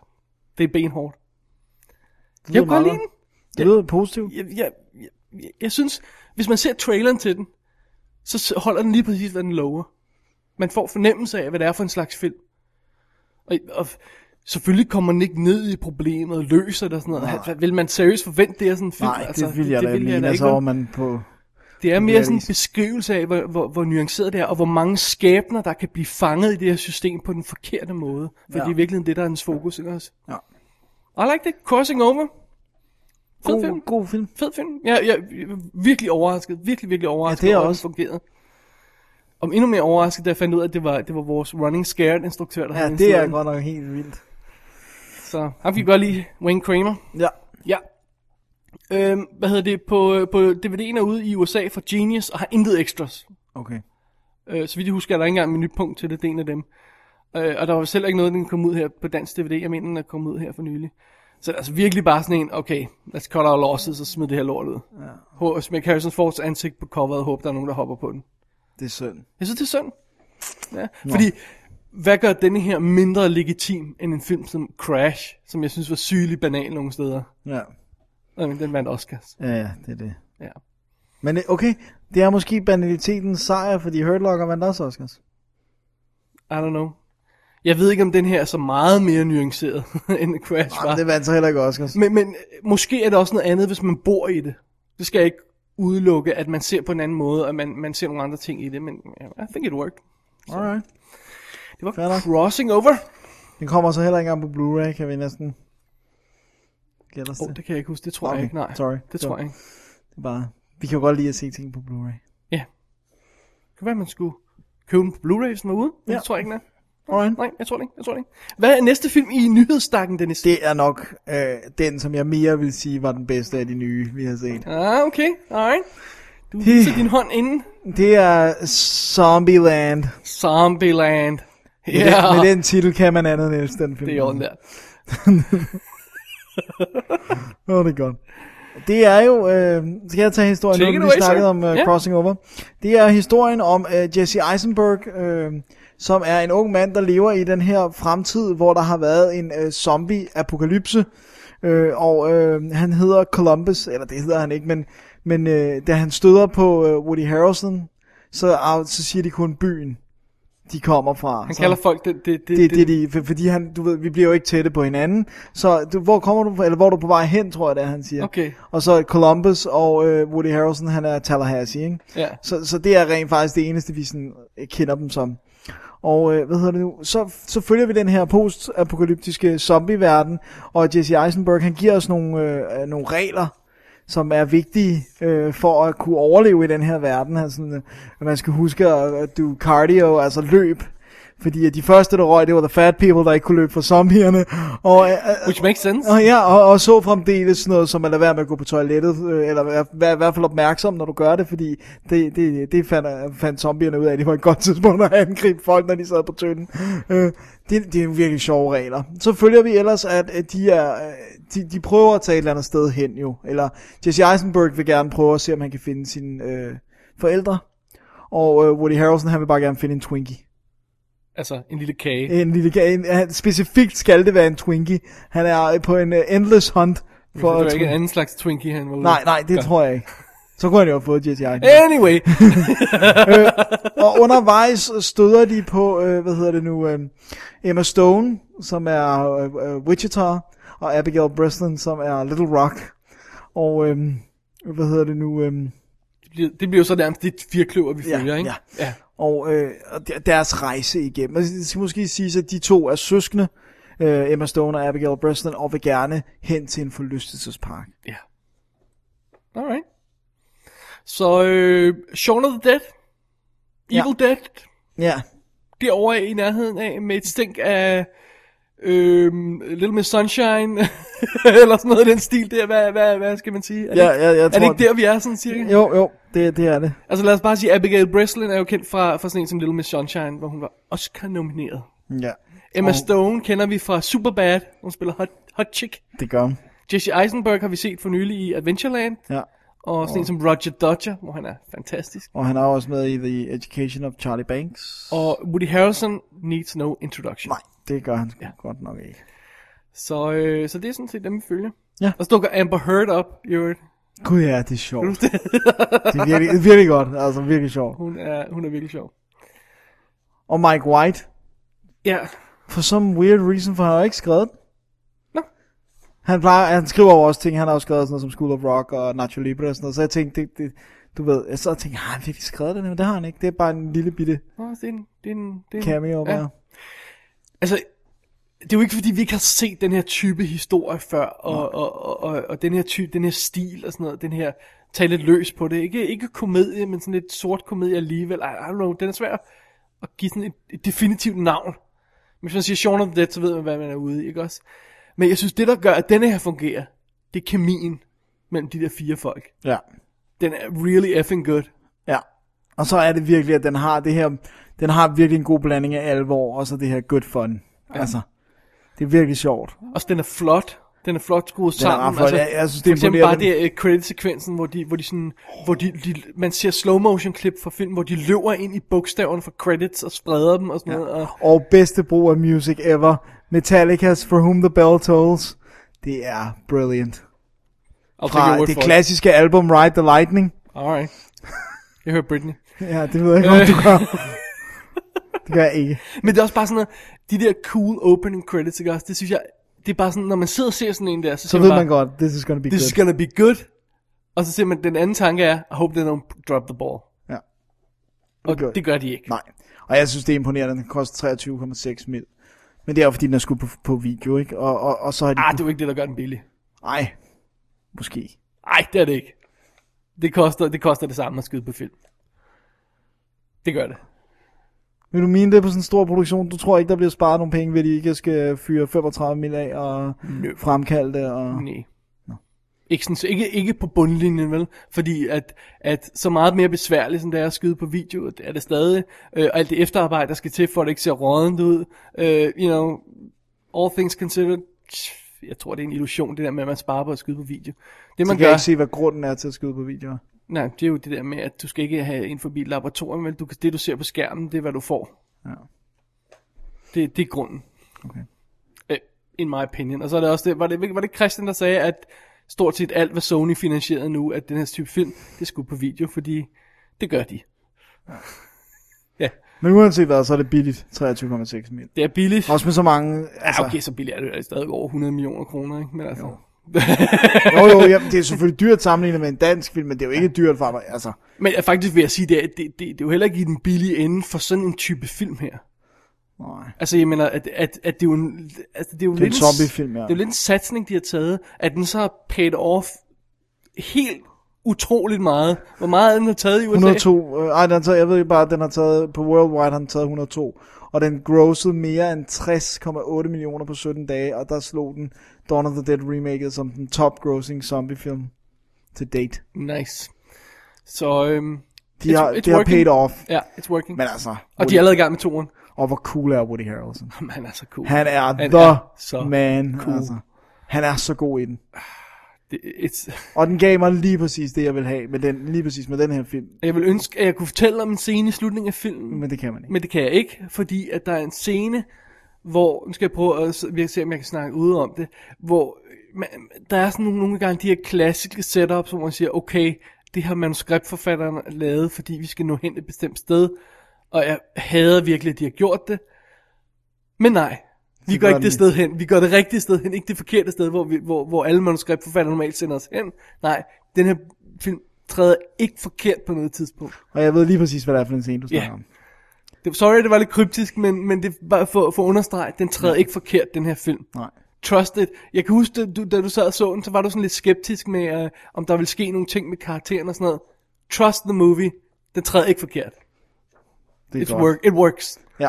det er benhårdt. Jeg Det lyder kunne godt meget lide godt. den. Det lyder positivt. Jeg, jeg, jeg, jeg, jeg synes, hvis man ser traileren til den, så s- holder den lige præcis, hvad den lover. Man får fornemmelse af, hvad det er for en slags film. Og, og selvfølgelig kommer den ikke ned i problemet og løser det og sådan noget. Nej. Vil man seriøst forvente det af sådan en film? Nej, det vil jeg da mene. Altså, vel? hvor man på... Det er Det mere bliver sådan en vist. beskrivelse af, hvor, hvor, hvor nuanceret det er, og hvor mange skæbner, der kan blive fanget i det her system på den forkerte måde. For Ja. det er virkelig det, der er hans fokus, ikke også? Ja. I like det. Crossing Over. Fed God- film. God film. Fed film. Jeg, jeg, jeg er virkelig overrasket. Virkelig, virkelig overrasket Ja, det er over, at den også. fungerede. Om endnu mere overrasket, da jeg fandt ud af, at det var, det var vores Running Scared instruktør, der Ja, havde det er instrueret den. godt nok helt vildt. Så han fik godt lige Wayne Kramer. Ja. Ja. Øhm, hvad hedder det? På, på DVD'en er ude i USA for Genius, og har intet extras. Okay. Øh, så vidt jeg husker, er der ikke engang menupunkt til det, det er en af dem. Øh, og der var selv ikke noget, den kom ud her på dansk DVD. Jeg mener, den er kommet ud her for nylig. Så altså virkelig bare sådan en, okay, let's cut our losses og smid det her lort ud. Ja. Smæk Harrison Fords ansigt på coveret og håb, der er nogen, der hopper på den. Det er synd. Jeg synes, det er synd. Ja, fordi, hvad gør denne her mindre legitim end en film som Crash, som jeg synes var sygelig banal nogle steder? Ja. Nej, men den vandt Oscars. Ja, ja, det er det. Ja. Men øh, okay, det er måske banalitetens sejr, fordi Hurt Locker vandt også Oscars. I don't know. Jeg ved ikke, om den her er så meget mere nuanceret, end Crash var. Ej, det vandt så heller ikke Oscars. Men, men øh, måske er det også noget andet, hvis man bor i det. Det skal jeg ikke udelukke, at man ser på en anden måde, og man, man ser nogle andre ting i det, men yeah, I think it worked. Alright. Det var Fair nok. Crossing Over. Den kommer så heller ikke engang på Blu-ray, kan vi næsten gætte os Åh, oh, det kan jeg ikke huske. Det tror okay. jeg Okay, ikke, nej. sorry. Det tror jeg ikke. Det er bare, vi kan jo godt lide at se ting på Blu-ray. Det kan være, man skulle købe den på Blu-ray, hvis den var ude. Ja. Ja. Det tror jeg ikke, den er. Alright. Nej, jeg tror det ikke. Jeg tror det ikke. Hvad er næste film i nyhedsstakken, Dennis? Det er nok øh, den, som jeg mere vil sige var den bedste af de nye, vi har set. Ah, okay. Alright. Du viser din hånd inden. Det er Zombieland. Zombieland. Ja, Med, den, med den titel kan man andet end elske den film. det er jo den der. Åh, oh, det er godt. Det er jo, øh, skal jeg tage historien Take nu, it vi away, snakkede sir. om øh, Ja. Crossing Over. Det er historien om øh, Jesse Eisenberg, øh, som er en ung mand, der lever i den her fremtid, hvor der har været en øh, zombie-apokalypse. Øh, og øh, han hedder Columbus, eller det hedder han ikke, men, men øh, da han støder på øh, Woody Harrelson, så, så siger de kun byen. de kommer fra. Han kalder folk det- det- det- det, det, det- de, for- fordi han, du ved, vi bliver jo ikke tætte på hinanden. Så du, hvor kommer du fra, eller hvor er du på vej hen, tror jeg det er, han siger. Okay. Og så Columbus og øh, Woody Harrelson, han er Tallahassee, ikke? Ja. Så, så det er rent faktisk det eneste, vi sådan, øh, kender dem som. Og øh, hvad hedder det nu? Så, så følger vi den her post-apokalyptiske zombie-verden, og Jesse Eisenberg, han giver os nogle, øh, øh, nogle regler, som er vigtige øh, for at kunne overleve i den her verden. Han sådan, øh, at man skal huske at, at do cardio, altså løb. Fordi at de første, der røg, det var the fat people, der ikke kunne løbe fra zombierne. Og, øh, øh, Which makes sense. og, ja, og, og så fremdeles sådan noget som at lade være med at gå på toilettet, øh, eller vær, vær, i hvert fald opmærksom, når du gør det, fordi det, det, det fandt, fandt zombierne ud af, at det var et godt tidspunkt at angribe folk, når de sad på tønden. Øh, det, det er jo virkelig sjove regler. Så følger vi ellers, at øh, de, er, øh, de, de prøver at tage et eller andet sted hen jo, eller Jesse Eisenberg vil gerne prøve at se, om han kan finde sine øh, forældre, og øh, Woody Harrelson han vil bare gerne finde en Twinkie. Altså, en lille kage. En lille ga- en, han, specifikt skal det være en Twinkie. Han er på en uh, endless hunt For for det var ikke at en Twinkie. anden slags Twinkie, han var ude. Nej, nej, det Godt. tror jeg ikke. Så kunne han jo have fået Jesse Eisenberg. Anyway. øh, og undervejs støder de på, øh, hvad hedder det nu, øh, Emma Stone, som er øh, øh, Wichita, og Abigail Breslin, som er Little Rock. Og øh, hvad hedder det nu... Øh, det, bliver, det bliver jo så nærmest de firkløver, vi følger, ikke? ja. ja. og, øh, og der- deres rejse igennem. Og det skal måske siges, at de to er søskende, øh, Emma Stone og Abigail Breslin, og vil gerne hen til en forlystelsespark. Alright. Så øh, Shaun of the Dead, Evil Dead, Ja, derovre i nærheden af, med et stink af øh, Little Miss Sunshine, eller sådan noget i den stil der, hvad, hvad, hvad skal man sige? Er det, Ja, ja, jeg er det tror, ikke der, vi er sådan cirka? jo, jo, det, det er det. Altså lad os bare sige, Abigail Breslin er jo kendt fra, fra sådan en som Little Miss Sunshine, hvor hun var Oscar-nomineret. Ja, Emma Og- Stone kender vi fra Superbad, hun spiller hot, hot chick. det gør hun. Jesse Eisenberg har vi set for nylig i Adventureland. Ja. Og sådan en som Roger Dodger, hvor han er fantastisk. Og han er også med i The Education of Charlie Banks. Og Woody Harrelson needs no introduction. Nej. Det gør han ja. godt nok ikke. Så, øh, så det er sådan set dem, vi følger. Ja. Og så dukker Amber Heard op i øvrigt. Gud ja, det er sjovt. det er virkelig, det er virkelig godt, altså virkelig sjovt. Hun er, hun er virkelig sjov. Og Mike White, Ja, for some weird reason, for han har jo ikke skrevet den. Nå. Han, plejer, han skriver jo også ting, han har jo skrevet sådan noget som School of Rock og Nacho Libre og sådan noget, så jeg tænkte, det, det, du ved, jeg sad og tænkte, har han virkelig skrevet den? Men det har han ikke, det er bare en lille bitte Nå, det er en... Det er en, det er en cameo ja. bare. Altså, det er jo ikke fordi, vi ikke har set den her type historie før, og, og, og, og, og den, her ty, den her stil og sådan noget, den her tage lidt løs på det. Ikke, ikke komedie, men sådan lidt sort komedie alligevel. I, I don't know, den er svær at give sådan et, et definitivt navn. Men hvis man siger Shaun of the Dead, så ved man, hvad man er ude i, ikke også? Men jeg synes, det der gør, at denne her fungerer, det er kemien mellem de der fire folk. Ja. Den er really effing good. Ja. Og så er det virkelig, at den har det her, den har virkelig en god blanding af alvor, og så det her good fun. Ja. Altså, det er virkelig sjovt. Også den er flot. Den er flot skruet Den er ret sammen. flot. Jeg- jeg synes, det for eksempel bare imponerer det uh, credit-sekvensen, hvor, de, hvor, de sådan, hvor de, de, man ser slow motion klip fra film, hvor de løber ind i bogstaverne for credits og spreder dem og sådan ja. noget. Og, Og bedste brug af music ever, Metallica's For Whom the Bell Tolls. Det er brilliant. I'll take your Fra word det for it. klassiske album Ride the Lightning. Alright. Jeg hører Britney. Ja, det ved jeg ikke, om du gør. Øh. det gør jeg ikke. Men det er også bare sådan noget, de der cool opening credits, ikke også? Det synes jeg, det er bare sådan, når man sidder og ser sådan en der, så, Så siger ved bare, man godt, this is gonna be this is good. gonna be good. Og så ser man, den anden tanke er, I hope they don't drop the ball. Ja. Og gør de. det gør de ikke. Nej. Og jeg synes, det er imponerende, at den koster 23,6 mil. Men det er jo, fordi den er skudt på, på video, ikke? Og, og, og så har de... Ah, det er jo ikke det, der gør den billig. Ej, måske. Nej, det er det ikke. Det koster, det koster det samme at skyde på film. Det gør det. Vil du mene det er på sådan en stor produktion? Du tror ikke, der bliver sparet nogle penge ved, at de ikke skal fyre 35 mil af og Nø. fremkalde det? Og... Nej. Ikke, sådan, så ikke, ikke på bundlinjen, vel? Fordi at, at så meget mere besværligt, som det er at skyde på video, er det stadig. Øh, og alt det efterarbejde, der skal til, for at det ikke ser rådent ud. Øh, you know, all things considered, jeg tror, det er en illusion, det der med, at man sparer på at skyde på video. Det, Så man kan jeg gør, ikke se, hvad grunden er til at skyde på videoer. nej, det er jo det der med, at du skal ikke have ind forbi et laboratorium, vel? Du, kan- det, du ser på skærmen, det er, hvad du får. Ja. Det, det er grunden. Okay. Øh, in my opinion. Og så er det også det, var det, var det Christian, der sagde, at stort set alt, hvad Sony finansierede nu, at den her type film, det skulle på video, fordi det gør de. Ja. Men uanset hvad, så er det billigt, 23,6 mil. Det er billigt. Også med så mange... Altså... Ja, okay, så billigt er det jo stadig over 100 millioner kroner, ikke? Men altså... Jo. jo, jo, jamen, det er selvfølgelig dyrt sammenlignet med en dansk film, men det er jo ikke dyrt for mig, altså. Men jeg faktisk vil jeg sige, det er, det, det, det er jo heller ikke i den billige ende for sådan en type film her. Nej. Altså, jeg mener, at, at, at det er jo en, altså, det er jo Det er en lidt zombiefilm, ja. Det er jo lidt en satsning, de har taget, at den så har paid off helt utroligt meget. Hvor meget den har taget i USA? 102, øh, ej, den har taget, jeg ved ikke bare, at den har taget, på Worldwide har den taget 102, og den grossede mere end 60,8 millioner på 17 dage, og der slog den Dawn of the Dead remake som den top grossing zombie film to date. Nice. Så øhm, De har- de har paid off. Ja, it's working. Men altså, Og Woody- de er allerede i gang med toren. Og hvor cool er Woody Harrelson? Jamen, han er så cool. Han er Han the er så man, cool. altså. Han er så god i den. Det, it's... Og den gav mig lige præcis det, jeg vil have med den, lige præcis med den her film. Jeg vil ønske, at jeg kunne fortælle om en scene i slutningen af filmen. Men det kan man ikke. Men det kan jeg ikke, fordi at der er en scene, hvor, nu skal jeg prøve at s- vi kan se, om jeg kan snakke ude om det, hvor øh, man, der er sådan nogle, nogle gange de her klassiske setups, hvor man siger, okay, det har manuskriptforfatteren lavet, fordi vi skal nå hen et bestemt sted, og jeg hader virkelig, at de har gjort det. Men nej, vi Så går gør ikke den det sted hen. Vi går det rigtige sted hen, ikke det forkerte sted, hvor, vi, hvor, hvor alle manuskriptforfattere normalt sender os hen. Nej, den her film træder ikke forkert på noget tidspunkt. Og jeg ved lige præcis, hvad det er for en scene, du snakker Ja. om. Det, sorry, det var lidt kryptisk, men, men det var for, for at understrege, den træder ikke forkert, den her film. Nej. Trust it. Jeg kan huske, da du, da du sad og så den, så var du sådan lidt skeptisk med, øh, om der ville ske nogle ting med karakteren og sådan noget. Trust the movie. Den træder ikke forkert. Det It's er work, it works. Ja.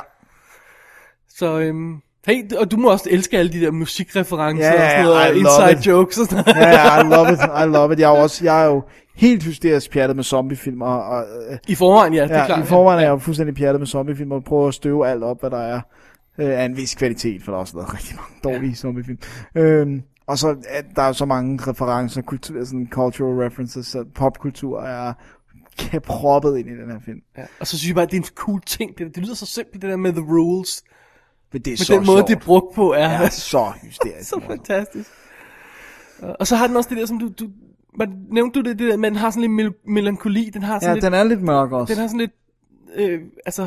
Så, øhm, hey, d- og du må også elske alle de der musikreferencer Ja, og sådan ja, noget, ja, og I love inside it. jokes og sådan noget. Ja, ja, I love it, I love it. Jeg er jo, også, jeg er jo helt hysterisk pjattet med zombiefilm. Og, og, øh, I forvejen, ja, det er ja, klart, I forvejen er jeg jo fuldstændig pjattet med zombiefilm, og prøver at støve alt op, hvad der er øh, af en vis kvalitet, for der er også lavet rigtig mange dårlige ja. zombiefilm. Øhm, og så at der er jo så mange referencer, kultur, sådan cultural references, så popkultur er kan proppet ind i den her film. Ja. Og så synes jeg bare, at det er en cool ting. Det, det lyder så simpelt, det der med the rules. Men det er Men så den måde, sjovt. det er brugt på, er... Ja, så hysterisk. så fantastisk. Og så har den også det der, som du... du var, nævnte du det, det der, men den har sådan lidt mel- melankoli. Den har sådan Ja, lidt, den er lidt mørk også. Den har sådan lidt... Øh, altså,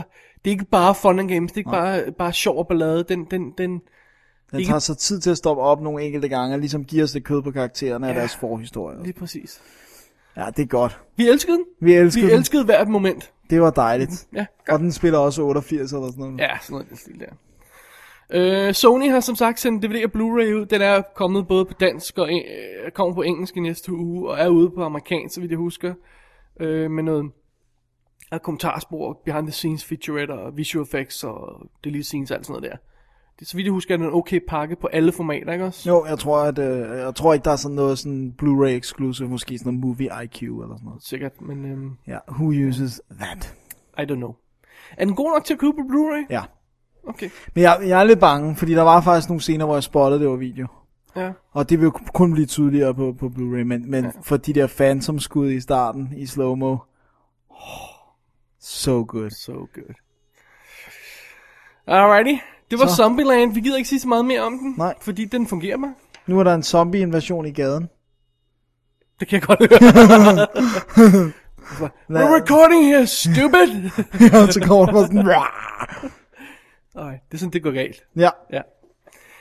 det er ikke bare fun and games. Det er ikke Nej. bare, bare sjov og ballade. Den, den, den, Den ikke- tager sig tid til at stoppe op nogle enkelte gange, og ligesom giver os det kød på karaktererne ja. og Ja. deres forhistorie. Lige præcis. Ja, det er godt. Vi elskede den. Vi elskede Vi den. elskede hvert moment. Det var dejligt. Mhm. Ja, og den spiller også 88 eller sådan noget. Ja, sådan noget i den stil der. Øh, Sony har som sagt sendt DVD og Blu-ray ud. Den er kommet både på dansk og en- øh, kommer på engelsk i næste uge, og er ude på amerikansk, så vidt jeg husker. Øh, med noget af kommentarspor, behind the scenes featurette og visual effects og delete scenes og alt sådan noget der. Det, så vidt jeg husker, er den en okay pakke på alle formater, ikke også? Jo, jeg tror, at, øh, jeg tror ikke, der er sådan noget sådan Blu-ray exclusive, måske sådan noget Movie IQ eller sådan noget. Sikkert, men øhm, Ja, who uses that? I don't know. Er den god nok til at købe på Blu-ray? Ja. Okay. Men jeg, jeg er lidt bange, fordi der var faktisk nogle scener, hvor jeg spottede, det var video. Ja. Og det vil jo kun blive tydeligere på, på Blu-ray, men, men ja. for de der Phantom-skud i starten i slow-mo. Oh, so good. So good. Alrighty. Det var Så. så. Zombieland. Vi gider ikke sige så meget mere om den. Nej. Fordi den fungerer mig. Nu er der en zombie-invasion i gaden. Det kan jeg godt høre. We're recording here, stupid! ja, så kommer der bare sådan... Alright, det er sådan, det går galt. Ja, Ja.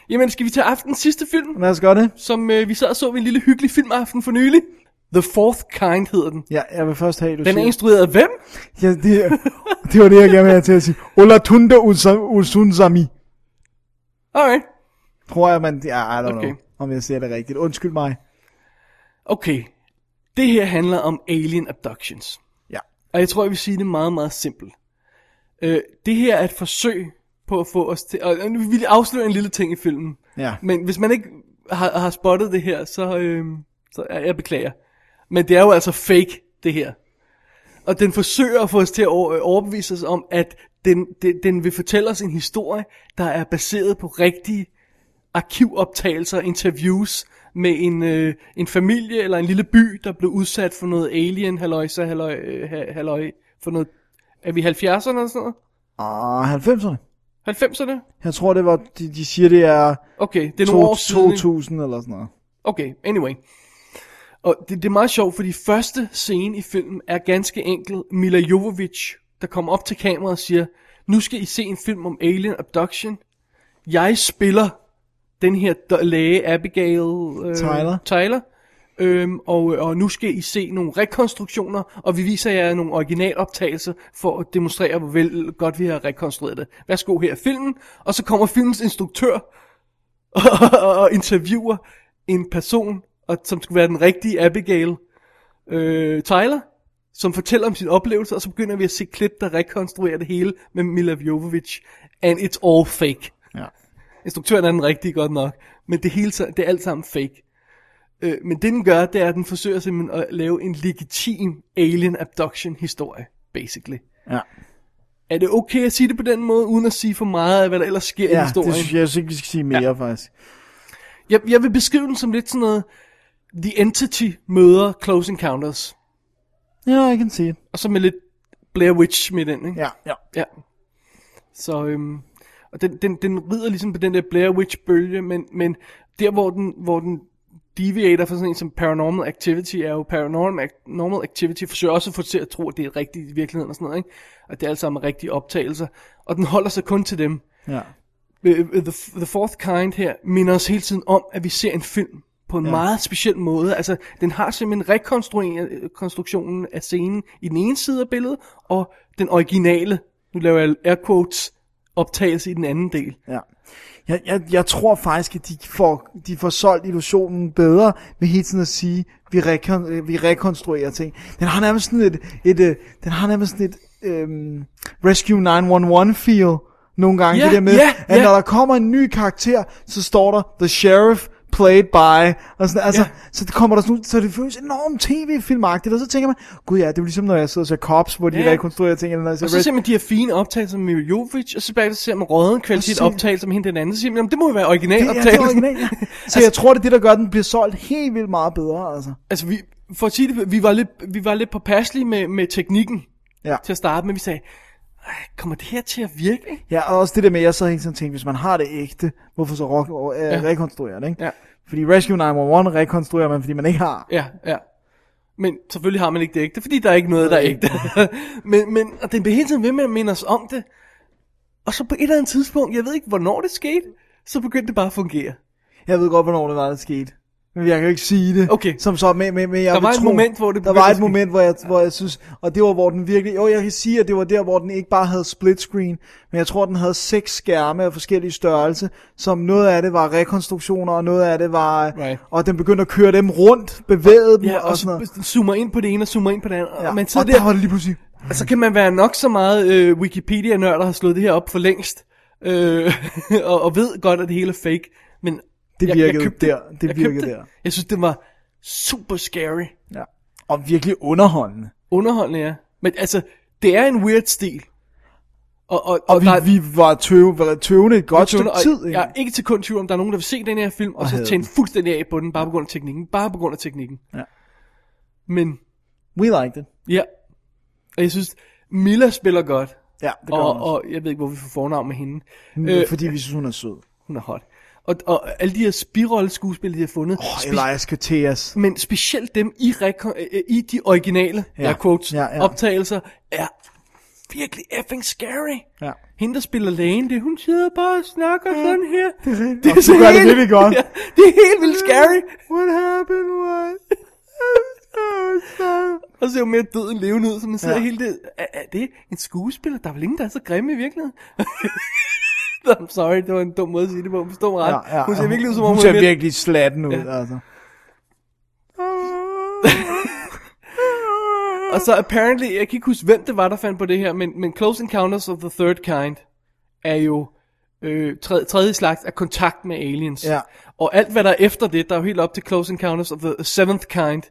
Jamen, skal vi tage aftens sidste film, lad os gøre det. som øh, vi sad og så ved en lille hyggelig filmaften for nylig? The Fourth Kind hedder den. Ja, jeg vil først have, du Den er siger... instrueret af hvem? Ja, det, det var det, jeg gerne ville have til at sige. Olatunde Usunzami. Alright. Tror jeg, man... Ja, I don't okay. Okay. know, om jeg siger det rigtigt. Undskyld mig. Okay, det her handler om alien abductions. Ja. Og jeg tror, jeg vil sige det meget, meget simpelt. Øh, det her er et forsøg på at få os til... Og nu vil jeg afsløre en lille ting i filmen. Ja. Men hvis man ikke har, har spottet det her, så, øh, så jeg, jeg beklager. Men det er jo altså fake, det her. Og den forsøger at få os til at over- øh, overbevise os om, at den, den, den vil fortælle os en historie, der er baseret på rigtige arkivoptagelser, interviews med en, øh, en familie eller en lille by, der blev udsat for noget alien, halløj, så halløj, øh, ha- halløj, for noget, er vi 70'erne eller sådan noget? Ah, 90'erne. 90'erne? Jeg tror, det var... De, de siger, det er... Okay, det er nogle år siden, ikke? 2000 eller sådan noget. Okay, anyway. Og det, det er meget sjovt, fordi første scene i filmen er ganske enkelt Mila Jovovich, der kommer op til kameraet og siger, Nu skal I se en film om Alien Abduction. Jeg spiller den her do- læge Abigail øh, Tyler. Tyler. Øhm, og, og nu skal I se nogle rekonstruktioner, og vi viser jer nogle originaloptagelser for at demonstrere, hvor vel godt vi har rekonstrueret det. Værsgo her er filmen, og så kommer filmens instruktør og interviewer en person, og som skulle være den rigtige Abigail øh, Tyler, som fortæller om sin oplevelse, og så begynder vi at se klip, der rekonstruerer det hele med Mila Jovovich, and it's all fake. Ja. Instruktøren er den rigtige godt nok, men det hele så- det er alt sammen fake. Øh, men det den gør, det er, at den forsøger simpelthen at lave en legitim alien abduction historie, basically. Ja. Er det okay at sige det på den måde, uden at sige for meget af, hvad der ellers sker i Ja, historien? det synes jeg, jeg synes ikke, vi skal sige mere, ja. faktisk. Jeg, jeg vil beskrive den som lidt sådan noget, The Entity møder Close Encounters. Ja, yeah, I can see it. Og så med lidt Blair Witch med den, ikke? Ja, ja. ja. Så, øhm, og den, den, den rider ligesom på den der Blair Witch-bølge, men, men der, hvor den, hvor den deviater fra sådan en som Paranormal Activity, er jo Paranormal Ac- normal Activity forsøger også at få det til at tro, at det er rigtigt i virkeligheden og sådan noget, ikke? Og det er alt sammen rigtige optagelser. Og den holder sig kun til dem. Ja. Øh, øh, The, the Fourth Kind her minder os hele tiden om, at vi ser en film på en ja. Ja. meget speciel måde. Altså, den har simpelthen rekonstruktionen af scenen i den ene side af billedet, og den originale, nu laver jeg air quotes, optagelse i den anden del. Ja. Jeg, jeg, jeg tror faktisk, at de får, de får solgt illusionen bedre ved hele tiden at sige, vi, rekon, øh, vi rekonstruerer ting. Den har nærmest sådan et, et øh, den har nærmest sådan et øhm, Rescue 911 feel nogle gange. Ja, det der med, ja, at ja. når der kommer en ny karakter, så står der The Sheriff played by, og sådan, altså, så det kommer der sådan ud, så det føles enormt tv-filmagtigt, og så tænker man, gud ja, det er jo ligesom, når jeg sidder og ser Cops, hvor de Ja. rekonstruerer ting, eller når jeg ser Og så Res- ser man de her fine optagelser med Jovic, og så bagefter ser man røden kvalitet Præcis. optagelser med hende den anden, så siger man, "Jamen, det må jo være original det, ja, det er optagelse. original, ja. Så jeg tror, det er det, der gør, at den bliver solgt helt vildt meget bedre, altså. Altså, vi, for at sige det, vi var lidt, vi var lidt påpasselige med, med teknikken Ja. til at starte med. Vi sagde, "Ej, kommer det her til at virke? Ja, og også det der med, at jeg sad hele tiden og tænkte, hvis man har det ægte, hvorfor så rock, øh, Ja. ja. rekonstruere det, ikke? Ja. Fordi Rescue 911 rekonstruerer man, fordi man ikke har. Ja, ja. Men selvfølgelig har man ikke det ægte, fordi der er ikke noget, der er ægte. men, men, og den bliver hele tiden ved med at minde os om det. Og så på et eller andet tidspunkt, jeg ved ikke, hvornår det skete, så begyndte det bare at fungere. Jeg ved godt, hvornår det var, det skete. Men jeg kan jo ikke sige det. Okay. Som så, men, men, men jeg Der vil var et tro, moment, hvor det Der begyndte var at et ske. moment, hvor jeg, hvor jeg synes, og det var, hvor den virkelig... Jo, jeg kan sige, at det var der, hvor den ikke bare havde split screen, men jeg tror, den havde seks skærme af forskellige størrelse, som noget af det var rekonstruktioner, og noget af det var... Right. Og den begyndte at køre dem rundt, bevægede dem Ja, og og sådan noget. så zoomer ind på det ene og zoomer ind på det andet. Ja. Og man og sidder der der, var det lige pludselig... og så kan man være nok så meget øh, Wikipedia-nørd, der har slået det her op for længst. Øh, og, og ved godt, at det hele er fake. Men Det jeg- virkede jeg købte, der. Det jeg købte virkede det. der. Jeg synes, det var super scary. Ja. Og virkelig underholdende. Underholdende, ja. Men altså, det er en weird stil. Og, og, Og vi, vi var tøve, var tøvende et godt stykke og tid. Jeg er Ikke? ikke til kun tvivl om, der er nogen, der vil se den her film, og, Og så hader tænde fuldstændig af på den, bare på grund af teknikken. Bare på grund af teknikken. Ja. Men, We liked it. ja. Og jeg synes, Milla spiller godt. Ja, det gør og, hun og jeg ved ikke, hvor vi får fornavn med hende. også. Øh, fordi vi synes, hun er sød. Hun er hot. Og, og alle de her spirolleskuespil, de har fundet. Og spe- Elias Koteas. men specielt dem i, reko- øh, øh, i de originale Ja, ja. quotes, ja, ja, ja. ja. optagelser, er virkelig effing scary. Ja. Hende, der spiller lægen, det er, hun sidder bare og snakker ja, sådan her. Det, Og du gør det virkelig godt. Ja, det er helt vildt scary. What happened was... Og ser jo mere død end levende ud, så man sidder Ja. ja. hele det. Er, er det en skuespiller? Der er vel ingen, der er så grimme i virkeligheden? I'm sorry, det var en dum måde at sige det på. Forstå mig ret. Ja, ja, hun ser virkelig ud, som om hun hun, ser er ved- virkelig slatten ud, ja. altså. Og så apparently, jeg kan ikke huske, hvem det var, der fandt på det her, men, men Close Encounters of the Third Kind er jo øh, tredje, tredje slags af kontakt med aliens. Ja. Og alt, hvad der er efter det, der er jo helt op til Close Encounters of the Seventh Kind,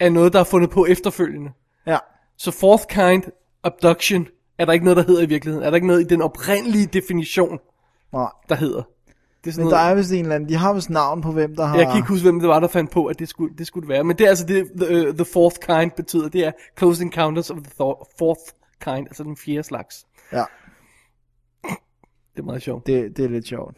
er noget, der er fundet på efterfølgende. Ja. Så Fourth Kind Abduction er der ikke noget, der hedder i virkeligheden. Er der ikke noget i den oprindelige definition, Nej. der hedder. Det er sådan Men der noget, er vist en eller anden... De har vist navn på, hvem der har... jeg kan ikke huske, hvem det var, der fandt på, at det skulle det, skulle det være. Men det er altså det, the, uh, the fourth kind betyder. Det er close encounters of the thor- fourth kind, altså den fjerde slags. Ja, Det er meget sjovt. det, det er lidt sjovt.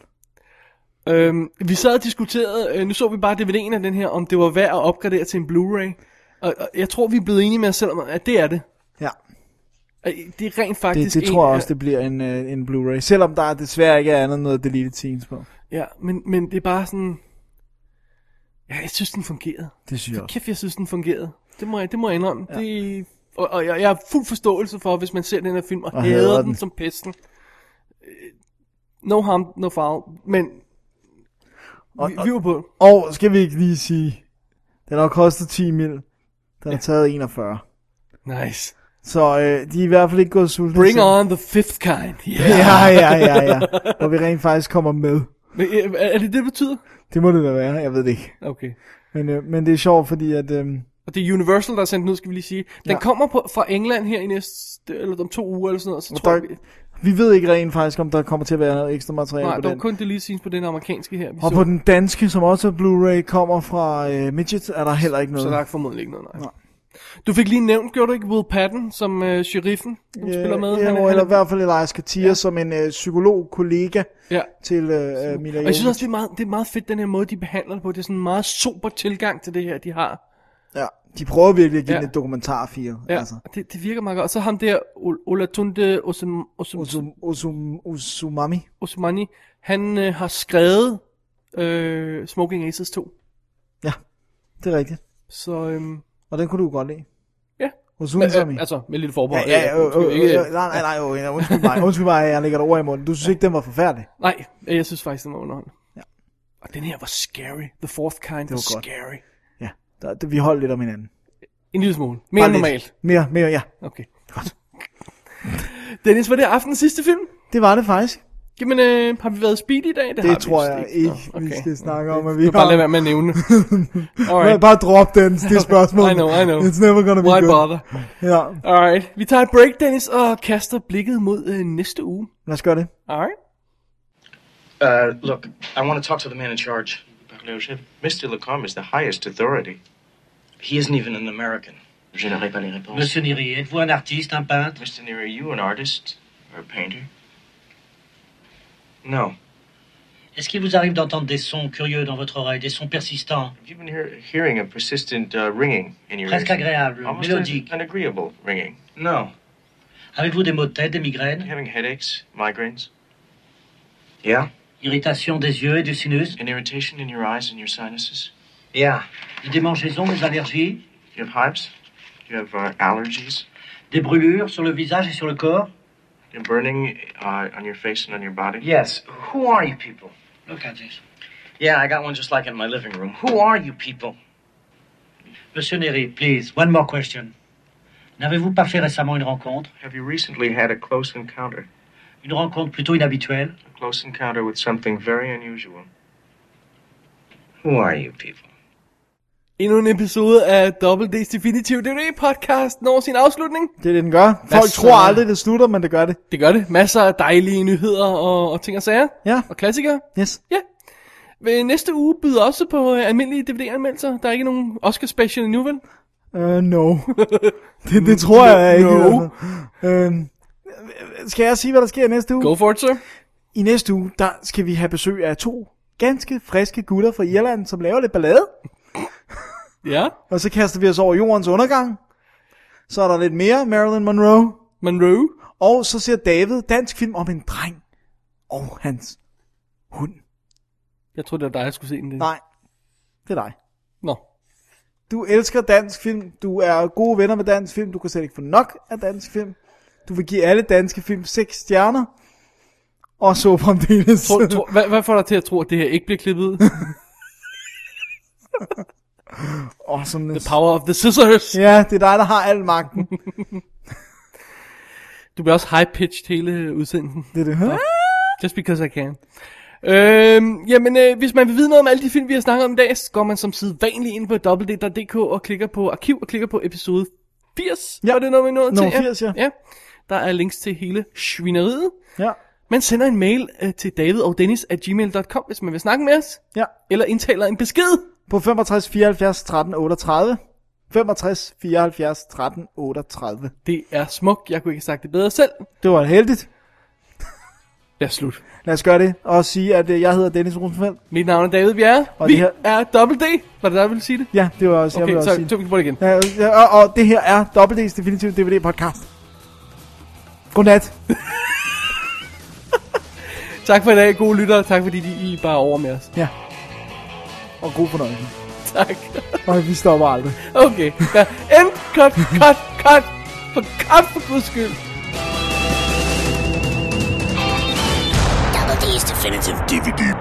Øhm, vi sad og diskuterede, øh, nu så vi bare DVD'en af den her, om det var værd at opgradere til en Blu-ray. Og, og jeg tror, vi er blevet enige med os selv om, at det er det. Ja. Øh, Det er rent faktisk... det, det en tror jeg af- også, det bliver en, øh, en Blu-ray. Selvom der desværre ikke er andet end noget deleted scenes på. Ja, men, men det er bare sådan... Ja, jeg synes, den fungerede. Det synes jeg også. Kæft, jeg synes, den fungerede. Det må jeg, det må jeg indrømme. Ja. Det, og, og jeg, jeg har fuld forståelse for, hvis man ser den her film og, Og og hader hader den, den. som pesten. Øh, No harm, no foul. Men Og, vi, vi var på. Og skal vi ikke lige sige, den har kostet 10 mil. Den har taget 41. Nice. Så øh, de er i hvert fald ikke gået sultne. Bring til- on the fifth kind. Yeah. Ja, ja, ja, ja. Hvor vi rent faktisk kommer med. Men, øh, er er det det, det betyder? Det må det da være, jeg ved det ikke. Okay. Men, øh, men det er sjovt, fordi at... Øh, Og det er Universal, der har sendt den ud, skal vi lige sige. Den Ja. kommer på, fra England her i næste, eller om to uger eller sådan noget. Så tror der, jeg, vi, vi ved ikke rent faktisk, om der kommer til at være noget ekstra materiale nej, på der var den. kun delete scenes på den amerikanske her. Vi Og så. på den danske, som også er Blu-ray, kommer fra øh, Midget, er der heller ikke noget. Så der er formodentlig ikke noget, nej. Du fik lige nævnt, gjorde du ikke, Will Patton som øh, sheriffen, som Ja, spiller med? Ja, han, eller i hvert fald Elias Katia ja. som en øh, psykolog-kollega Ja. til øh, Og øh, Mila jeg synes Jovovich. også, det er, meget, det er meget fedt, den her måde, de behandler det på. Det er sådan en meget sober tilgang til det her, de har. Ja, de prøver virkelig at give Ja. ja. den et dokumentarfil. Ja, Altså. altså. det, det virker meget godt. Og så ham der, Ol- Olatunde Osum, Osum, Osum, Osum, Osumami. Osumani, han øh, har skrevet øh, Smoking Aces 2. Ja, det er rigtigt. Så, øhm, Og den kunne du godt lide. Ja. Osumami. Men, øh, altså, med et lille forbehold. Ja, ja, Øh, øh, skal vi øh, ikke- øh, nej, nej, nej, øh, ja, undskyld mig, undskyld mig, jeg lægger dig ord i munden. Du synes ikke, den var forfærdelig? Nej, jeg synes faktisk, den var underholdende. Ja. Og den her var scary. The fourth kind det var, var var godt. scary. Ja, der, der, vi holdt lidt om hinanden. En lille smule. Mere Bare end lidt. normalt. Mere, mere, ja. Okay. Godt. Dennis, var det aftenens sidste film? Det var det faktisk. Jamen, øh, har vi været speed i dag? Det, har Det vi tror vist jeg ikke, Nå, vi okay. skal snakke om, at Vi vi kan bare lade være med at nævne. Alright. Bare drop den, det er spørgsmålet. I know, I know. It's never gonna be Why good. bother? Ja, Alright, vi tager et break, Dennis, og kaster blikket mod øh, næste uge. lad os gøre det. Alright. Uh, look, I want to talk to the man in charge. Mr. Lacombe is the highest authority. He isn't even an American. Je n'aurai pas les réponses. Monsieur Neri, êtes-vous un artiste, un peintre Mr. Neary, are you an artist or a painter? No. Est-ce qu'il vous arrive d'entendre des sons curieux dans votre oreille, des sons persistants You've been hear- hearing a persistent uh, ringing in your Presque ears. agréable, Almost an, mélodique. an agreeable ringing. No. Avez-vous des maux de tête, des migraines Having headaches, migraines, Irritation des yeux et du sinus an irritation in your eyes and your sinuses. Yeah. Des démangeaisons, des allergies You have hives. You have uh, allergies. Des brûlures sur le visage et sur le corps You're burning uh, on your face and on your body. Yes. Who are you people? Look at this. Yeah, I got one just like it in my living room. Who are you people? Monsieur Neri, please, one more question. N'avez-vous pas fait récemment une rencontre Have you recently had a close encounter? Une rencontre plutôt inhabituelle A close encounter with something very unusual. Who are you people? Endnu en episode af Double D's Definitive DVD podcast når sin afslutning. Det er det, den gør. Folk Masser- tror aldrig, det slutter, men det gør det. Det gør det. Masser af dejlige nyheder og, og ting og sager. Ja. Og klassikere. Yes. Ja. Ved næste uge byder også på øh, almindelige DVD-anmeldelser. Der er ikke nogen Oscar special endnu, vel? Uh, no. det, det tror jeg ikke. i No. hvert fald. Øhm, skal jeg sige, hvad der sker i næste uge? Go for it, sir. I næste uge, der skal vi have besøg af to ganske friske gutter fra Irland, som laver lidt ballade. Ja. Og så kaster vi os over jordens undergang. Så er der lidt mere Marilyn Monroe. Monroe. Og så ser David dansk film om en dreng og hans hund. Jeg troede, det var dig, jeg skulle se den. Nej, det er dig. Nå. Du elsker dansk film. Du er gode venner med dansk film. Du kan slet ikke få nok af dansk film. Du vil give alle danske film 6 stjerner. Og så fremdeles. Tror, tror, hvad, hvad får dig til at tro, at det her ikke bliver klippet ud? Awesomeness. The power of the scissors. Ja, det er dig, der har al magten. Du bliver også high-pitched hele udsendelsen. Det er det. Huh? Just because I can. Øhm, jamen, øh, hvis man vil vide noget om alle de film, vi har snakket om i dag, så går man som sædvanligt ind på www.dk og klikker på arkiv og klikker på episode 80. Ja, var det noget, vi nåede Nummer til? 80, ja. ja. Der er links til hele svineriet. Ja. Man sender en mail øh, til david og dennis at gmail.com, hvis man vil snakke med os. Ja. Eller indtaler en besked. På 65 74 13 38. 65 74 13 38. Det er smukt. Jeg kunne ikke have sagt det bedre selv. Det var heldigt. Lad os slutte. Lad os gøre det. Og sige, at øh, jeg hedder Dennis Rosenfeldt. Mit navn er David Bjerre. Og vi det her- er Double D. Var det der, jeg ville sige det? Ja, det var også, jeg Okay, vil så også sige. øh, så vi kan prøve det igen. Ja, og, og det her er WD's Definitive DVD Podcast. Godnat. Tak for i dag, gode lyttere. Tak fordi de, I bare over med os. Ja. Og god fornøjelse. Tak. Og vi stopper aldrig. Okay. Ja. End, cut, cut, cut. For cut for guds skyld. Double D's Definitive DVD